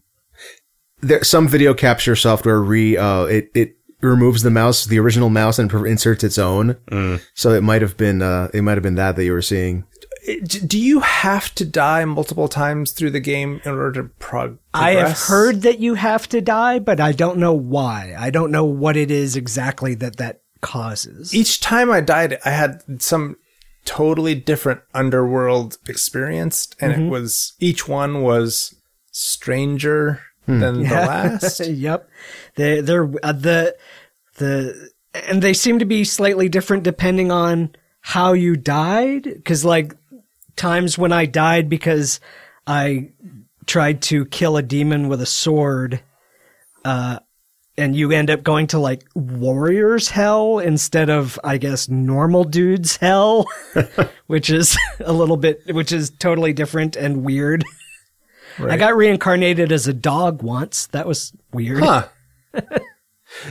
C: there some video capture software re uh it it removes the mouse the original mouse and per- inserts its own.
D: Mm.
C: So it might have been uh it might have been that that you were seeing.
D: it- d- do you have to die multiple times through the game in order to prog- progress?
A: I have heard that you have to die, but I don't know why. I don't know what it is exactly that that causes.
D: each time I died, I had some totally different underworld experience, and it was each one was stranger than
A: *laughs*
D: the last.
A: yep. They they're uh, the the and they seem to be slightly different depending on how you died cuz like times when I died because I tried to kill a demon with a sword uh and you end up going to like warriors hell instead of I guess normal dudes
D: *laughs*
A: hell which is a little bit which is totally different and weird. I got reincarnated as a dog once. That was weird.
D: Huh.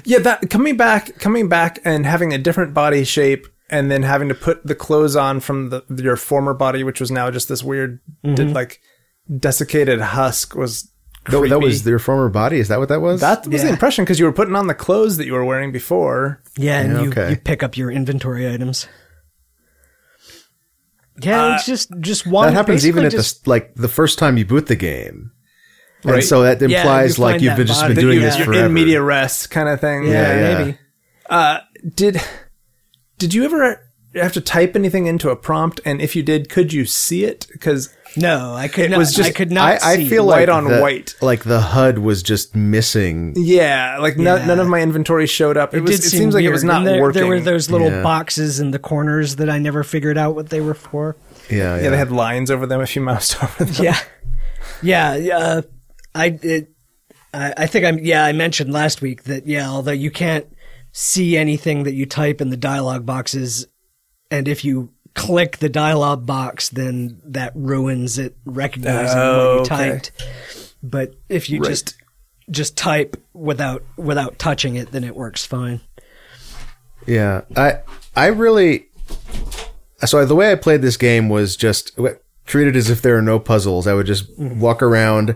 D: yeah, that coming back, coming back, and having a different body shape, and then having to put the clothes on from the, your former body, which was now just this weird, did, like desiccated husk, was
C: That, that was
D: creepy.
C: their former body. Is that what that was?
D: that was the
A: Yeah.
D: impression because you were putting on the clothes that you were wearing before.
A: Yeah, and
C: Yeah,
A: you,
C: okay.
A: you pick up your inventory items. Yeah, it's just just one.
C: that happens even at
A: basically just,
C: the like the first time you boot the game.
D: Right.
C: And so that
A: Yeah,
C: implies
A: you
C: like
A: find
C: you've
A: that
C: been just
A: body.
C: been
A: That
C: doing
A: you-
C: this
A: you're
C: forever.
D: in media rest kind of thing.
A: yeah,
C: yeah, yeah.
A: maybe.
D: Did did you ever have to type anything into a prompt? And if you did, could you see it? Because
A: No, I could not.
D: was just-
A: I could not.
C: I, I
A: see.
C: feel
D: white
C: like
D: on
C: the-
D: white.
C: Like the HUD was just missing.
D: yeah, like no-
A: Yeah.
D: none of my inventory showed up. It,
A: It
D: was,
A: did
D: it
A: seem
D: seems like it was
A: weird.
D: not
A: And there,
D: working.
A: There were those little
C: Yeah.
A: boxes in the corners that I never figured out what they were for.
C: Yeah, yeah.
D: yeah, they had lines over them if *laughs* you moused over them.
A: yeah, yeah. yeah, Uh, I, it, I I think I'm. Yeah, I mentioned last week that yeah, although you can't see anything that you type in the dialogue boxes, and if you click the dialogue box, then that ruins it recognizing
D: Oh,
A: what you
D: okay.
A: typed. But if you just just type without without touching it, then it works fine.
C: Yeah, I I really so the way I played this game was just w- treated as if there are no puzzles. I would just walk around,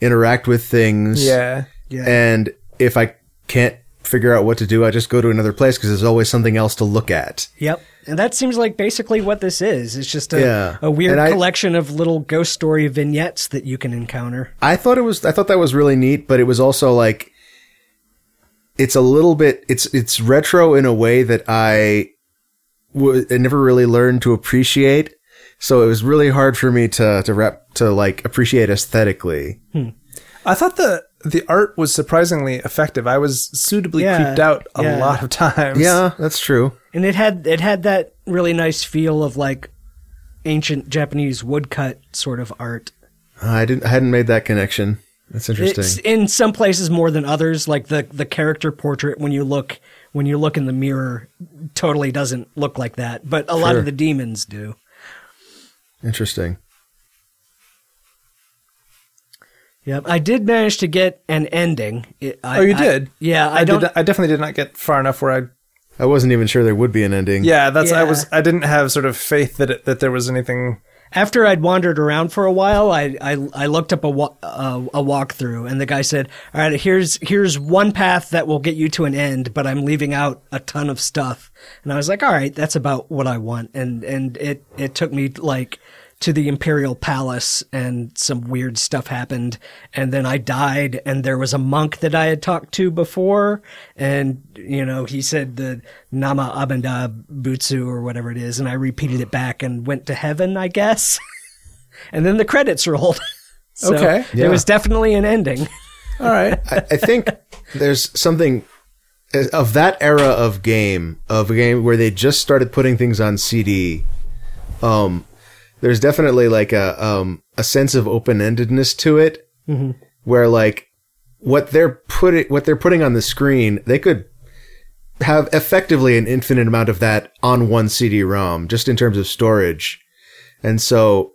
C: interact with things,
D: Yeah.
A: Yeah.
C: and if I can't figure out what to do, I just go to another place because there's always something else to look at.
A: Yep. And that seems like basically what this is. It's just a,
C: Yeah.
A: a weird
C: And I-
A: collection of little ghost story vignettes that you can encounter.
C: I thought it was I thought that was really neat, but it was also like it's a little bit it's it's retro in a way that I wa- I never really learned to appreciate. So it was really hard for me to to wrap to like appreciate aesthetically.
D: I thought the the art was surprisingly effective. I was suitably
A: Yeah,
D: creeped out a
A: yeah.
D: lot of *laughs* times.
C: Yeah, that's true.
A: And it had it had that really nice feel of like ancient Japanese woodcut sort of art.
C: I didn't I hadn't made that connection. That's interesting.
A: It's in some places more than others. Like the the character portrait when you look when you look in the mirror totally doesn't look like that, but a lot
C: Sure.
A: of the demons do.
C: interesting.
A: Yep, I did manage to get an ending. It, I,
D: Oh, you
A: I-
D: did?
A: yeah, I,
D: I,
A: don't.
D: did. I definitely did not get far enough where I
C: I wasn't even sure there would be an ending.
D: Yeah, that's I
A: Yeah.
D: was I didn't have sort of faith that it, that there was anything.
A: after I'd wandered around for a while, I I, I looked up a wa- uh, a walkthrough, and the guy said, "All right, here's here's one path that will get you to an end, but I'm leaving out a ton of stuff." And I was like, "All right, that's about what I want." And and it it took me like to the imperial palace and some weird stuff happened and then i died and there was a monk that i had talked to before and you know he said the nama abanda butsu or whatever it is and i repeated it back and went to heaven i guess *laughs* and then the credits rolled *laughs* So
D: Okay.
A: there
C: Yeah.
A: was definitely an ending
D: All right.
C: I, I think there's something uh, of that era of game of a game where they just started putting things on CD. Um, there's definitely like a um a sense of open endedness to it,
D: Mm-hmm.
C: where like what they're put what they're putting on the screen, they could have effectively an infinite amount of that on one CD-ROM, just in terms of storage, and so.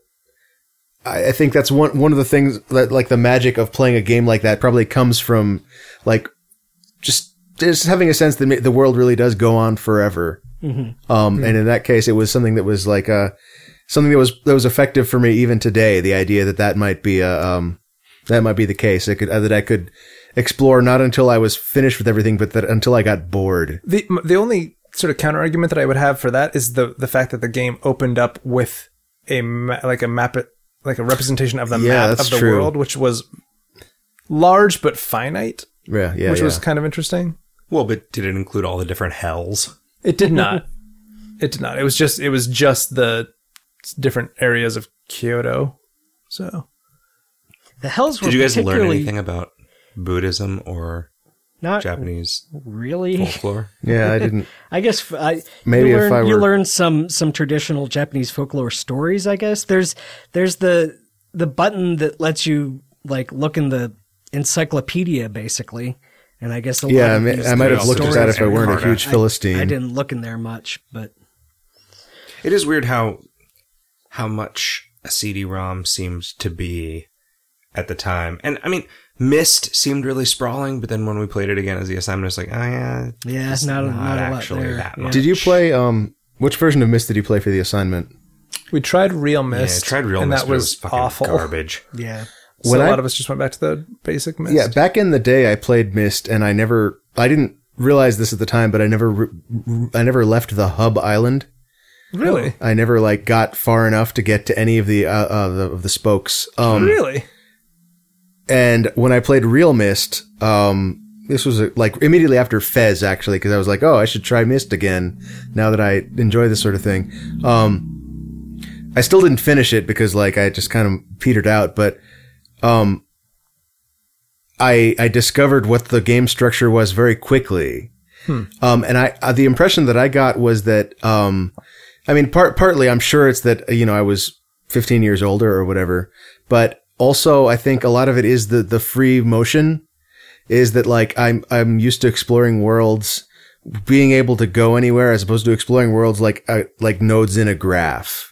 C: I I think that's one one of the things that like the magic of playing a game like that probably comes from like just just having a sense that ma- the world really does go on forever.
D: Mm-hmm.
C: Um, And in that case, it was something that was like uh something that was that was effective for me even today. The idea that that might be a um, that might be the case. It could uh, that I could explore not until I was finished with everything, but that until I got bored.
D: The m- the only sort of counter argument that I would have for that is the the fact that the game opened up with a ma- like a map like a representation of the
C: Yeah,
D: map
C: that's
D: of the
C: true.
D: world, which was large but finite,
C: Yeah, yeah,
D: which
C: yeah.
D: was kind of interesting.
B: Well, but did it include all the different hells?
D: It did not. *laughs* it did not. It was just it was just the different areas of Kyoto. So
A: *laughs* The hells were
B: Did you guys learn
A: particularly
B: anything about Buddhism or
A: not
B: Japanese
A: *laughs* really.
B: folklore?
C: yeah.
D: *laughs*
C: I didn't.
A: I guess f- I,
C: Maybe
A: you
C: if
A: learn,
C: I
A: you
C: were-
A: learn some some traditional Japanese folklore stories. I guess there's there's the the button that lets you like look in the encyclopedia basically, and I guess a lot
C: Yeah, I,
A: of
C: mean,
A: these
C: I might have looked at that if I
A: stories
C: weren't
A: are-
C: a huge
A: I-
C: philistine.
A: I didn't look in there much, but
B: It is weird how how much a CD-ROM seemed to be at the time, and I mean, Mist seemed really sprawling, but then when we played it again as the assignment, it's like, oh yeah,
A: yeah,
B: it's
A: not, not, not a lot
B: actually
A: there.
B: that
A: Yeah.
B: much.
C: Did you play um? Which version of Mist did you play for the assignment?
D: we tried Real
B: Yeah,
D: Mist.
B: I tried real
D: and
B: Mist,
D: that
B: but it
D: was,
B: was fucking
D: awful.
B: garbage.
A: Yeah.
D: So
C: When
D: a
C: I-
D: lot of us just went back to the basic Mist.
C: Yeah, back in the day, I played Mist, and I never, I didn't realize this at the time, but I never, re- re- I never left the hub island.
D: really,
C: I never like got far enough to get to any of the uh, uh the, of the spokes. Um,
D: really.
C: and when I played Real Mist, um, this was a, like immediately after Fez, actually, because I was like, oh, I should try Mist again now that I enjoy this sort of thing. Um, I still didn't finish it because like I just kind of petered out, but um, I I discovered what the game structure was very quickly. Um, and I uh, the impression that I got was that um, I mean, part partly I'm sure it's that uh, you know I was 15 years older or whatever, but also I think a lot of it is the the free motion is that like I'm I'm used to exploring worlds, being able to go anywhere as opposed to exploring worlds like uh, like nodes in a graph.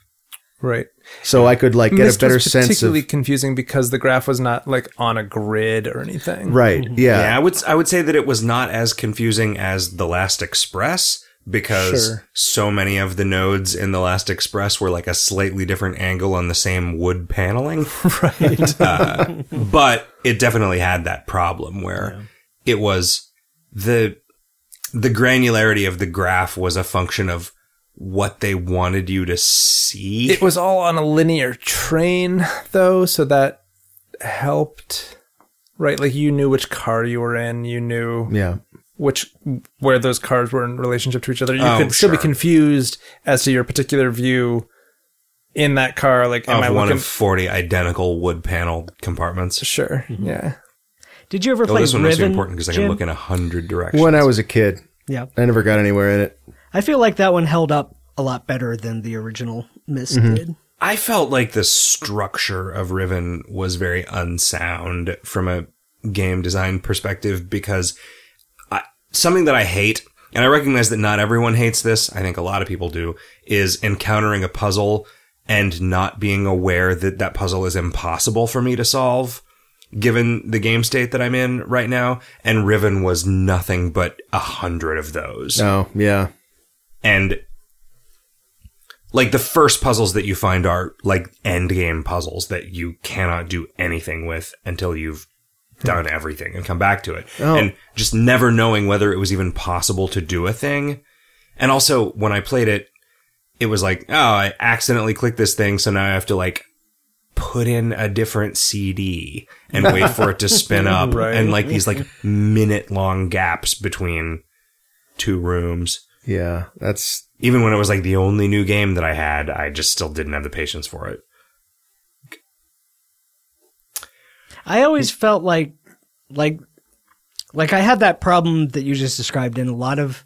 D: Right.
C: So I could like get
D: Mist
C: a better
D: was
C: sense of
D: particularly confusing because the graph was not like on a grid or
C: *laughs*
D: anything.
C: right, yeah.
B: Yeah, I would I would say that it was not as confusing as The Last Express because
D: Sure.
B: so many of the nodes in The Last Express were like a slightly different angle on the same wood
D: *laughs*
B: paneling.
D: Right.
B: Uh, but it definitely had that problem where it was the the granularity of the graph was a function of what they wanted you to see.
D: it was all on a linear train though, so that helped. Right, like you knew which car you were in, you knew
C: Yeah.
D: which where those cars were in relationship to each other. You
B: Oh,
D: could still be
B: sure.
D: confused as to your particular view in that car. Like, am I
B: of one
D: looking?
B: of forty identical wood paneled compartments.
D: sure, yeah.
A: Did you ever
B: Oh,
A: play
B: this one must be
A: Riven?
B: important because I can
A: Jim?
B: look in a hundred directions.
C: When I was a kid,
A: Yeah.
C: I never got anywhere in it.
A: I feel like that one held up a lot better than the original Mist
C: Mm-hmm.
A: did.
B: I felt like the structure of Riven was very unsound from a game design perspective because I, something that I hate, and I recognize that not everyone hates this, I think a lot of people do, is encountering a puzzle and not being aware that that puzzle is impossible for me to solve given the game state that I'm in right now. And Riven was nothing but a hundred of those
C: No, yeah.
B: and like the first puzzles that you find are like end game puzzles that you cannot do anything with until you've done everything and come back to it
C: Oh.
B: and just never knowing whether it was even possible to do a thing and also when i played it it was like oh i accidentally clicked this thing so now i have to like put in a different cd and wait for it to spin up
D: Right.
B: and like these like minute long gaps between two rooms
C: Yeah. That's
B: even when it was like the only new game that I had, I just still didn't have the patience for it.
A: I always felt like like like I had that problem that you just described in a lot of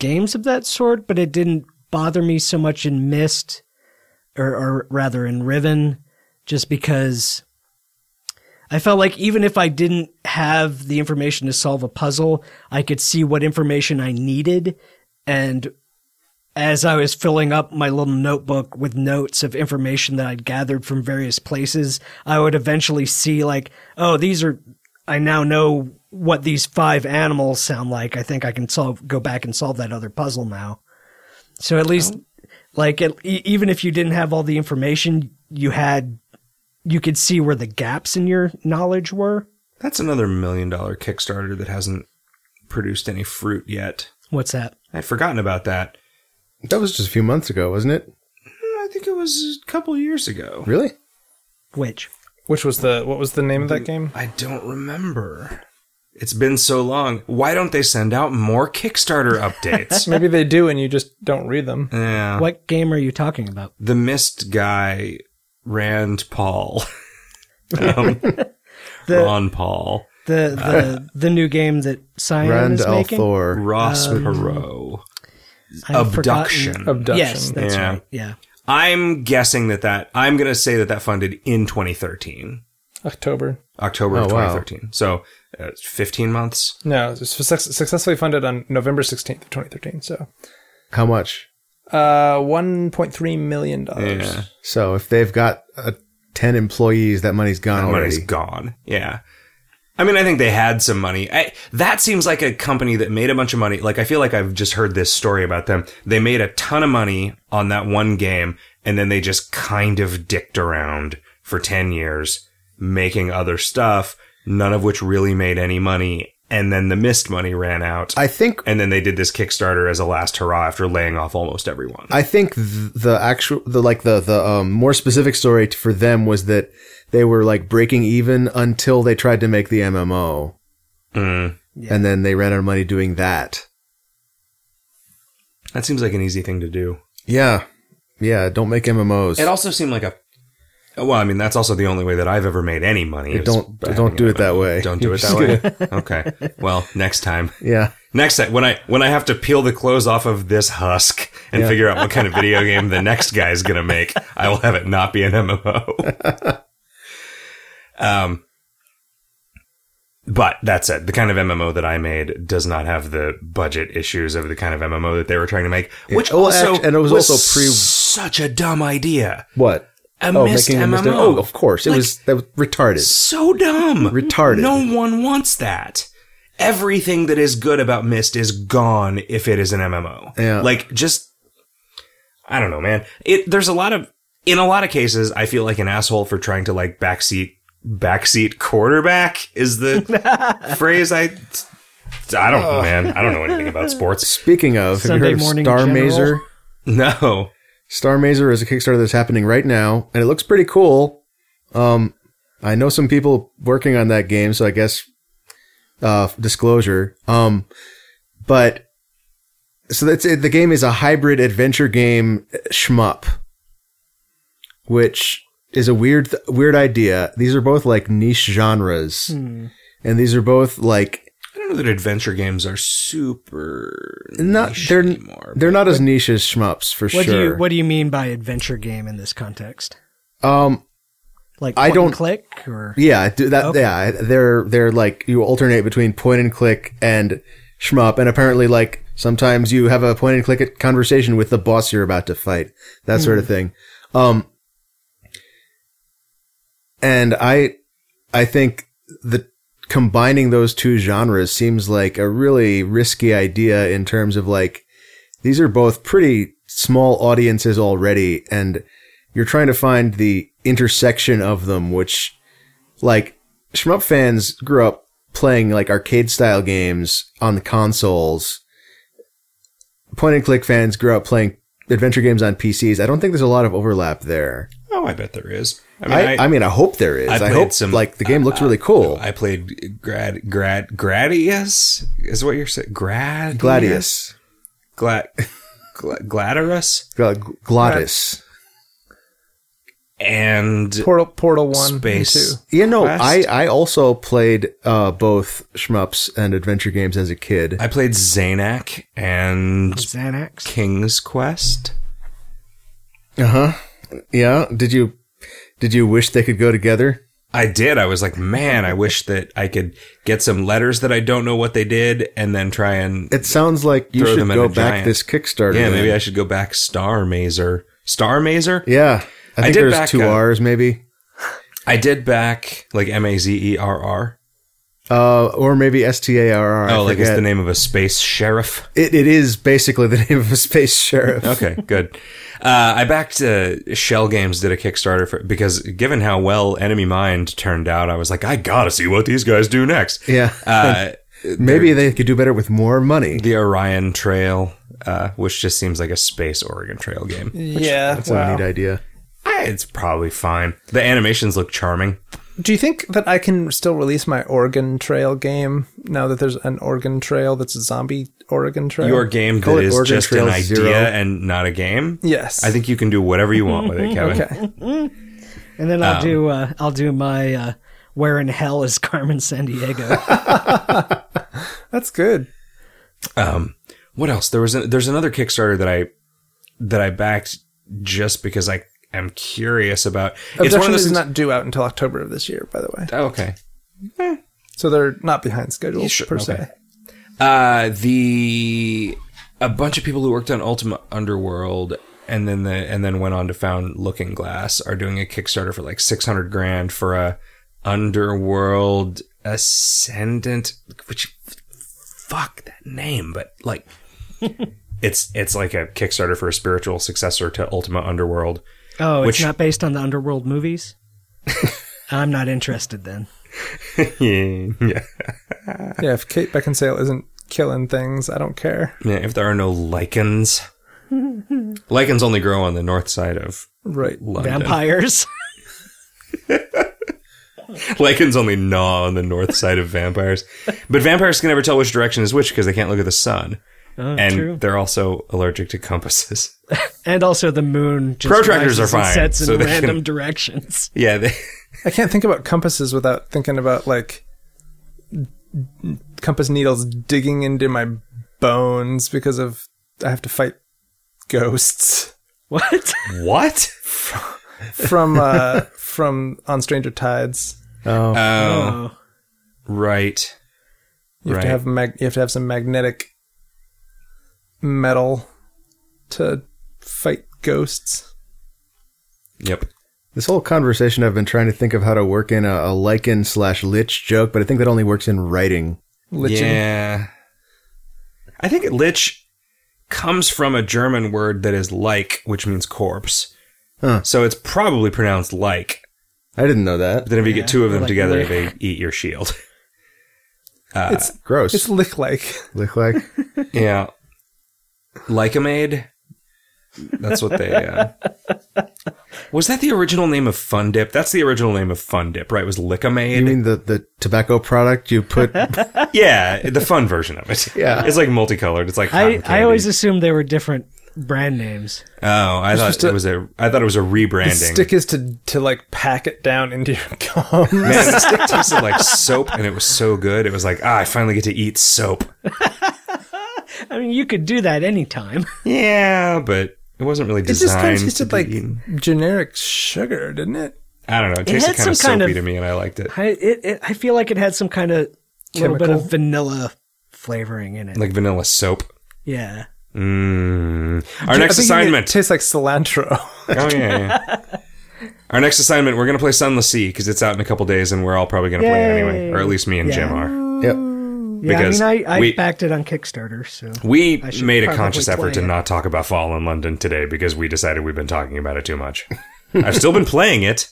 A: games of that sort, but it didn't bother me so much in Mist or, or rather in Riven, just because I felt like even if I didn't have the information to solve a puzzle, I could see what information I needed. And as I was filling up my little notebook with notes of information that I'd gathered from various places, I would eventually see, like, oh, these are, I now know what these five animals sound like. I think I can solve, go back and solve that other puzzle now. So at least, like, it, e- even if you didn't have all the information, you had you could see where the gaps in your knowledge were.
B: That's another million dollar Kickstarter that hasn't produced any fruit yet.
A: What's that?
B: I'd forgotten about that.
C: That was just a few months ago, wasn't it?
B: I think it was a couple years ago.
C: Really?
A: Which?
D: Which was the what was the name of that game?
B: I don't remember. It's been so long. Why don't they send out more Kickstarter
A: *laughs*
B: updates?
D: Maybe they do, and you just don't read them.
B: yeah.
A: What game are you talking about?
B: The Mist guy, Rand Paul. *laughs*
A: *laughs*
B: um, Ron Paul.
A: The the, the new game that Cyan
C: Rand
A: is making?
C: Althor.
B: Ross Perot.
A: Um, I've forgotten.
B: Abduction.
D: Abduction.
A: Yes, that's
B: Yeah.
A: right. Yeah.
B: I'm guessing that that, I'm going to say that that funded in 2013,
D: October.
B: October of
C: Oh, wow.
B: 2013. So uh, 15 months.
D: No, it was success- successfully funded on November sixteenth, twenty thirteen. So,
C: How much?
D: uh, one point three million dollars.
B: Yeah.
C: So if they've got uh, 10 employees, that money's gone
B: That
C: already.
B: money's gone. Yeah. I mean, I think they had some money. I, that seems like a company that made a bunch of money. Like, I feel like I've just heard this story about them. They made a ton of money on that one game, and then they just kind of dicked around for 10 years making other stuff, none of which really made any money. And then the missed money ran out.
C: I think
B: and then they did this Kickstarter as a last hurrah after laying off almost everyone.
C: I think th- the actual, the like the the um, more specific story t- for them was that they were like breaking even until they tried to make the MMO,
B: Mm.
C: and then they ran out of money doing that.
B: That seems like an easy thing to do.
C: Yeah, yeah. Don't make MMOs.
B: It also seemed like a. Well, I mean, that's also the only way that I've ever made any money. is
C: don't
B: by
C: don't
B: having
C: do
B: a
C: it that way.
B: Don't do it
C: *laughs*
B: that way. okay. Well, next time.
C: Yeah,
B: Next time, when I when I have to peel the clothes off of this husk and
C: Yeah.
B: figure out what kind of video game the next guy is going to make, I will have it not be an MMO. *laughs* um, but that said, the kind of MMO that I made does not have the budget issues of the kind of MMO that they were trying to make, which
C: Well,
B: also
C: act- and it was also pre-
B: such a dumb idea.
C: what?
B: A
C: oh,
B: missed
C: making a
B: MMO.
C: mistake. Oh, of course. It
B: Like-
C: was that was retarded.
B: So dumb.
C: Retarded.
B: No one wants that. Everything that is good about Myst is gone if it is an MMO.
C: Yeah.
B: Like just I don't know, man. It there's a lot of in a lot of cases I feel like an asshole for trying to like backseat backseat quarterback is
C: *laughs*
B: the
A: *laughs*
B: phrase I I don't know, man. I don't know anything
C: *laughs*
B: about sports.
C: Speaking of,
A: Sunday
C: have you heard
A: morning
C: of Star
A: general.
C: Mazer?
B: No.
C: Star Mazer is a Kickstarter that's happening right now, and it looks pretty cool. Um, I know some people working on that game, so I guess uh, disclosure. Um, but so that's it. The game is a hybrid adventure game shmup, which is a weird, th- weird idea. These are both like niche genres,
A: Hmm.
C: and these are both like
B: I don't know that adventure games are super
C: not
B: niche
C: they're
B: anymore.
C: they're not as niche as shmups for
A: What
C: sure.
A: do you what do you mean by adventure game in this context?
C: um,
A: Like
C: I
A: point
C: don't-
A: and click or
C: Yeah, I do that.
A: Okay.
C: Yeah, they're they're like you alternate between point and click and shmup, and apparently like sometimes you have a point and click conversation with the boss you're about to fight, that sort of thing. Um, and I I think the combining those two genres seems like a really risky idea in terms of like these are both pretty small audiences already, and you're trying to find the intersection of them, which like shmup fans grew up playing like arcade style games on the consoles. Point and click fans grew up playing adventure games on PCs. I don't think there's a lot of overlap there.
B: Oh, I bet there is. I
C: I mean, I, mean, I hope there is.
B: I
C: I,
B: played
C: hope
B: some- uh,
C: like the game looks really cool.
B: I played grad grad gradius is what you're saying grad
C: Gladius,
B: glad Gla- Gladyrus
C: Gl- Glottis.
B: and
D: Portal Portal One, and
B: Space.
D: Two.
C: You know,
B: Quest.
C: I, I also played uh, both shmups and adventure games as a kid.
B: I played Zanak and
A: Xanax?
B: King's Quest. Uh-huh.
C: Uh huh. Yeah. Did you did you wish they could go together?
B: I did. I was like, man, I wish that I could get some letters that I don't know what they did and then try and.
C: It sounds like you
B: Throw
C: should
B: them at
C: go
B: a
C: back
B: giant.
C: this Kickstarter.
B: yeah,
C: then.
B: maybe I should go back Star Mazer. Star Mazer?
C: Yeah. I think
B: did
C: there's
B: back
C: two
B: a-
C: R's maybe.
B: I did back like M A Z E R R.
C: Uh, or maybe S T A R R. I
B: Oh, like it's
C: forget.
B: the name of a space sheriff.
C: It, it is basically *laughs* the name of a space *laughs* sheriff.
B: Okay, good. Uh, I backed uh, Shell Games did a Kickstarter for because given how well Enemy Mind turned out, I was like, I gotta see what these guys do next.
C: Yeah.
B: Uh,
C: Maybe they could do better with more money.
B: the Orion Trail, uh, which just seems like a space Oregon Trail game.
D: yeah.
C: That's
D: wow.
C: a neat idea.
B: Eh, It's probably fine. The animations look charming.
D: Do you think that I can still release my Oregon Trail game now that there's an Oregon Trail that's a zombie Oregon Trail?
B: Your game
C: Call
B: that
C: it
B: is
C: Oregon
B: just
C: Trail
B: an idea
C: Zero.
B: and not a game.
D: yes.
B: I think you can do whatever you want with
C: *laughs*
B: it, Kevin.
D: Okay.
A: And then
B: Um,
A: I'll do uh, I'll do my uh, where in hell is Carmen San
B: *laughs*
A: Diego?
D: That's good.
B: what else? There was a, there's another Kickstarter that I that I backed just because I am curious about.
D: Abduction is
B: things-
D: not due out until October of this year, by the way.
B: Oh, okay.
D: So they're not behind schedule
B: sure-
D: per
B: okay.
D: se.
B: Uh, the a bunch of people who worked on Ultima Underworld and then the and then went on to found Looking Glass are doing a Kickstarter for like six hundred grand for a Underworld Ascendant, which fuck that name, but *laughs* like it's it's like a Kickstarter for a spiritual successor to Ultima Underworld.
A: Oh,
B: Which-
A: it's not based on the Underworld movies. I'm not interested
B: *laughs*
A: then.
B: *laughs* yeah.
D: Yeah, if Kate Beckinsale isn't killing things, I don't care.
B: Yeah, if there are no *laughs* lichens. lichens only grow on the north side of
D: Right.
B: London.
A: Vampires.
B: Lichens only gnaw on the north *laughs* side of vampires. But vampires can never tell which direction is which because they can't look at the sun. and
A: true.
B: they're also allergic to compasses. *laughs*
A: and also the moon. Just
B: Protractors
A: rises
B: are
A: and
B: fine,
A: Sets in
B: so they
A: random
B: can-
A: directions. *laughs*
B: Yeah, they, *laughs*
D: I can't think about compasses without thinking about like n- compass needles digging into my bones because of I have to fight
B: *laughs*
D: ghosts
A: What?
B: what?
D: from uh from on Stranger Tides.
C: Oh,
B: Oh,
A: Oh.
B: right.
D: You have
B: Right.
D: to have mag- you have to have some magnetic metal to fight ghosts.
B: Yep.
C: this whole conversation, I've been trying to think of how to work in a, a lichen slash lich joke, but I think that only works in writing.
D: Lichen.
B: Yeah. I think lich comes from a German word that is like, which means corpse.
C: Huh.
B: So it's probably pronounced like.
C: I didn't know that.
B: But then if you get two of them
A: like
B: together,
A: lick.
B: they eat your shield.
D: It's
C: Gross.
D: it's
B: *laughs*
D: lick like.
C: Look like
B: yeah. Like a maid. That's what they.
A: *laughs*
B: Uh... Was that the original name of Fun Dip? That's the original name of Fun Dip, right? It was Lick a
C: you
B: Maid?
C: mean the the tobacco product you put?
B: yeah, the fun version of it.
C: *laughs* Yeah.
B: It's like multicolored. It's like
A: I,
B: cotton
A: I always
B: candy.
A: assumed they were different brand names.
B: Oh, I thought
D: a-
B: it was a. I thought it was a rebranding.
D: The
C: *laughs*
D: stick is to to like pack it down into your
B: *laughs*
D: gums.
B: Man, the stick tasted like soap, and it was so good. It was like, ah, I finally get to eat soap.
A: I mean, you could do that anytime.
B: Yeah, but it wasn't really
D: It just
B: designed.
D: kind of
B: to
D: tasted
B: be
D: like
B: eaten.
D: generic sugar, didn't it?
B: I don't know. It tasted
A: had
B: kind of
A: some
B: soapy
A: kind of-
B: to me, and I liked it.
A: I it, it I feel like it had some kind of little bit
D: Chemical?
A: of vanilla flavoring in it.
B: Like vanilla soap.
A: yeah.
B: Mm. Our
D: I
B: next
D: think it
B: assignment.
D: tastes like cilantro. *laughs*
B: oh yeah. yeah. *laughs* Our next assignment. We're gonna play Sunless Sea because it's out in a couple days, and we're all probably gonna play it anyway,
A: Yay.
B: or at least me and Jim
A: Yeah.
B: are.
C: yep.
A: Yeah,
B: Because
A: I mean, I, I
B: we-
A: backed it on Kickstarter, so
B: We
A: should
B: made a
A: probably
B: conscious
A: play
B: effort to
A: it.
B: not talk about Fall in London today because we decided we've been talking about it too much. I've still been playing it.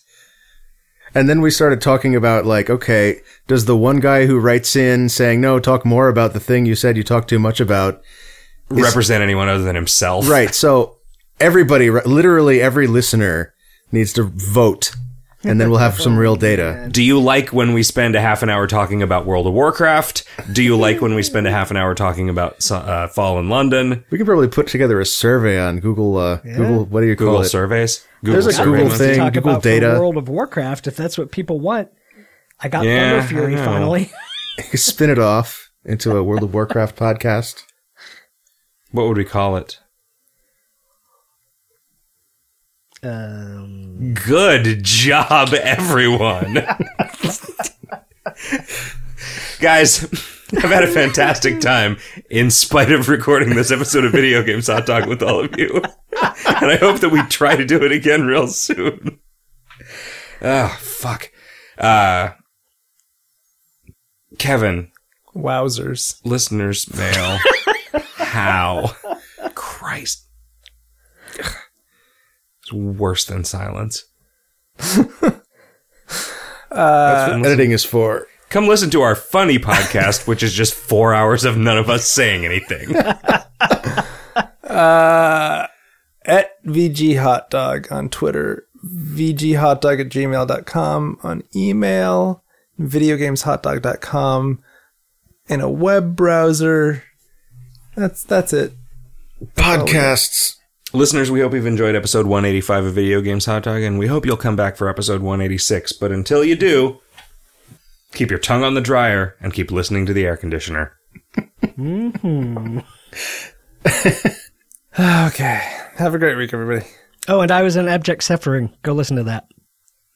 C: And then we started talking about like, okay, does the one guy who writes in saying no, talk more about the thing you said you talked too much about?
B: Represent anyone other than himself?
C: Right. So everybody, ri- literally every listener, needs to vote, and then we'll have some real data.
B: Do you like when we spend a half an hour talking about World of Warcraft? Do you like when we spend a half an hour talking about uh, Fall in London?
C: We could probably put together a survey on Google. Uh, Google. What do you call
B: Google
C: it?
B: surveys. Google
C: There's a
B: survey
C: Google
B: monkey?
C: thing.
A: talk
C: Google
A: about for
C: data.
A: World of Warcraft if that's what people want. I got
B: Yeah,
A: Thunder Fury
B: I know.
A: finally. *laughs*
C: You could spin it off into a World of Warcraft podcast.
B: What would we call it?
A: Um,
B: Good job, everyone. Guys, I've had a fantastic time in spite of recording this episode of Video Games Hot Dog with all of you. And I hope that we try to do it again real soon. Oh, fuck. Uh, Kevin,
D: Wowzers.
B: listeners mail. How? Christ. Ugh. It's worse than silence.
C: That's what editing is for.
B: Come listen to our funny podcast, which is just four hours of none of us saying anything.
D: at VG Hot Dog on Twitter, VGHotdog at gmail.com on email, videogameshotdog.com, in a web browser. That's that's it. *sighs*
C: Podcasts.
B: Listeners, we hope you've enjoyed episode 185 of Video Games Hot Dog, and we hope you'll come back for episode 186. But until you do, keep your tongue on the dryer and keep listening to the air conditioner.
D: Okay. Have a great week, everybody.
A: oh, and I was in abject suffering. Go listen to that.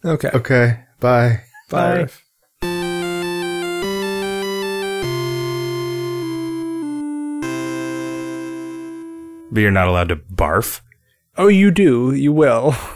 D: Okay.
C: Okay. Bye.
D: Bye.
A: Bye.
D: Riff.
B: But you're not allowed to barf.
D: Oh, you do. You will. *laughs*